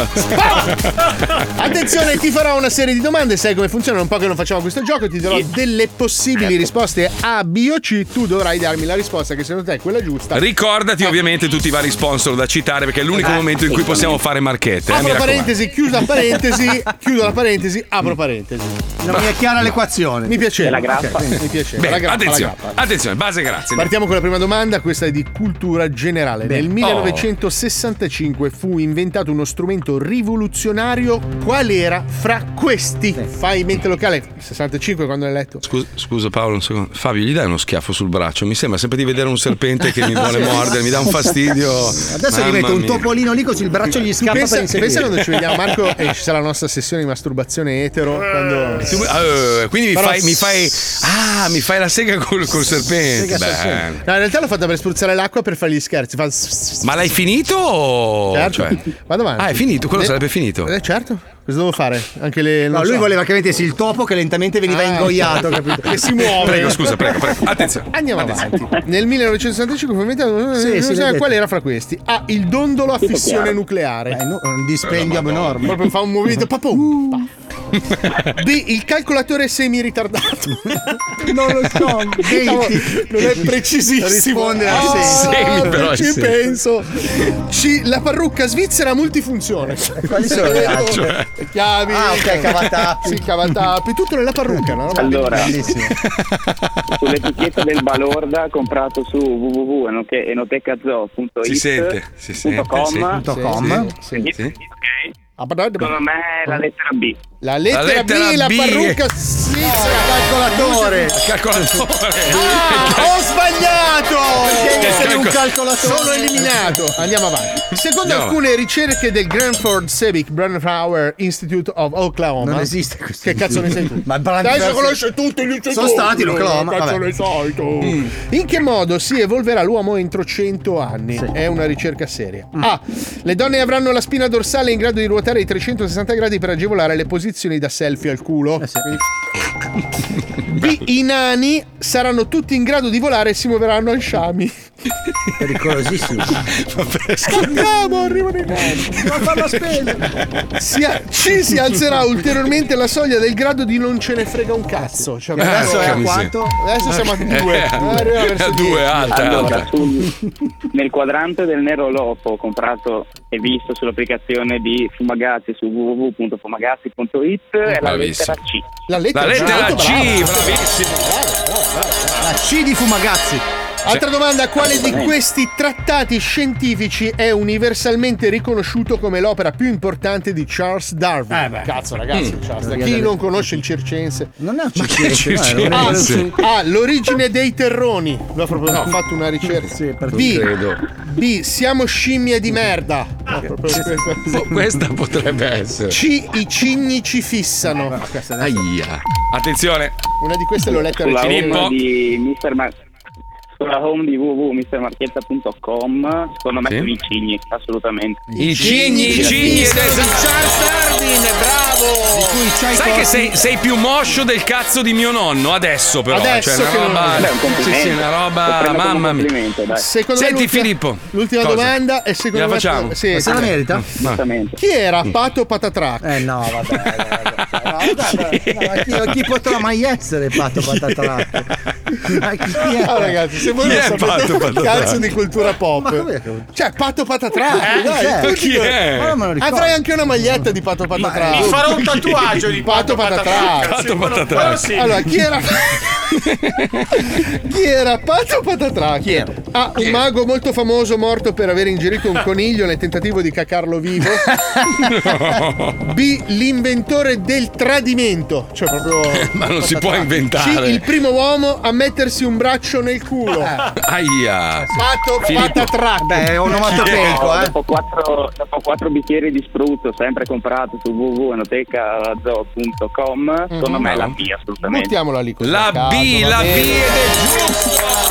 Speaker 8: Attenzione, ti farò una serie di domande, sai come funziona, un po' che non facciamo questo gioco, ti darò delle
Speaker 2: Ecco.
Speaker 8: possibili risposte A, B o C, tu dovrai darmi la risposta che secondo te è quella giusta.
Speaker 2: Ricordati ovviamente tutti i vari sponsor da citare perché è l'unico
Speaker 8: Eh,
Speaker 2: momento in cui possiamo fare marchette. Eh, mi
Speaker 8: Apro
Speaker 2: raccomando. Mm.
Speaker 8: parentesi, chiudo la parentesi, chiudo la parentesi, apro parentesi.
Speaker 7: Non mi è chiara l'equazione.
Speaker 8: Mi piaceva.
Speaker 2: È la grappa.
Speaker 8: ok, mi piaceva.
Speaker 2: Bene,
Speaker 8: la grappa, la
Speaker 2: attenzione,
Speaker 8: grappa.
Speaker 2: attenzione, base grazie.
Speaker 8: Partiamo con la prima domanda, questa è di cultura generale.
Speaker 2: Bene.
Speaker 8: Nel
Speaker 2: Oh.
Speaker 8: 1965 fu inventato uno strumento rivoluzionario. Qual era fra questi? Fai mente locale, 65 quando l'hai letto.
Speaker 2: Scusa, scusa Paolo, un secondo. Fabio, gli dai uno schiaffo sul braccio? Mi sembra sempre di vedere un serpente che mi vuole mordere, mi dà un fastidio.
Speaker 7: Adesso gli
Speaker 2: Mamma
Speaker 7: metto un
Speaker 2: mia.
Speaker 7: topolino lì così il braccio gli scappa
Speaker 8: Pensa,
Speaker 7: per inserire.
Speaker 8: pensa quando ci vediamo Marco e ci sarà la nostra sessione di masturbazione etero. quando-
Speaker 2: Tu- eh, quindi mi
Speaker 8: Però-
Speaker 2: fai, mi fai- Ah, mi fai la sega col, col serpente.
Speaker 8: Sega
Speaker 2: Beh.
Speaker 8: sessione. No, in realtà l'ho fatta per spruzzare l'acqua per fargli gli scherzi. Fa...
Speaker 2: Ma l'hai finito? o-
Speaker 8: Certo.
Speaker 2: Cioè...
Speaker 8: Vado avanti.
Speaker 2: Ah, è finito, quello
Speaker 8: Eh,
Speaker 2: sarebbe finito.
Speaker 8: Eh, certo. Cosa devo fare? Anche le.
Speaker 7: No, lui voleva che mettessi il topo che lentamente veniva ingoiato, capito?
Speaker 8: Che esatto. si muove.
Speaker 2: Prego, scusa, prego, prego. Attenzione.
Speaker 8: Andiamo avanti. Nel 1965 fu inventato
Speaker 7: Sì, sì, l'hai
Speaker 8: eh, qual
Speaker 7: detto.
Speaker 8: era fra questi? Ah, il dondolo a
Speaker 7: Tutto
Speaker 8: fissione
Speaker 7: chiaro.
Speaker 8: nucleare.
Speaker 7: Eh, no, è un dispendio enorme.
Speaker 8: Proprio fa un movimento papum. paf. B, il calcolatore semi ritardato.
Speaker 7: non lo so. Diciamo,
Speaker 8: non è precisissimo.
Speaker 7: Risponde a
Speaker 8: Ah,
Speaker 7: semi. Semi, però, è
Speaker 8: Ci
Speaker 7: semi.
Speaker 8: penso. C, la parrucca svizzera multifunzione.
Speaker 7: Quali sono?
Speaker 8: Le
Speaker 7: Cioè.
Speaker 8: chiavi.
Speaker 7: Ah, ok, cavatappi.
Speaker 8: Sì, cavatappi. Tutto nella parrucca. una roba
Speaker 13: Allora,
Speaker 8: bellissima.
Speaker 13: sull'etichetta del Balorda comprato su www.enotecazo.it
Speaker 2: Si sente, si sente,
Speaker 13: punto
Speaker 2: sì.
Speaker 13: com.
Speaker 2: Punto com.
Speaker 8: Sì, Ah,
Speaker 13: sì,
Speaker 2: sì.
Speaker 13: Secondo me è la lettera B.
Speaker 8: La lettera,
Speaker 13: La lettera
Speaker 8: B, la
Speaker 13: B.
Speaker 8: parrucca svizzera calcolatore.
Speaker 2: Calcolatore.
Speaker 8: Ah, ho sbagliato!
Speaker 7: Perché
Speaker 8: oh,
Speaker 7: devi essere un
Speaker 2: calcolatore.
Speaker 8: Sono eliminato. Andiamo avanti. Secondo
Speaker 2: Andiamo
Speaker 8: alcune ricerche del Granford Sebic Brandflower Institute of Oklahoma.
Speaker 7: Non esiste questo.
Speaker 8: Che cazzo ne sei tu?
Speaker 7: Ma Brand-
Speaker 8: Adesso conosce tutti gli istituti.
Speaker 7: Sono stati in Oklahoma,
Speaker 8: Che Cazzo
Speaker 7: vabbè.
Speaker 8: ne sai tu? In che modo si evolverà l'uomo entro 100 anni? È una ricerca seria. A. Le donne avranno la spina dorsale in grado di ruotare i 360 gradi per agevolare le posizioni confezioni da selfie al culo. Quindi- I nani saranno tutti in grado di volare e si muoveranno al sciami.
Speaker 9: Pericolosissimo.
Speaker 8: Andiamo, arrivano i nani.
Speaker 9: Non fa la spesa.
Speaker 8: Si a- ci si alzerà ulteriormente la soglia del grado di non ce ne frega un cazzo. Cioè,
Speaker 2: Ah,
Speaker 8: adesso è
Speaker 2: porca
Speaker 8: a quanto? Adesso siamo a due. Ah,
Speaker 2: Eh,
Speaker 8: Arriva verso
Speaker 2: a
Speaker 8: dieci.
Speaker 2: due, alta,
Speaker 13: Allora,
Speaker 2: alta.
Speaker 13: sul- nel quadrante del Nero Lopo comprato e visto sull'applicazione di Fumagazzi su www.fumagazzi.it è la
Speaker 2: Bravissimo.
Speaker 13: lettera C.
Speaker 8: La
Speaker 13: lettera- bravo, bravo.
Speaker 2: bravissimo.
Speaker 8: La C di Fumagazzi. Altra domanda, quale di questi trattati scientifici è universalmente riconosciuto come l'opera più importante di Charles Darwin? Cazzo ragazzi,
Speaker 9: Mm.
Speaker 8: Charles Darwin. Chi non conosce il Circense?
Speaker 9: Non è un
Speaker 8: Ma
Speaker 9: circense,
Speaker 8: che
Speaker 9: no, è
Speaker 8: Ah,
Speaker 9: un circense?
Speaker 8: Ah, l'origine dei terroni. L'ho proprio ho fatto una ricerca. B, B, siamo scimmie di merda. No, proprio questa.
Speaker 2: Questa potrebbe essere.
Speaker 8: C, i cigni ci fissano.
Speaker 2: Aia. Attenzione.
Speaker 8: Una di queste l'ho letta
Speaker 13: sulla
Speaker 8: recentemente.
Speaker 13: home di Mr. Mar- sulla home di www.mrmarchetta.com secondo me sono i cigni assolutamente
Speaker 2: I cigni, i cigni ed è
Speaker 13: c'hai
Speaker 2: Sai
Speaker 13: torti?
Speaker 2: che sei, sei più moscio del cazzo di mio nonno adesso però.
Speaker 8: Adesso
Speaker 2: cioè,
Speaker 8: che
Speaker 2: una
Speaker 8: non-
Speaker 2: roba.
Speaker 8: Beh, un complimento.
Speaker 2: sì, sì, una
Speaker 8: Lo
Speaker 2: roba.
Speaker 8: prendo come un
Speaker 2: Mamma mia.
Speaker 8: complimento, dai. Secondo me
Speaker 2: Senti
Speaker 8: l'ultima-
Speaker 2: Filippo.
Speaker 8: l'ultima
Speaker 2: cosa?
Speaker 8: domanda è secondo
Speaker 2: La
Speaker 8: me-
Speaker 2: facciamo?
Speaker 8: sì. Ma se la merita?
Speaker 13: Esattamente.
Speaker 8: Chi era Pato Patatrac?
Speaker 9: Eh no, vabbè. Ma chi, chi potrà mai essere Pato Patatrac?
Speaker 8: Ah, ragazzi, se voi
Speaker 9: Chi
Speaker 8: non
Speaker 9: è Pato
Speaker 8: sapete un
Speaker 9: Patatrac?
Speaker 8: cazzo di cultura
Speaker 9: Ma
Speaker 8: pop,
Speaker 9: com'è?
Speaker 8: cioè Pato Patatrac,
Speaker 9: Eh,
Speaker 8: dai,
Speaker 9: chi è?
Speaker 8: tu
Speaker 9: Chi
Speaker 8: dico-
Speaker 9: è? Ma non me lo ricordo.
Speaker 8: avrai anche una maglietta di Pato Patatrac.
Speaker 17: Mi farò un tatuaggio di Pato Patatrac.
Speaker 2: Pato Patatrac.
Speaker 17: Quello sì.
Speaker 8: Allora, chi era Chi era Pato Patatrac? Chi era? Ah, un mago molto famoso morto per aver ingerito un coniglio nel tentativo di cacarlo vivo. B. L'inventore del tradimento. Cioè, proprio.
Speaker 2: Ma non si può
Speaker 8: C. Il
Speaker 2: inventare.
Speaker 8: primo uomo a mettersi un braccio nel culo.
Speaker 9: Eh,
Speaker 2: Aia.
Speaker 8: Pato
Speaker 2: Filippo.
Speaker 8: Patatrac.
Speaker 13: No, Dopo quattro, dopo quattro bicchieri di spruzzo, sempre comprato su www.enotecazoo.com, secondo me è la mia assolutamente.
Speaker 8: Buttiamola lì così.
Speaker 2: La B, la B ed è giusto.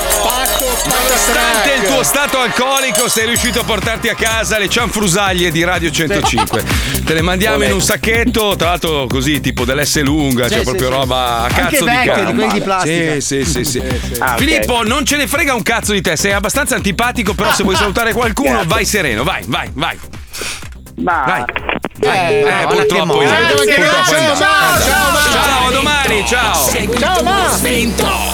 Speaker 2: Nonostante il tuo stato alcolico, sei riuscito a portarti a casa le cianfrusaglie di Radio 105. Te le mandiamo in un sacchetto, tra l'altro così, tipo dell'S lunga,
Speaker 9: Sì,
Speaker 2: cioè
Speaker 9: sì,
Speaker 2: proprio
Speaker 9: sì.
Speaker 2: roba a
Speaker 9: Anche
Speaker 2: cazzo di
Speaker 9: vecchie,
Speaker 2: cane.
Speaker 9: di quelli di plastica.
Speaker 2: Sì, Eh, sì, sì, sì.
Speaker 17: Eh,
Speaker 9: Ah, ok.
Speaker 2: Filippo, non ce ne frega un cazzo di te, sei abbastanza antipatico, però
Speaker 8: Ah,
Speaker 2: se vuoi salutare qualcuno,
Speaker 9: Grazie.
Speaker 2: vai sereno, vai, vai, vai. Vai.
Speaker 5: Eh,
Speaker 2: Eh,
Speaker 5: guarda
Speaker 2: purtroppo,
Speaker 5: che
Speaker 2: esatto,
Speaker 5: male.
Speaker 2: purtroppo
Speaker 5: Grazie,
Speaker 2: esatto.
Speaker 5: ciao, ciao, ma.
Speaker 2: ciao, a domani, ciao.
Speaker 5: Segui il tuo istinto.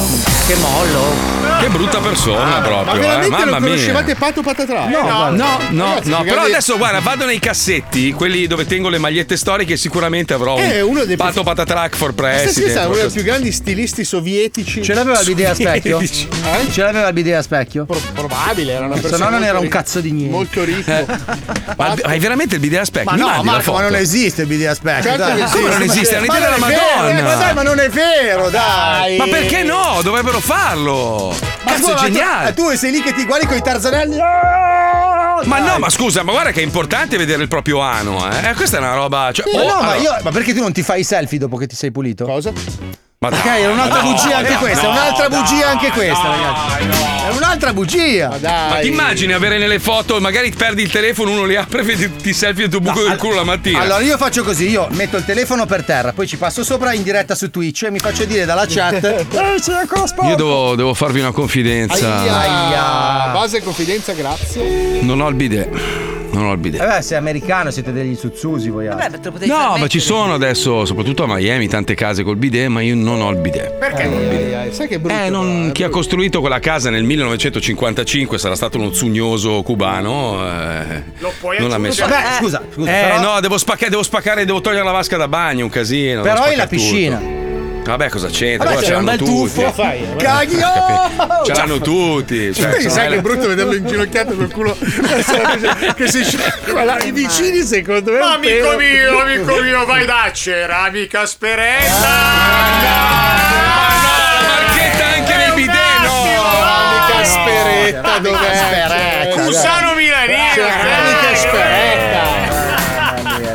Speaker 2: Che mollo. Che brutta persona proprio.
Speaker 8: Ah, Ma
Speaker 2: eh,
Speaker 8: veramente
Speaker 2: Mamma
Speaker 8: non
Speaker 2: mia.
Speaker 8: conoscevate Pato Patatrac?
Speaker 2: No, no, no,
Speaker 8: Ragazzi,
Speaker 2: no,
Speaker 8: magari-
Speaker 2: però adesso guarda, vado nei cassetti, quelli dove tengo le magliette storiche, sicuramente avrò un
Speaker 8: Eh, uno dei più-
Speaker 2: Pato Patatrac for
Speaker 8: Sì, sì, sì,
Speaker 2: President.
Speaker 8: uno dei
Speaker 2: qualcosa-
Speaker 8: più grandi stilisti sovietici.
Speaker 9: Ce l'aveva il bidet a specchio?
Speaker 8: Sovietici.
Speaker 9: Ce l'aveva il bidet a specchio?
Speaker 8: Probabile, era una
Speaker 9: Se
Speaker 8: persona.
Speaker 9: no non
Speaker 8: molto
Speaker 9: era un
Speaker 8: ricca.
Speaker 9: cazzo di niente.
Speaker 8: Molto ricco.
Speaker 2: Ma hai veramente il bidet aspect?
Speaker 9: Ma
Speaker 2: Mi
Speaker 9: no,
Speaker 2: Eh, mandi la
Speaker 9: Marco, ma
Speaker 2: foto?
Speaker 9: non esiste il bidet a specchio.
Speaker 2: Certo
Speaker 9: dai.
Speaker 2: che esiste. Come non esiste?
Speaker 9: Ma
Speaker 2: È un'idea
Speaker 9: non
Speaker 2: della
Speaker 9: è vero,
Speaker 2: Madonna.
Speaker 9: eh, Ma dai, ma non è vero, dai.
Speaker 2: Ma perché no? Dovrebbero farlo.
Speaker 9: Ma
Speaker 2: Cazzo,
Speaker 9: tu-
Speaker 2: è
Speaker 9: ma tu-
Speaker 2: geniale.
Speaker 9: Tu, sei lì che ti guardi con i tarzanelli. Ah! eh,
Speaker 2: Ma no, ma scusa, ma guarda che è importante vedere il proprio ano, eh. Eh, Questa è una roba. Cioè,
Speaker 9: Ma
Speaker 2: oh,
Speaker 9: no, ma,
Speaker 2: allora-
Speaker 9: io, ma perché tu non ti fai i selfie dopo che ti sei pulito?
Speaker 8: Cosa?
Speaker 2: Ma
Speaker 9: ok,
Speaker 2: dai,
Speaker 9: è un'altra
Speaker 2: no,
Speaker 9: bugia anche
Speaker 2: no,
Speaker 9: questa,
Speaker 2: no,
Speaker 9: è un'altra bugia anche questa,
Speaker 2: no,
Speaker 9: ragazzi. È un'altra bugia.
Speaker 8: dai.
Speaker 2: Ma ti immagini avere nelle foto, magari perdi il telefono, uno le apre e vedi ti selfie il tuo buco del culo la mattina.
Speaker 9: Allora io faccio così, io metto il telefono per terra, poi ci passo sopra in diretta su Twitch e mi faccio dire dalla chat "Eh, c'è ancora sporco".
Speaker 2: Io devo, devo farvi una confidenza.
Speaker 8: Aia. Base e confidenza, grazie.
Speaker 2: Non ho il bidet. Non ho il bidet.
Speaker 9: Eh beh, sei americano, siete degli zuzzusi voi altri.
Speaker 2: No, ma ci sono adesso, soprattutto a Miami, tante case col bidet, ma io non ho il bidet.
Speaker 8: Perché? Eh, Sai che brutto.
Speaker 2: Eh, non- chi ha costruito quella casa nel 1955 sarà stato uno zugnoso cubano. eh,
Speaker 17: Lo puoi
Speaker 2: non l'ha messo.
Speaker 9: aggiungere. Beh, scusa, scusa,
Speaker 2: Eh,
Speaker 9: però-
Speaker 2: no, devo spaccare, devo spaccare, devo togliere la vasca da bagno, un casino.
Speaker 9: Però
Speaker 2: devo
Speaker 9: è la
Speaker 2: spaccare tutto.
Speaker 9: piscina.
Speaker 2: Vabbè, cosa c'entra?
Speaker 9: Vabbè,
Speaker 2: Qua
Speaker 9: c'è un bel
Speaker 2: ce l'hanno tutti. Cioè, eh,
Speaker 9: tuffo. Caghi! oh!
Speaker 2: Ce l'hanno tutti. cioè,
Speaker 8: Quindi
Speaker 2: se
Speaker 8: sai
Speaker 2: non
Speaker 8: che
Speaker 2: è
Speaker 8: è
Speaker 2: la-
Speaker 8: brutto vederlo inginocchiato col culo che si sciacqua là. I vicini secondo me.
Speaker 17: Ma
Speaker 8: un pelo-
Speaker 17: amico mio, amico mio, vai da ceramica
Speaker 8: Ah,
Speaker 17: speretta.
Speaker 2: Marchetta anche nei bidet, no!
Speaker 8: Ceramica speretta, dov'è? Ceramica
Speaker 17: Cusano milanese.
Speaker 8: Ceramica speretta.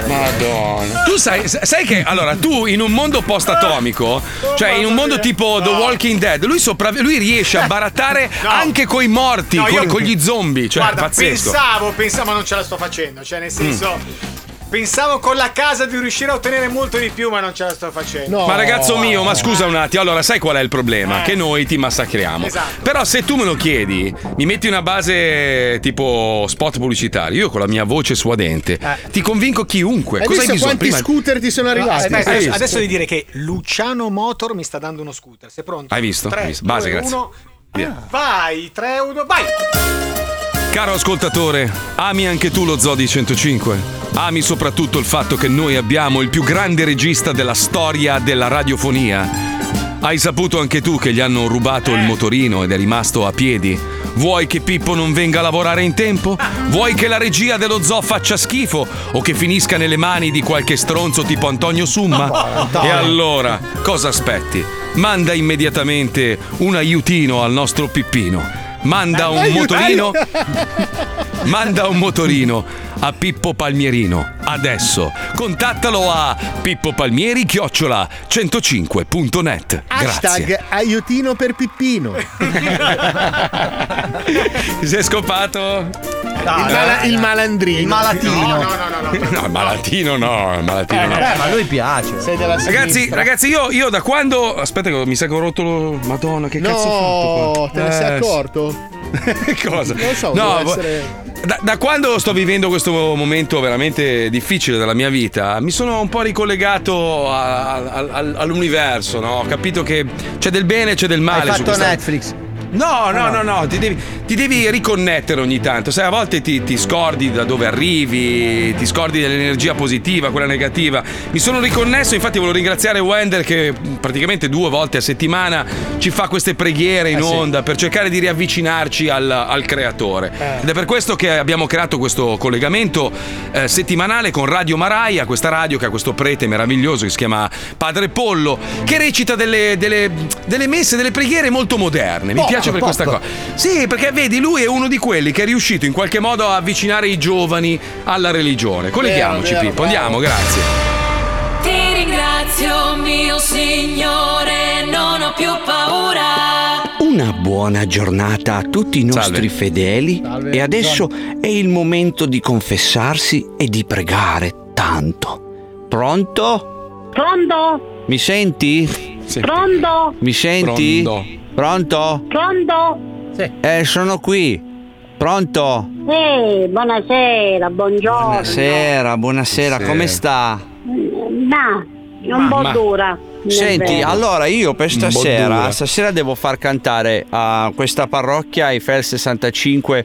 Speaker 2: Madonna. Tu sai, sai che allora tu in un mondo post-atomico, cioè in un mondo tipo The Walking Dead, lui, sopravvi- lui riesce a barattare anche coi morti,
Speaker 17: No,
Speaker 2: coi-
Speaker 17: io-
Speaker 2: con gli zombie, cioè
Speaker 17: Guarda,
Speaker 2: pazzesco. Mm.
Speaker 17: pensavo, pensavo, ma non ce la sto facendo. Cioè, nel senso. Pensavo con la casa di riuscire a ottenere molto di più, ma non ce la sto facendo.
Speaker 2: Ma ragazzo mio,
Speaker 17: Eh.
Speaker 2: ma scusa un attimo, allora sai qual è il problema? Che noi ti massacriamo.
Speaker 17: Esatto.
Speaker 2: Però se tu me lo chiedi, mi metti una base tipo spot pubblicitario, io con la mia voce suadente,
Speaker 17: Eh.
Speaker 2: ti convinco chiunque.
Speaker 8: Hai
Speaker 2: Cosa hai
Speaker 8: visto
Speaker 2: bisogno?
Speaker 8: quanti
Speaker 2: Prima-
Speaker 8: scooter ti sono
Speaker 17: No,
Speaker 8: arrivati?
Speaker 17: aspetta,
Speaker 2: Hai
Speaker 17: adesso,
Speaker 2: visto?
Speaker 17: adesso devi dire che Luciano Motor mi sta dando uno scooter. Sei pronto?
Speaker 2: Hai visto?
Speaker 17: Tre,
Speaker 2: Hai visto. Base,
Speaker 17: due,
Speaker 2: grazie.
Speaker 17: uno.
Speaker 2: Via.
Speaker 17: Vai, 3, 1, vai!
Speaker 2: Caro ascoltatore, ami anche tu lo Zoo di 105? Ami soprattutto il fatto che noi abbiamo il più grande regista della storia della radiofonia. Hai saputo anche tu che gli hanno rubato il motorino ed è rimasto a piedi? Vuoi che Pippo non venga a lavorare in tempo? Vuoi che la regia dello zoo faccia schifo? O che finisca nelle mani di qualche stronzo tipo Antonio Summa? E allora, cosa aspetti? Manda immediatamente un aiutino al nostro Pippino.
Speaker 5: Eh,
Speaker 2: Manda un motorino Manda un motorino a Pippo Palmierino adesso. Contattalo a pippopalmieri 105.net. Grazie.
Speaker 8: Hashtag aiutino per Pippino.
Speaker 2: Ti sei
Speaker 8: Ah,
Speaker 2: scopato?
Speaker 8: il, mala- il malandrino. Il
Speaker 2: malatino. No, malatino no,
Speaker 8: Eh,
Speaker 2: malatino no.
Speaker 9: Eh, ma a lui piace.
Speaker 8: Sei della
Speaker 2: Ragazzi,
Speaker 8: sinistra.
Speaker 2: ragazzi, io, io da quando. Aspetta, che mi sa che ho rotto lo. Madonna, che cazzo ho fatto?
Speaker 8: No,
Speaker 2: qua?
Speaker 8: te ne sei
Speaker 2: Eh,
Speaker 8: accorto?
Speaker 2: sì. Cosa?
Speaker 8: Non lo so,
Speaker 2: No,
Speaker 8: deve
Speaker 2: vo-
Speaker 8: essere...
Speaker 2: Da, da quando sto vivendo questo momento veramente difficile della mia vita, mi sono un po' ricollegato a- a- a- all'universo, no? Ho capito che c'è del bene e c'è del male.
Speaker 9: Hai
Speaker 2: su
Speaker 9: fatto
Speaker 2: questa-
Speaker 9: Netflix.
Speaker 2: No,
Speaker 3: Ah,
Speaker 2: no, no, no, ti devi, ti devi riconnettere ogni tanto. Sai, a volte ti, ti scordi da dove arrivi, ti scordi dell'energia positiva, quella negativa. Mi sono riconnesso, infatti volevo ringraziare Wender che mh, praticamente due volte a settimana ci fa queste preghiere in
Speaker 3: Eh, sì.
Speaker 2: onda per cercare di riavvicinarci al, al creatore.
Speaker 3: Eh.
Speaker 2: Ed è per questo che abbiamo creato questo collegamento eh, settimanale con Radio Maraia, questa radio che ha questo prete meraviglioso che si chiama Padre Pollo, che recita delle, delle- delle messe, delle preghiere molto moderne. Mi
Speaker 3: Pop,
Speaker 2: piace per
Speaker 3: pop.
Speaker 2: questa cosa. Sì, perché vedi, lui è uno di quelli che è riuscito in qualche modo a avvicinare i giovani alla religione. Colleghiamoci,
Speaker 3: Vero, vero,
Speaker 2: Pippo,
Speaker 3: bravo.
Speaker 2: andiamo, grazie.
Speaker 15: Ti ringrazio mio signore, non ho più paura.
Speaker 23: Una buona giornata a tutti i nostri fedeli
Speaker 15: Salve.
Speaker 23: e adesso è il momento di confessarsi e di pregare tanto. Pronto? Pronto? Mi senti?
Speaker 10: Pronto?
Speaker 23: Mi senti? Pronto?
Speaker 10: Pronto?
Speaker 23: Eh, sono qui. Pronto?
Speaker 10: Sì, Eh, buonasera, buongiorno.
Speaker 23: Buonasera, buonasera, come sta?
Speaker 10: Ma, un po'
Speaker 23: Ma-
Speaker 10: dura. nel
Speaker 23: Senti,
Speaker 10: vero.
Speaker 23: allora io per
Speaker 3: po' dura.
Speaker 23: stasera, stasera devo far cantare a questa parrocchia Eiffel 65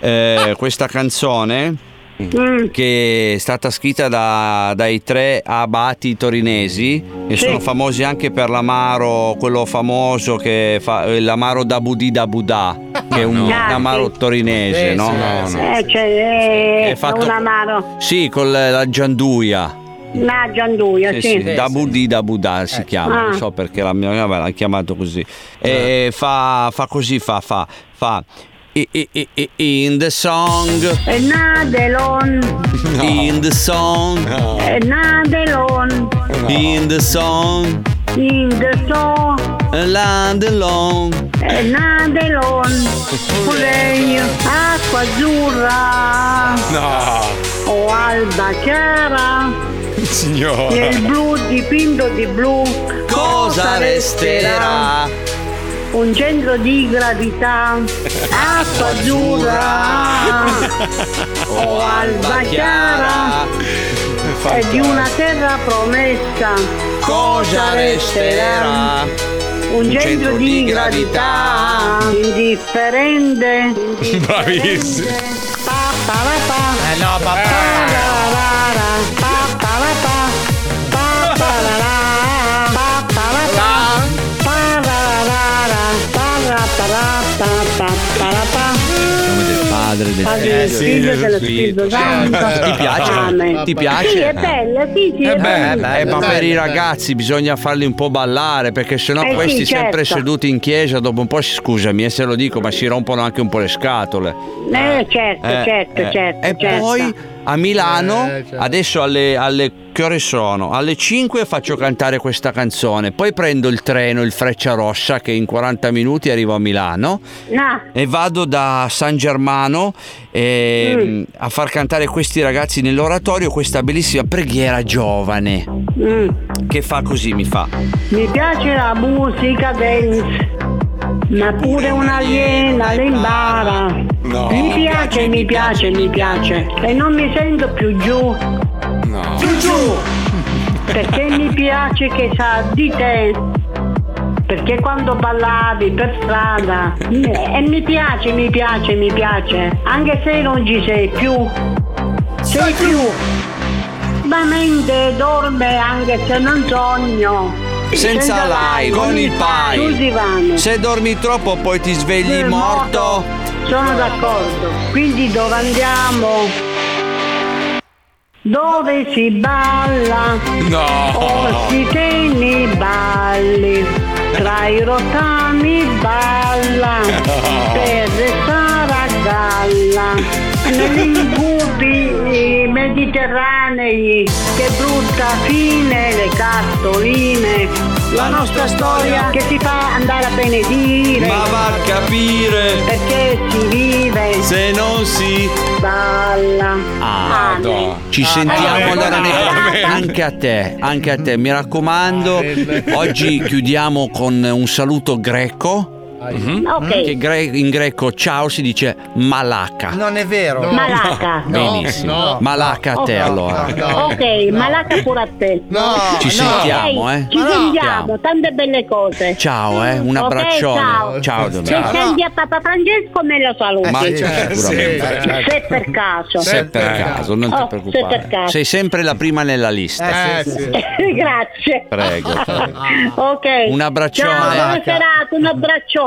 Speaker 23: eh, questa canzone
Speaker 10: Mm.
Speaker 23: che è stata scritta da- dai tre abati torinesi e
Speaker 3: Sì.
Speaker 23: sono famosi anche per l'amaro, quello famoso che fa l'amaro da Budì da Budà, che è un,
Speaker 10: No.
Speaker 23: un
Speaker 10: Ah, sì.
Speaker 23: amaro torinese,
Speaker 10: Sì,
Speaker 23: no?
Speaker 10: Eh, sì,
Speaker 23: No, no.
Speaker 10: Eh, c'è
Speaker 23: È fatto-
Speaker 10: un amaro.
Speaker 23: Sì, con la la gianduia.
Speaker 10: Una gianduia,
Speaker 23: Eh
Speaker 10: sì.
Speaker 23: sì, da Budì da Budà si chiama,
Speaker 10: Ah. Eh.
Speaker 23: non so perché la mia mamma l'ha chiamato così. E fa, fa così, fa, fa, fa. I- i- i- i- In the song,
Speaker 10: E Nadelon,
Speaker 23: in the song,
Speaker 10: e Nadelon,
Speaker 23: in the song,
Speaker 10: in the store,
Speaker 23: land long.
Speaker 10: e Nadelon, Pulei, acqua azzurra,
Speaker 2: No,
Speaker 10: o alba chiara, nel
Speaker 2: signore.
Speaker 10: blu dipinto di blu,
Speaker 23: Cosa resterà?
Speaker 10: Un centro di gravità, acqua azzurra, o alba chiara, e di una terra promessa.
Speaker 23: Cosa resterà?
Speaker 10: Un centro di gravità indifferente.
Speaker 2: Bravissimo.
Speaker 10: Eh
Speaker 9: no,
Speaker 23: Nome del padre, del
Speaker 10: Padre,
Speaker 23: figlio,
Speaker 10: del figlio, dello Spirito
Speaker 23: Ti
Speaker 10: Santo. Amen.
Speaker 23: piace? Ti
Speaker 10: Sì, è
Speaker 23: piace?
Speaker 10: bella, sì, sì, è
Speaker 23: Eh
Speaker 10: bella.
Speaker 23: beh, ma per i ragazzi bisogna farli un po' ballare perché sennò
Speaker 10: Eh sì,
Speaker 23: questi sempre
Speaker 10: certo.
Speaker 23: seduti in chiesa dopo un po' si scusami eh, se lo dico ma si rompono anche un po' le scatole.
Speaker 10: Eh, certo,
Speaker 23: Eh,
Speaker 10: certo,
Speaker 23: eh.
Speaker 10: certo.
Speaker 23: E
Speaker 10: certo.
Speaker 23: poi a Milano.
Speaker 8: Eh, certo.
Speaker 23: Adesso alle, alle- che ore sono? Alle 5 faccio cantare questa canzone. Poi prendo il treno, il Freccia Rossa, che in 40 minuti arrivo a Milano.
Speaker 10: No.
Speaker 23: E vado da San Germano
Speaker 10: Mm.
Speaker 23: ehm, a far cantare questi ragazzi nell'oratorio questa bellissima preghiera giovane.
Speaker 10: Mm.
Speaker 23: Che fa così, mi fa.
Speaker 10: Mi piace la musica dance, ma pure un'aliena le impara.
Speaker 23: No.
Speaker 10: Mi piace, mi piace, mi piace. E non mi sento più giù,
Speaker 23: No.
Speaker 10: più giù. Perché mi piace che sa di te. Perché quando ballavi per strada mi- e mi piace, mi piace, mi piace, anche se non ci sei più, sei più. Ma mente dorme anche se non sogno.
Speaker 23: Senza like, con il
Speaker 10: Sul divano.
Speaker 23: pai. Se dormi troppo poi ti svegli
Speaker 10: Sei
Speaker 23: morto.
Speaker 10: Sono d'accordo. Quindi dove andiamo? Dove si balla?
Speaker 5: No.
Speaker 10: Ossi che mi balli, tra i rotami balla,
Speaker 5: No.
Speaker 10: per restare a galla, negli incubi mediterranei, che brutta fine le cartoline, la nostra storia che si fa andare a benedire,
Speaker 23: Ma va a capire
Speaker 10: perché si vive,
Speaker 23: se non si
Speaker 10: balla.
Speaker 23: Ah, no. Ci
Speaker 10: Ah,
Speaker 23: sentiamo allora nei- anche a te, anche a te. Mi
Speaker 10: Ah,
Speaker 23: raccomando, oggi chiudiamo con un saluto greco. Mhm.
Speaker 10: Ok.
Speaker 23: Che gre- in greco ciao si dice malaca.
Speaker 9: Non è vero.
Speaker 10: Malaca.
Speaker 23: Benissimo. malaca a te
Speaker 10: Ok.
Speaker 23: allora.
Speaker 10: Ok, malata pure a te. No,
Speaker 23: Ci no. sentiamo, eh.
Speaker 10: Ci
Speaker 23: Ma no.
Speaker 10: sentiamo, tante belle cose.
Speaker 23: Ciao, eh, un
Speaker 10: Ok,
Speaker 23: abbraccione.
Speaker 10: ciao.
Speaker 23: Ciao,
Speaker 10: Se
Speaker 23: Domenico.
Speaker 10: senti a Papa Francesco me lo saluti.
Speaker 23: Ma Eh, sì, certo. sicuramente. Sempre.
Speaker 10: Se per caso.
Speaker 23: Se per caso, non ti
Speaker 10: Oh, Se per
Speaker 23: preoccupare.
Speaker 10: caso. Eh,
Speaker 23: Sei sempre la prima nella lista.
Speaker 10: Grazie.
Speaker 23: Prego, prego.
Speaker 10: ok.
Speaker 23: Un abbraccione.
Speaker 10: Ciao, buona
Speaker 23: Malaca.
Speaker 10: serata, un abbraccione.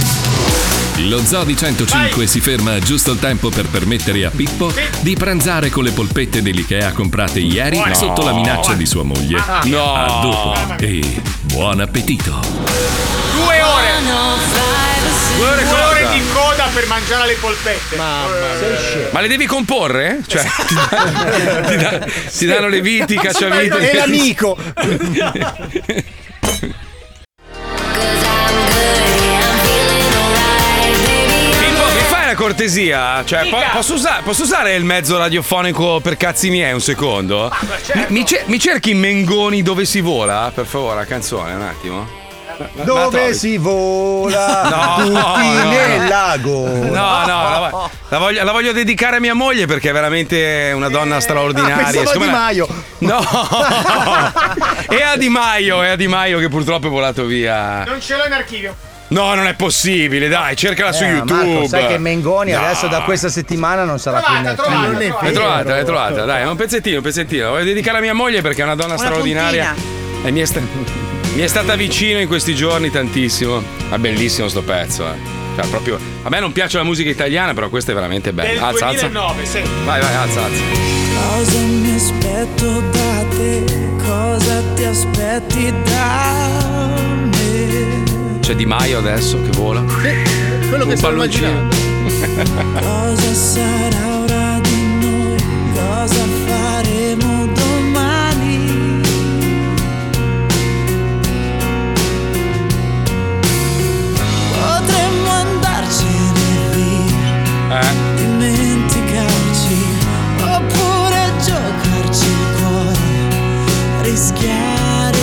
Speaker 1: Lo Zoo di 105 si ferma giusto il tempo per permettere a Pippo di pranzare con le polpette dell'IKEA comprate ieri
Speaker 2: Buone.
Speaker 1: sotto la
Speaker 2: No.
Speaker 1: minaccia di sua moglie.
Speaker 2: Ah. No.
Speaker 1: A dopo e buon appetito.
Speaker 24: Due ore! Due ore,
Speaker 2: cosa?
Speaker 24: di coda per mangiare le polpette. Mamma
Speaker 2: Ma le devi comporre? Cioè, ti, dan- ti dan- ti danno le viti, cacciaviti.
Speaker 7: E l'amico.
Speaker 2: Pippo, mi fai una cortesia? Cioè, po- posso, usa- posso usare il mezzo radiofonico per cazzi miei un secondo? Mi- Mi, ce- mi cerchi Mengoni dove si vola, per favore, la canzone, un attimo.
Speaker 7: Dove si vola?
Speaker 2: No,
Speaker 7: tutti
Speaker 2: no,
Speaker 7: nel
Speaker 2: no.
Speaker 7: lago.
Speaker 2: No, no, la, vo- la voglio, la voglio dedicare a mia moglie perché è veramente una donna straordinaria.
Speaker 7: Ah, pensavo a
Speaker 2: Siccome
Speaker 7: Di
Speaker 2: la-
Speaker 7: Maio.
Speaker 2: No! e a Di Maio, e a Di Maio che purtroppo è volato via.
Speaker 24: Non ce l'ho in archivio.
Speaker 2: No, non è possibile, dai, cercala su
Speaker 7: Eh, ma
Speaker 2: YouTube.
Speaker 7: Marco, sai che Mengoni
Speaker 2: No.
Speaker 7: adesso da questa settimana non sarà più in
Speaker 2: L'hai
Speaker 7: attività.
Speaker 2: trovata, l'hai trovata, l'hai trovata. Dai, un pezzettino, un pezzettino. La Voglio dedicare a mia moglie perché è una donna straordinaria. E mi è, sta- mi è stata vicino in questi giorni tantissimo. Ma bellissimo sto pezzo, eh. Cioè, proprio. A me non piace la musica italiana, però questa è veramente
Speaker 24: Del
Speaker 2: bella. Alza, alza.
Speaker 24: 2009, sì.
Speaker 2: Vai, vai, alza, alza.
Speaker 5: Cosa mi aspetto da te? Cosa ti aspetti da me?
Speaker 2: C'è Di Maio adesso che vola.
Speaker 5: quello
Speaker 2: Un
Speaker 5: che stavo
Speaker 2: palloncino.
Speaker 5: Cosa sarà ora di noi? Cosa faremo domani? Potremmo andarcene via,
Speaker 2: Eh?
Speaker 5: dimenticarci, oppure giocarci il cuore, rischiare.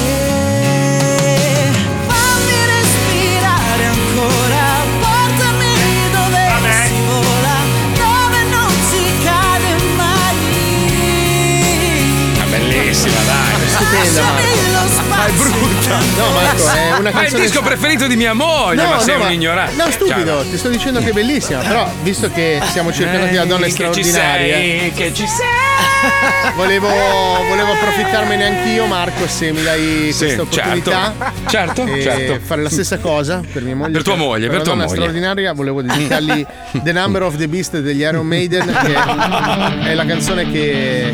Speaker 5: Fammi respirare ancora, portami lì dove si vola, dove non si cade mai.
Speaker 2: È bellissima, dai.
Speaker 5: Stupenda, Marco. Lo spazio.
Speaker 8: No, Marco, è una
Speaker 2: Ma è il
Speaker 8: canzone.
Speaker 2: disco preferito di mia moglie,
Speaker 8: No,
Speaker 2: ma
Speaker 8: no,
Speaker 2: sei
Speaker 8: ma-
Speaker 2: un ignorante.
Speaker 8: No, stupido,
Speaker 2: Cioè,
Speaker 8: ti sto dicendo che è bellissima, però visto che siamo cercando da donne
Speaker 2: Eh, Che ci
Speaker 8: straordinarie.
Speaker 2: sei, che ci sei. Eh.
Speaker 8: Volevo, volevo approfittarmene anch'io, Marco, se mi dai questa opportunità.
Speaker 2: certo,
Speaker 8: E
Speaker 2: certo.
Speaker 8: fare la stessa cosa per mia moglie.
Speaker 2: Per tua moglie, per
Speaker 8: una
Speaker 2: tua
Speaker 8: donna
Speaker 2: moglie.
Speaker 8: straordinaria, volevo dedicargli The Number of the Beast degli Iron Maiden, che è la canzone che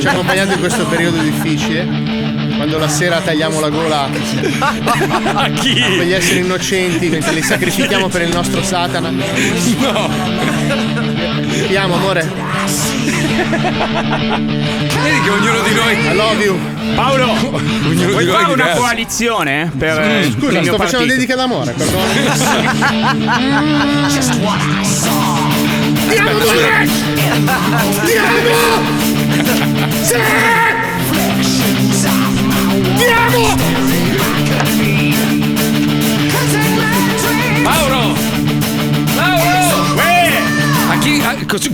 Speaker 8: ci ha accompagnato in questo periodo difficile. Quando la sera tagliamo la gola a
Speaker 2: chi?
Speaker 8: Quegli esseri innocenti, mentre li sacrifichiamo per il nostro Satana.
Speaker 2: No!
Speaker 8: Ti amo, amore.
Speaker 2: Vedi che ognuno di noi.
Speaker 8: I love you.
Speaker 14: Paolo,
Speaker 2: di
Speaker 14: vuoi
Speaker 2: noi
Speaker 14: fare
Speaker 2: è
Speaker 14: una
Speaker 2: diverso.
Speaker 14: coalizione per eh, il
Speaker 8: Scusa,
Speaker 14: mio
Speaker 8: sto
Speaker 14: partito?
Speaker 8: facendo dedica d'amore, perdono.
Speaker 25: Diamo due! Diamo! Sì! Diamo!
Speaker 2: Mauro! Mauro! Uè! A chi. a- cos-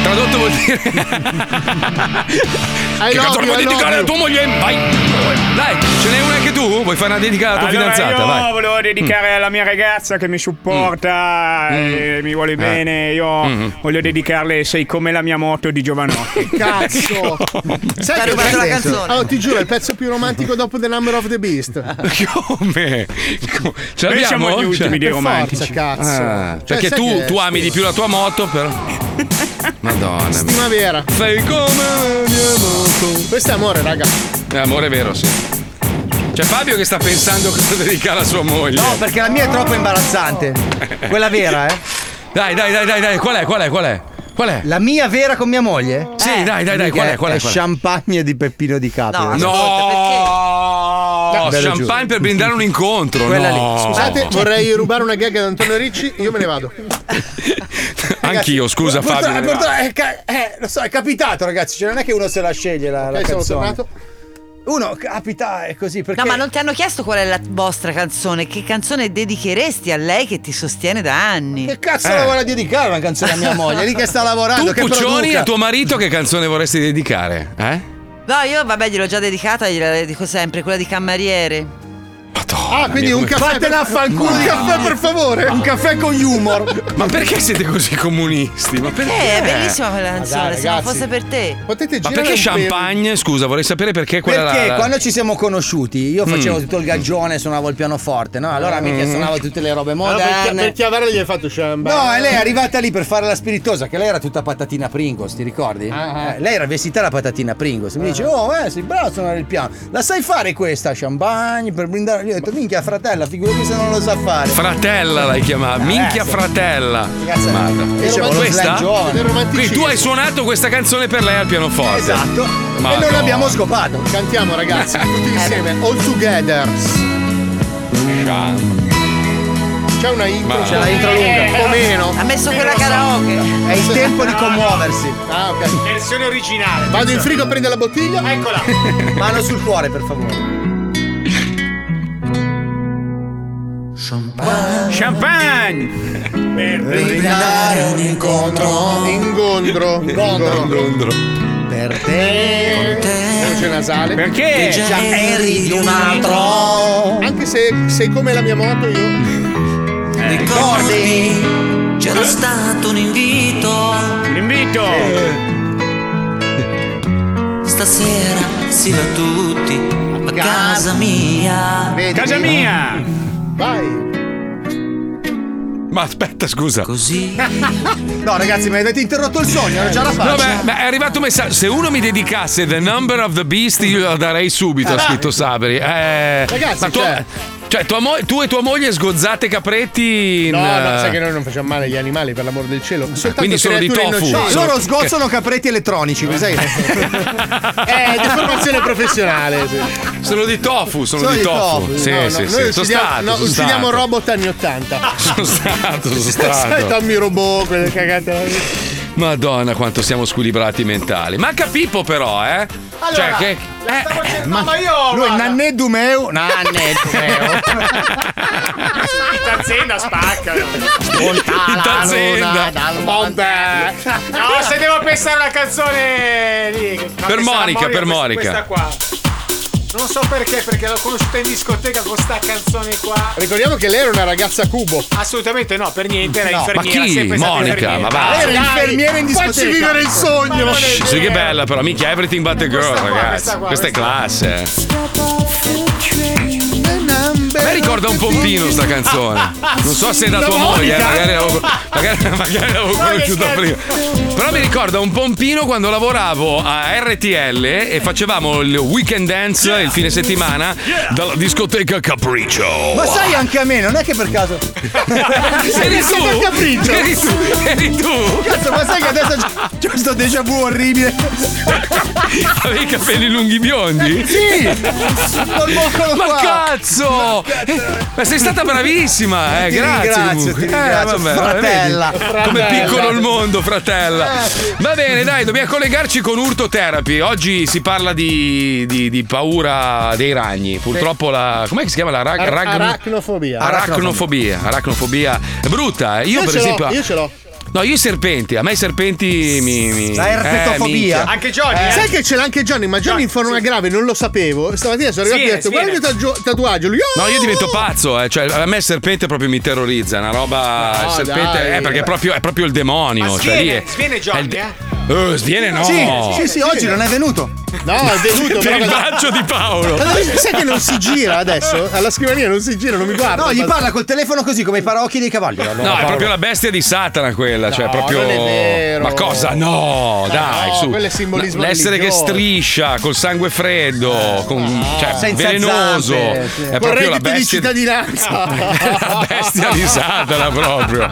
Speaker 2: Tradotto vuol dire.
Speaker 25: I
Speaker 2: Che cazzo
Speaker 25: love you,
Speaker 2: vuoi
Speaker 25: I love
Speaker 2: dedicare
Speaker 25: you.
Speaker 2: a tua moglie? Vai! Dai, ce n'è una anche tu? Vuoi fare una dedicata alla tua
Speaker 14: Allora,
Speaker 2: fidanzata?
Speaker 14: io
Speaker 2: Vai.
Speaker 14: volevo dedicare alla mia ragazza che mi supporta e mi vuole bene. Io
Speaker 2: Mm.
Speaker 14: voglio dedicarle Sei come la mia moto di Giovanotti. Ecco.
Speaker 8: Cazzo! Sai che
Speaker 14: rubato la
Speaker 8: bello?
Speaker 14: canzone.
Speaker 8: Oh, ti giuro, è il pezzo più romantico dopo The Number of the Beast.
Speaker 2: Come? Ce
Speaker 14: Noi
Speaker 2: l'abbiamo?
Speaker 14: siamo gli ultimi
Speaker 2: Cioè-
Speaker 14: dei Per romantici.
Speaker 8: forza, cazzo.
Speaker 2: Ah, cioè
Speaker 8: Eh,
Speaker 2: che
Speaker 8: sai
Speaker 2: tu,
Speaker 8: che-
Speaker 2: tu ami di più la tua moto, però. Madonna. mia.
Speaker 8: Primavera.
Speaker 2: Fai come
Speaker 8: Questo è amore, raga.
Speaker 2: Eh, amore vero, sì. C'è Fabio che sta pensando cosa dedicare a sua moglie.
Speaker 7: No, perché la mia è troppo imbarazzante. Quella vera, eh?
Speaker 2: Dai, dai, dai, dai, dai, qual è? Qual è? Qual è? Qual è?
Speaker 7: La mia vera con mia moglie?
Speaker 2: Sì, dai, dai, dai,
Speaker 7: Mica
Speaker 2: qual è,
Speaker 7: È,
Speaker 2: qual è,
Speaker 7: è
Speaker 2: qual è?
Speaker 7: champagne di Peppino di Caprio.
Speaker 2: No,
Speaker 7: Bello
Speaker 2: champagne
Speaker 7: giù.
Speaker 2: per brindare un incontro.
Speaker 7: Quella
Speaker 2: no.
Speaker 7: lì,
Speaker 8: Scusate, cioè. vorrei rubare una gag ad Antonio Ricci, io me ne vado.
Speaker 2: Anch'io, scusa
Speaker 6: Purtro-
Speaker 2: Fabio. me ne
Speaker 6: purtro-
Speaker 2: vado.
Speaker 8: eh,
Speaker 6: eh, ca- eh, lo so, è capitato, ragazzi. Cioè, non è che uno se la sceglie la, la
Speaker 8: sono
Speaker 6: canzone.
Speaker 8: tornato.
Speaker 7: uno capita è così perché
Speaker 6: No, ma non ti hanno chiesto qual è la vostra canzone? Che canzone dedicheresti a lei che ti sostiene da anni? Che
Speaker 7: cazzo la vuole dedicare una canzone a mia moglie lì che sta lavorando
Speaker 2: Tu,
Speaker 7: che
Speaker 2: Puccioni,
Speaker 7: produca.
Speaker 2: a tuo marito che canzone vorresti dedicare? Eh?
Speaker 6: No, io vabbè, gliel'ho già dedicata, gliela dedico sempre, quella di Cammariere.
Speaker 8: Ah, quindi un caffè.
Speaker 6: Fatela
Speaker 8: per-
Speaker 6: affanculo.
Speaker 8: Un caffè, per favore. Un caffè con humor.
Speaker 2: Ma perché siete così comunisti? Ma perché?
Speaker 6: Eh, è bellissima quella canzone, se non
Speaker 7: ragazzi.
Speaker 6: fosse per te.
Speaker 8: Potete
Speaker 2: Ma perché champagne? Scusa, vorrei sapere perché quella
Speaker 7: Perché
Speaker 2: la- la-
Speaker 7: quando ci siamo conosciuti io facevo
Speaker 2: Mm.
Speaker 7: tutto il gaggione, suonavo il pianoforte, no? Allora mica
Speaker 8: Mm.
Speaker 7: suonavo tutte le robe
Speaker 8: Allora, per chi-
Speaker 7: moderne.
Speaker 8: per chiavarla gli hai fatto shamba.
Speaker 7: No, e lei è arrivata lì per fare la spiritosa, che lei era tutta patatina Pringos, ti ricordi?
Speaker 8: Ah, ah.
Speaker 7: Eh, lei era vestita da patatina Pringos.
Speaker 2: Ah.
Speaker 7: Mi dice, oh, eh, sei bravo a suonare il piano. La sai fare questa? Champagne per brindare. Io ho detto, minchia, fratella, figurati se non lo sa fare.
Speaker 2: Fratella l'hai chiamata, minchia
Speaker 7: sì.
Speaker 2: fratella.
Speaker 7: Ragazzi,
Speaker 2: Madonna.
Speaker 7: io ce l'ho slang
Speaker 2: questa?
Speaker 7: giovane. Del romanticismo.
Speaker 2: Quindi tu hai suonato questa canzone per lei al pianoforte.
Speaker 8: Esatto.
Speaker 2: Ma
Speaker 8: e non
Speaker 2: Ah, no.
Speaker 8: l'abbiamo scopato. Cantiamo, ragazzi,
Speaker 6: Eh.
Speaker 8: tutti insieme. All together. C'è una intro.
Speaker 7: C'è la intro lunga.
Speaker 8: O meno.
Speaker 6: Eh, Ha messo
Speaker 8: Io
Speaker 6: quella
Speaker 8: lo so.
Speaker 6: karaoke.
Speaker 7: È il tempo di commuoversi.
Speaker 8: Ah, ok.
Speaker 17: Versione originale.
Speaker 8: Vado in frigo a prendere la bottiglia.
Speaker 6: Ecco,
Speaker 17: Eccola.
Speaker 7: Mano sul cuore, per favore.
Speaker 14: Champagne! Per
Speaker 7: brindare un incontro.
Speaker 8: Incontro. Incontro.
Speaker 7: Per te.
Speaker 8: Con te. Voce nasale.
Speaker 7: Perché? Che già eri di un altro.
Speaker 8: Anche se sei come la mia moto, io.
Speaker 18: Ricordi, c'era stato un invito. Un
Speaker 14: invito!
Speaker 18: Eh. Stasera si va tutti a casa mia.
Speaker 14: Casa mia!
Speaker 8: Vai.
Speaker 2: Ma aspetta, scusa.
Speaker 18: Così.
Speaker 7: No, ragazzi, mi avete interrotto il sogno, ero già la faccia.
Speaker 2: Vabbè, ma è arrivato un messaggio. Se uno mi dedicasse The Number of the Beast, io la darei subito. Ha
Speaker 8: Ah.
Speaker 2: scritto Sabri. Eh,
Speaker 8: Ragazzi,
Speaker 2: ma tua-
Speaker 8: cioè-
Speaker 2: cioè, tua mo- tu e tua moglie sgozzate capretti. in,
Speaker 8: No,
Speaker 2: eh,
Speaker 8: no, sai che noi non facciamo male agli animali, per l'amor del cielo. Soltanto
Speaker 2: Quindi sono di
Speaker 8: creature
Speaker 2: tofu.
Speaker 8: innocenti.
Speaker 2: No, loro
Speaker 7: sgozzano capretti Oh, elettronici, cos'è?
Speaker 8: Eh, di formazione professionale, sì.
Speaker 2: Sono di tofu, sono, di tofu. Sì,
Speaker 8: No, no,
Speaker 2: sì,
Speaker 8: noi
Speaker 2: sì. Sono
Speaker 8: uccidiamo,
Speaker 2: stato,
Speaker 8: no,
Speaker 2: sono
Speaker 8: uccidiamo
Speaker 2: stato.
Speaker 8: robot anni 80.
Speaker 2: Sono stato, sono
Speaker 8: Sai,
Speaker 2: stato.
Speaker 8: Tommy Robot, quelle cagate.
Speaker 2: Madonna, quanto siamo squilibrati mentali. Manca Pippo, però, eh.
Speaker 17: Allora,
Speaker 2: cioè, che.
Speaker 17: la stavo cercando, ma io.
Speaker 7: Lui è Nanneddu Meu. Nanneddu Meu.
Speaker 17: In azienda spacca.
Speaker 7: In t'azienda.
Speaker 17: No, se devo pensare alla canzone lì. no,
Speaker 2: Per
Speaker 17: questa
Speaker 2: Monica,
Speaker 17: la
Speaker 2: per Monica.
Speaker 17: Questa qua. Non so perché, perché l'ho conosciuta in discoteca con sta canzone qua.
Speaker 8: Ricordiamo che lei era una ragazza cubo.
Speaker 17: Assolutamente no, per niente, era
Speaker 8: No, ma
Speaker 17: infermiera.
Speaker 2: chi?
Speaker 17: sempre stata
Speaker 2: Monica,
Speaker 17: infermiera.
Speaker 2: ma va. Lei era
Speaker 8: infermiera in discoteca. Ma non è
Speaker 2: Shh, Cioè, Sì,
Speaker 8: eh,
Speaker 2: che bella, però. Mica Everything But the Girl,
Speaker 17: qua,
Speaker 2: ragazzi.
Speaker 17: questa qua,
Speaker 2: questa è
Speaker 17: questa
Speaker 2: classe. eh. A me ricorda un pompino sta canzone. Non so se è da
Speaker 5: La
Speaker 2: tua moglie, eh,
Speaker 5: Monica?
Speaker 2: magari l'avevo, magari, magari l'avevo
Speaker 5: Ma che
Speaker 2: conosciuta
Speaker 5: scherzo.
Speaker 2: prima. Però mi ricorda un pompino quando lavoravo a RTL e facevamo il weekend dance il fine settimana dalla discoteca Capriccio.
Speaker 7: Ma sai anche a me, non è che per caso.
Speaker 2: Eri tu?
Speaker 7: Siete a capriccio.
Speaker 2: Eri tu? Eri tu?
Speaker 7: Cazzo, ma sai che adesso c'è- c'è questo déjà vu orribile?
Speaker 2: Avevi i capelli lunghi biondi?
Speaker 7: Sì! Col boccolo
Speaker 2: Ma
Speaker 7: qua.
Speaker 2: cazzo! Eh, Ma sei stata bravissima, eh,
Speaker 7: Ti
Speaker 2: grazie.
Speaker 7: ringrazio,
Speaker 2: comunque.
Speaker 7: ti
Speaker 2: Eh,
Speaker 7: ringrazio,
Speaker 2: vabbè,
Speaker 7: fratella.
Speaker 2: vedi?
Speaker 7: Fratella.
Speaker 2: Come piccolo il mondo, fratella. Va bene, dai, dobbiamo collegarci con Urto Therapy. Oggi si parla di, di- di paura dei ragni. Purtroppo la. Com'è che si chiama la rag-
Speaker 8: Ar-
Speaker 2: ragno-
Speaker 8: aracnofobia.
Speaker 2: Aracnofobia, aracnofobia è brutta. eh.
Speaker 8: Io
Speaker 2: Io, per
Speaker 8: ce l'ho,
Speaker 2: esempio.
Speaker 8: io ce l'ho.
Speaker 2: No, io i serpenti, a me i serpenti mi. mi eh, minchia.
Speaker 8: Eh.
Speaker 2: eh.
Speaker 8: Sai che ce l'ha anche Johnny, ma Johnny in forma grave non lo sapevo. Stamattina sono arrivato
Speaker 2: Sì,
Speaker 8: e ho detto:
Speaker 2: sì,
Speaker 8: Guarda il mio tagio- tatuaggio. Lui, "Oh!"
Speaker 2: No, io divento pazzo, eh. cioè, a me il serpente proprio mi terrorizza, è una roba.
Speaker 8: No,
Speaker 2: il serpente
Speaker 8: dai.
Speaker 2: eh, perché è proprio, è proprio il demonio.
Speaker 17: Ma
Speaker 2: cioè, lì
Speaker 17: sviene,
Speaker 2: è-
Speaker 17: sviene
Speaker 2: è
Speaker 17: Johnny,
Speaker 2: il de-
Speaker 17: eh.
Speaker 2: Eh, sviene no.
Speaker 7: Sì, sì, sì, oggi non è venuto.
Speaker 8: No, è venuto.
Speaker 2: per
Speaker 8: però-
Speaker 2: il braccio di Paolo.
Speaker 8: Ma dai, sai che non si gira adesso? Alla scrivania non si gira, non mi guarda.
Speaker 7: No, gli parla col telefono così come i paraocchi dei cavalli.
Speaker 2: No, è proprio la bestia di Satana quella, cioè
Speaker 8: No,
Speaker 2: proprio.
Speaker 8: non è vero.
Speaker 2: Ma cosa? No,
Speaker 8: Ma
Speaker 2: dai,
Speaker 8: no,
Speaker 2: su.
Speaker 8: quello è simbolismo
Speaker 2: L'essere che
Speaker 8: religioso. Eh,
Speaker 2: striscia col sangue freddo, con- cioè,
Speaker 8: Senza
Speaker 2: velenoso.
Speaker 8: zampe, sì.
Speaker 2: È
Speaker 8: Con
Speaker 2: proprio la
Speaker 8: reddito di
Speaker 2: bestia.
Speaker 8: cittadinanza.
Speaker 2: la bestia di Satana proprio.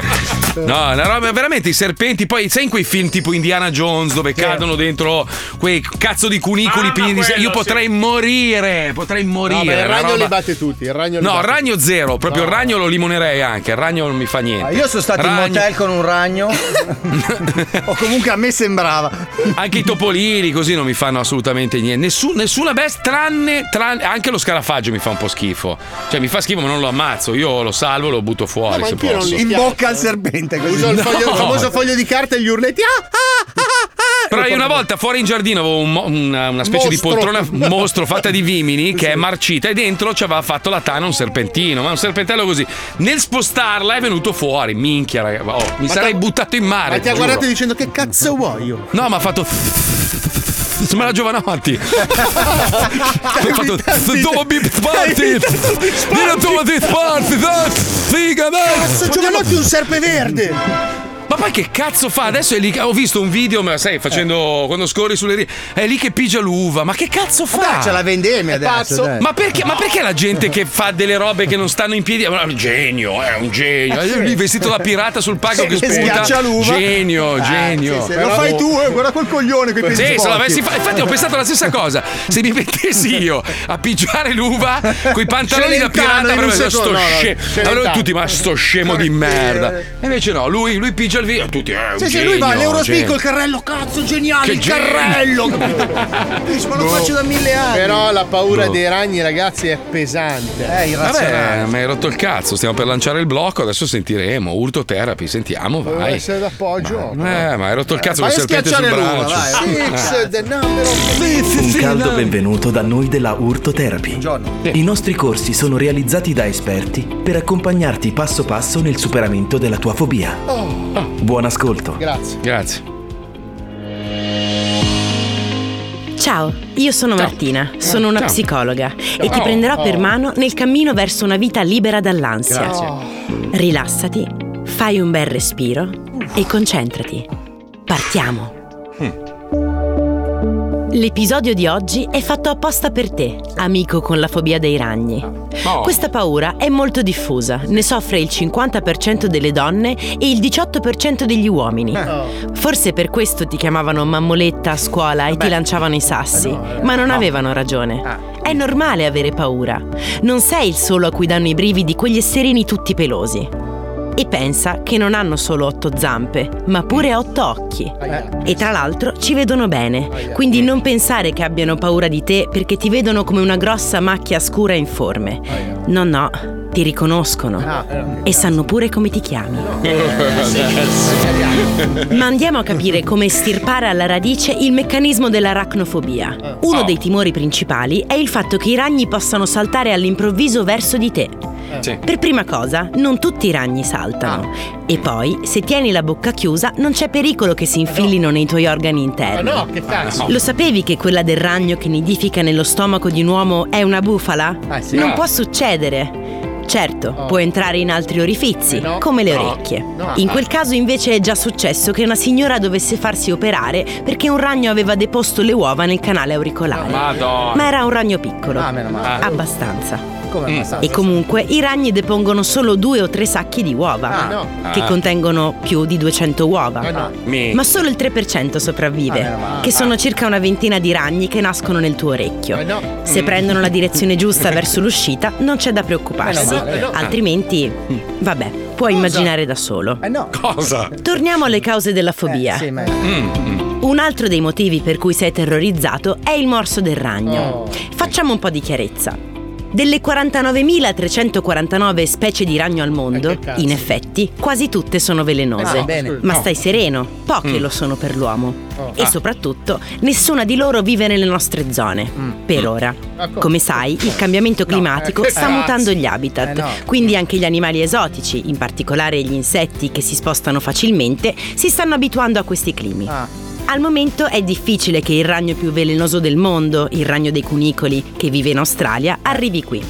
Speaker 2: No, è una roba veramente i serpenti. Poi sai in quei film tipo Indiana Jones dove cadono dentro quei cazzo di
Speaker 7: Ah,
Speaker 2: cunicoli pieni di se- Io potrei morire, potrei morire.
Speaker 8: No, beh, il
Speaker 2: una
Speaker 8: ragno
Speaker 2: roba-
Speaker 8: li batte tutti. Il ragno li
Speaker 2: No,
Speaker 7: Esatto.
Speaker 8: batte
Speaker 2: ragno zero, proprio il
Speaker 8: No.
Speaker 2: ragno lo limonerei anche, il ragno non mi fa niente.
Speaker 7: Ah, Io sono stato in
Speaker 2: Ragno-
Speaker 7: motel con un ragno.
Speaker 2: o comunque a me sembrava. Anche i topolini così non mi fanno assolutamente niente. Nessun- nessuna bestia, tranne, tranne- Anche lo scarafaggio mi fa un po' schifo. Cioè, mi fa schifo, ma non lo ammazzo. Io lo salvo e lo butto fuori. se posso.
Speaker 9: In bocca al serpente così.
Speaker 8: Uso il,
Speaker 2: No.
Speaker 8: foglio- il famoso foglio di carta e gli urletti. Ah,
Speaker 2: Però io una volta fuori in giardino avevo un mo- una, una specie di
Speaker 8: Mostro.
Speaker 2: poltrona mostro fatta di vimini che è marcita e dentro ci aveva fatto la tana un serpentino, ma un serpentello così. Nel spostarla è venuto fuori, minchia raga, oh, mi
Speaker 8: Ma
Speaker 2: sarei
Speaker 8: t'ha-
Speaker 2: buttato in mare.
Speaker 8: Ma ti ha
Speaker 2: giuro.
Speaker 8: guardato dicendo che cazzo vuoi io?
Speaker 2: No, ma ha fatto Sembra la Giovanotti. Hai fatto Dopo mi sparti! Dino tu ti sparti! dai, Figa, dai!
Speaker 8: Cazzo, Giovanotti è un serpeverde!
Speaker 2: Ma poi che cazzo fa? Adesso è lì. che- Ho visto un video, ma sai, facendo.
Speaker 8: Eh.
Speaker 2: Quando scorri sulle righe. È lì che pigia l'uva. Ma che cazzo fa?
Speaker 7: Vabbè, c'è la vendemmia adesso, dai.
Speaker 2: Ma perché, ma perché la gente che fa delle robe che non stanno in piedi. Ma è un genio, è un genio. È lì vestito da pirata sul palco
Speaker 5: Sì,
Speaker 2: che
Speaker 5: che
Speaker 2: spunta.
Speaker 5: schiaccia l'uva.
Speaker 2: Genio,
Speaker 5: Ah,
Speaker 2: genio.
Speaker 5: sì, sì, lo fai tu, eh,
Speaker 8: guarda quel coglione
Speaker 5: coi piedi
Speaker 2: Sì, se
Speaker 5: sporchi.
Speaker 2: l'avessi fa- Infatti, ho pensato la stessa cosa. Se mi mettessi io a pigiare l'uva coi pantaloni
Speaker 5: Celentano in
Speaker 2: da pirata,
Speaker 5: un
Speaker 2: avrebbero detto, sto
Speaker 5: secondo, no, no,
Speaker 2: scemo.
Speaker 5: Celentano.
Speaker 2: Allora tutti, ma sto scemo di merda. E invece no, lui, lui pigia il video. Tutti, eh, un
Speaker 7: Sì, sì,
Speaker 2: genio,
Speaker 7: lui va
Speaker 2: genio.
Speaker 7: all'Eurospico, il carrello, cazzo, geniale,
Speaker 2: Che
Speaker 7: il
Speaker 2: genio.
Speaker 7: carrello, capito? Dici, ma lo
Speaker 8: Boh.
Speaker 7: faccio da mille anni.
Speaker 8: Però la paura
Speaker 2: Boh.
Speaker 8: dei ragni, ragazzi, è pesante.
Speaker 7: È
Speaker 2: Vabbè, mi hai rotto il cazzo. Stiamo per lanciare il blocco. Adesso sentiremo. Urto therapy, sentiamo,
Speaker 8: Deve
Speaker 2: vai.
Speaker 8: essere d'appoggio.
Speaker 2: Eh, ma hai rotto il cazzo
Speaker 8: Vai
Speaker 2: col
Speaker 8: a
Speaker 2: serpente sul
Speaker 8: schiacciare l'uva,
Speaker 2: braccio.
Speaker 8: Six, the number of-
Speaker 12: Un caldo benvenuto da noi della Urtoterapy. I nostri corsi sono realizzati da esperti per accompagnarti passo passo nel superamento della tua fobia.
Speaker 8: Oh,
Speaker 12: Buon ascolto.
Speaker 8: Grazie.
Speaker 2: Grazie.
Speaker 16: Ciao, io sono Martina, sono una
Speaker 12: Ciao.
Speaker 16: psicologa e ti
Speaker 12: Oh,
Speaker 16: prenderò per
Speaker 12: oh.
Speaker 16: mano nel cammino verso una vita libera dall'ansia.
Speaker 12: Grazie.
Speaker 16: Rilassati, fai un bel respiro e concentrati. Partiamo. L'episodio di oggi è fatto apposta per te, amico con la fobia dei ragni.
Speaker 19: Oh.
Speaker 16: Questa paura è molto diffusa, ne soffre il 50% delle donne e il 18% degli uomini. Forse per questo ti chiamavano mammoletta a scuola e ti lanciavano i sassi, ma non avevano ragione. È normale avere paura. Non sei il solo a cui danno i brividi quegli esserini tutti pelosi. E pensa che non hanno solo otto zampe, ma pure otto occhi. E tra l'altro ci vedono bene, quindi non pensare che abbiano paura di te perché ti vedono come una grossa macchia scura e informe. No, no, ti riconoscono e sanno pure come ti chiami. Ma andiamo a capire come stirpare alla radice il meccanismo
Speaker 8: Eh,
Speaker 16: dell'aracnofobia. Uno dei timori principali è il fatto che i ragni possano saltare all'improvviso verso di te.
Speaker 8: Eh.
Speaker 5: Sì.
Speaker 16: Per prima cosa, non tutti i ragni saltano.
Speaker 8: Ah.
Speaker 16: E poi, se tieni la bocca chiusa, non c'è pericolo che si infilino nei tuoi organi interni.
Speaker 8: No, che cazzo.
Speaker 16: Lo sapevi che quella del ragno che nidifica nello stomaco di un uomo è una bufala?
Speaker 8: sì.
Speaker 16: Non
Speaker 8: Ah. Oh.
Speaker 16: può succedere. Certo, può entrare in altri orifizi, come le
Speaker 8: Eh No.
Speaker 16: orecchie.
Speaker 8: No.
Speaker 16: In quel caso invece è già successo che una signora dovesse farsi operare perché un ragno aveva deposto le uova nel canale auricolare.
Speaker 2: Madonna.
Speaker 16: Ma era un ragno piccolo.
Speaker 2: Ah, meno male.
Speaker 16: Abbastanza.
Speaker 7: Come abbastanza?
Speaker 16: E comunque i ragni depongono solo due o tre sacchi di uova,
Speaker 7: Ah, no.
Speaker 16: che
Speaker 7: Ah.
Speaker 16: contengono più di 200 uova.
Speaker 7: Ah, no. Mi-
Speaker 16: Ma solo il 3% sopravvive,
Speaker 7: Ah, meno male.
Speaker 16: che sono circa una ventina di ragni che nascono nel tuo orecchio. Se
Speaker 7: Mm.
Speaker 16: prendono la direzione giusta verso l'uscita, non c'è da preoccuparsi,
Speaker 7: Meno male, eh no.
Speaker 16: altrimenti,
Speaker 12: Mm.
Speaker 16: vabbè, puoi immaginare da solo.
Speaker 12: Eh,
Speaker 2: Cosa? Mm,
Speaker 16: Torniamo alle cause della fobia. Un altro dei motivi per cui sei terrorizzato è il morso del ragno.
Speaker 12: Oh,
Speaker 16: Facciamo un po' di chiarezza. Delle 49.349 specie di ragno al mondo,
Speaker 12: Eh, cazzo.
Speaker 16: in effetti, quasi tutte sono velenose.
Speaker 12: Ah, bene.
Speaker 16: Ma
Speaker 12: No.
Speaker 16: stai sereno, poche
Speaker 12: Mm.
Speaker 16: lo sono per l'uomo.
Speaker 12: Oh.
Speaker 16: E
Speaker 12: Ah.
Speaker 16: soprattutto, nessuna di loro vive nelle nostre zone,
Speaker 12: Mm.
Speaker 16: per ora.
Speaker 12: D'accordo.
Speaker 16: Come sai, il cambiamento climatico
Speaker 12: eh, che
Speaker 16: sta
Speaker 12: cazzo.
Speaker 16: mutando gli habitat,
Speaker 12: Eh, no.
Speaker 16: quindi anche gli animali esotici, in particolare gli insetti che si spostano facilmente, si stanno abituando a questi climi. Al momento è difficile che il ragno più velenoso del mondo, il ragno dei cunicoli, che vive in Australia, arrivi qui.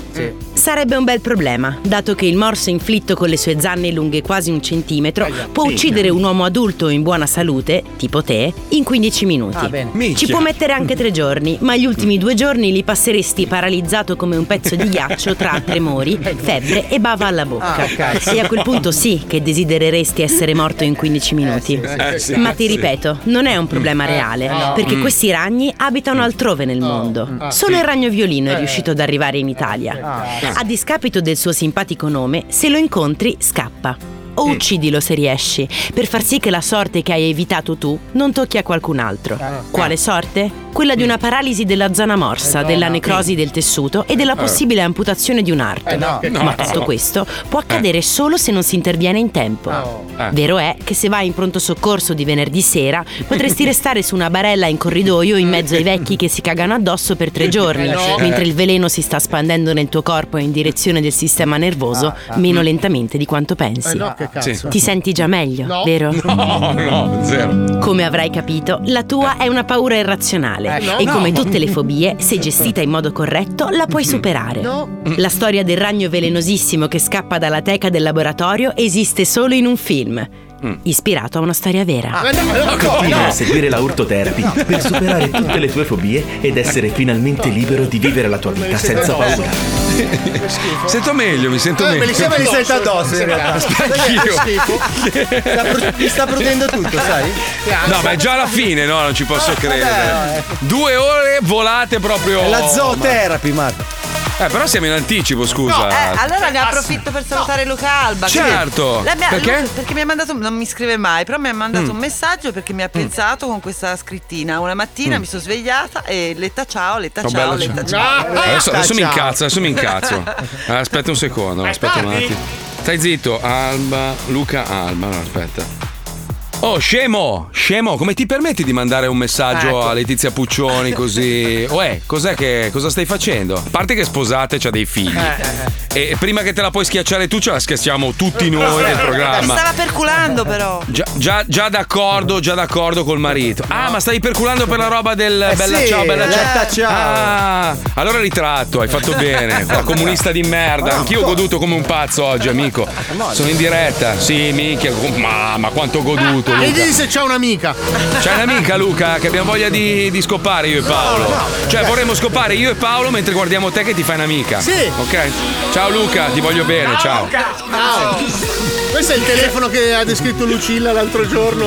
Speaker 16: Sarebbe un bel problema, dato che il morso inflitto con le sue zanne lunghe quasi un centimetro può
Speaker 5: sì.
Speaker 16: uccidere un uomo adulto in buona salute, tipo te, in 15 minuti.
Speaker 5: Ah, bene.
Speaker 16: Ci
Speaker 5: Minchia.
Speaker 16: può mettere anche tre giorni, ma gli ultimi due giorni li passeresti paralizzato come un pezzo di ghiaccio tra tremori, febbre e bava alla bocca.
Speaker 5: Ah, cazzo.
Speaker 16: e a quel punto sì che desidereresti essere morto in 15 minuti.
Speaker 5: Eh, sì, sì, sì.
Speaker 16: Ma ti
Speaker 5: Sì.
Speaker 16: ripeto, non è un problema reale,
Speaker 5: no.
Speaker 16: perché
Speaker 5: Mm.
Speaker 16: questi ragni abitano altrove nel mondo.
Speaker 5: Ah,
Speaker 16: Solo
Speaker 5: sì.
Speaker 16: il ragno violino è
Speaker 5: Eh. Ah,
Speaker 16: riuscito ad arrivare in Italia. A discapito del suo simpatico nome, se lo incontri, scappa. O
Speaker 5: Mm.
Speaker 16: uccidilo se riesci, per far sì che la sorte che hai evitato tu non tocchi a qualcun altro.
Speaker 5: Eh.
Speaker 16: Quale sorte? Quella
Speaker 5: Mm.
Speaker 16: di una paralisi della zona morsa, della necrosi del tessuto e della
Speaker 5: Eh.
Speaker 16: possibile amputazione di un'arte.
Speaker 5: Eh, no, che
Speaker 16: Ma
Speaker 5: cazzo.
Speaker 16: tutto questo può accadere solo se non si interviene in tempo.
Speaker 5: Eh.
Speaker 16: Vero è che se vai in pronto soccorso di venerdì sera, potresti restare su una barella in corridoio in mezzo ai vecchi che si cagano addosso per tre giorni,
Speaker 5: Eh, no.
Speaker 16: mentre il veleno si sta spandendo nel tuo corpo in direzione del sistema nervoso
Speaker 5: Ah, ah.
Speaker 16: meno
Speaker 5: Mm.
Speaker 16: lentamente di quanto pensi.
Speaker 5: Eh, no, che cazzo. Sì.
Speaker 16: Ti senti già meglio,
Speaker 5: No.
Speaker 16: vero?
Speaker 5: No, no, zero.
Speaker 16: Come avrai capito, la tua è una paura irrazionale
Speaker 5: Eh, no. No.
Speaker 16: e
Speaker 5: Mm-hmm.
Speaker 16: come tutte le fobie, se gestita in modo corretto, la puoi superare.
Speaker 5: No.
Speaker 16: La storia del ragno velenosissimo che scappa dalla teca del laboratorio esiste solo in un film, ispirato a una storia vera.
Speaker 12: Continua a seguire la Urtoterapy per superare tutte le tue fobie ed essere finalmente libero di vivere la tua vita senza paura.
Speaker 2: Sento meglio, mi sento
Speaker 12: Eh, me
Speaker 2: meglio.
Speaker 12: li sembra
Speaker 9: li sento addosso, in realtà.
Speaker 2: Anch'io.
Speaker 9: Sta pr- mi sta prudendo tutto, sai?
Speaker 2: No, ma è già la fine, no, non ci posso credere. Due ore volate proprio.
Speaker 9: È la zootherapy, Marco.
Speaker 2: Eh, però siamo in anticipo, scusa.
Speaker 6: No, eh, allora ne approfitto per salutare Luca Alba. che-
Speaker 2: Certo.
Speaker 6: La mia-
Speaker 2: Perché?
Speaker 6: Luca- perché mi ha mandato, non mi scrive mai, però mi ha mandato
Speaker 2: Mm.
Speaker 6: un messaggio perché mi ha pensato con questa scrittina. Una mattina
Speaker 2: Mm.
Speaker 6: mi sono svegliata e letta ciao, letta
Speaker 2: Oh,
Speaker 6: ciao,
Speaker 2: bella,
Speaker 6: letta
Speaker 2: ciao.
Speaker 6: ciao. letta
Speaker 2: Adesso, adesso mi
Speaker 6: ciao.
Speaker 2: incazzo, adesso mi incazzo. Eh, Aspetta un secondo, aspetta un
Speaker 6: parli?
Speaker 2: attimo. Stai zitto, Alba, Luca Alba, no, aspetta. Oh, scemo, scemo, come ti permetti di mandare un messaggio
Speaker 5: Ecco.
Speaker 2: a Letizia Puccioni così? Uè, cos'è che, cosa stai facendo? A parte che sposate, c'ha dei figli.
Speaker 6: Eh.
Speaker 2: E prima che te la puoi schiacciare tu, ce la schiacciamo tutti noi del
Speaker 6: Mi
Speaker 2: programma.
Speaker 6: stava perculando però.
Speaker 2: Già, già, già d'accordo, già d'accordo col marito. Ah, ma stai perculando per la roba del
Speaker 5: Eh
Speaker 2: bella
Speaker 5: sì,
Speaker 2: ciao, bella
Speaker 5: letta
Speaker 2: ciao.
Speaker 5: ciao.
Speaker 2: Ah, allora ritratto, hai fatto bene. Qua comunista di merda.
Speaker 8: Ah,
Speaker 2: Anch'io ho goduto come un pazzo oggi, amico. Sono in diretta. Sì, minchia, com- ma, ma quanto ho goduto.
Speaker 8: Ah, E
Speaker 2: Luca.
Speaker 8: dimmi se c'è un'amica.
Speaker 2: C'è un'amica Luca che abbiamo voglia di, di scopare io e Paolo. Cioè
Speaker 8: Eh.
Speaker 2: vorremmo scopare io e Paolo mentre guardiamo te che ti fai un'amica.
Speaker 8: Sì.
Speaker 2: Ok? Ciao Luca, ti voglio bene, ciao.
Speaker 8: Ciao. Questo è il telefono che ha descritto Lucilla l'altro giorno.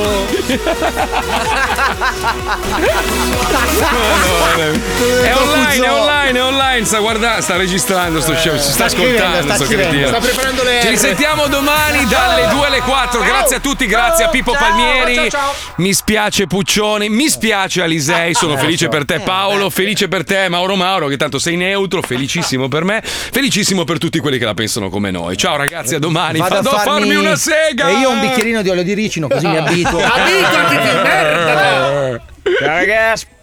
Speaker 2: È online, è online, è online, sta guardando, sta registrando sto show, ci sta
Speaker 8: Eh, sta scrivendo,
Speaker 2: ascoltando
Speaker 8: sta
Speaker 2: sto
Speaker 8: scrivendo.
Speaker 2: cretino.
Speaker 8: Sta preparando le
Speaker 2: Ci
Speaker 8: R.
Speaker 2: risentiamo domani dalle 2 alle 4. Grazie a tutti, grazie a Pippo Palmieri.
Speaker 5: ciao, ciao.
Speaker 2: Mi spiace Puccioni, mi spiace Alisei, sono felice per
Speaker 9: Eh,
Speaker 2: te Paolo, felice per te Mauro Mauro che tanto sei neutro, felicissimo per me, felicissimo per tutti quelli che la pensano come noi. Ciao ragazzi, a domani.
Speaker 9: Vado a
Speaker 2: Vado a farmi una sega.
Speaker 9: E io un bicchierino di olio di ricino, così mi abituo.
Speaker 7: Eh.
Speaker 2: Abituati, che merda!
Speaker 14: Ciao ragazzi.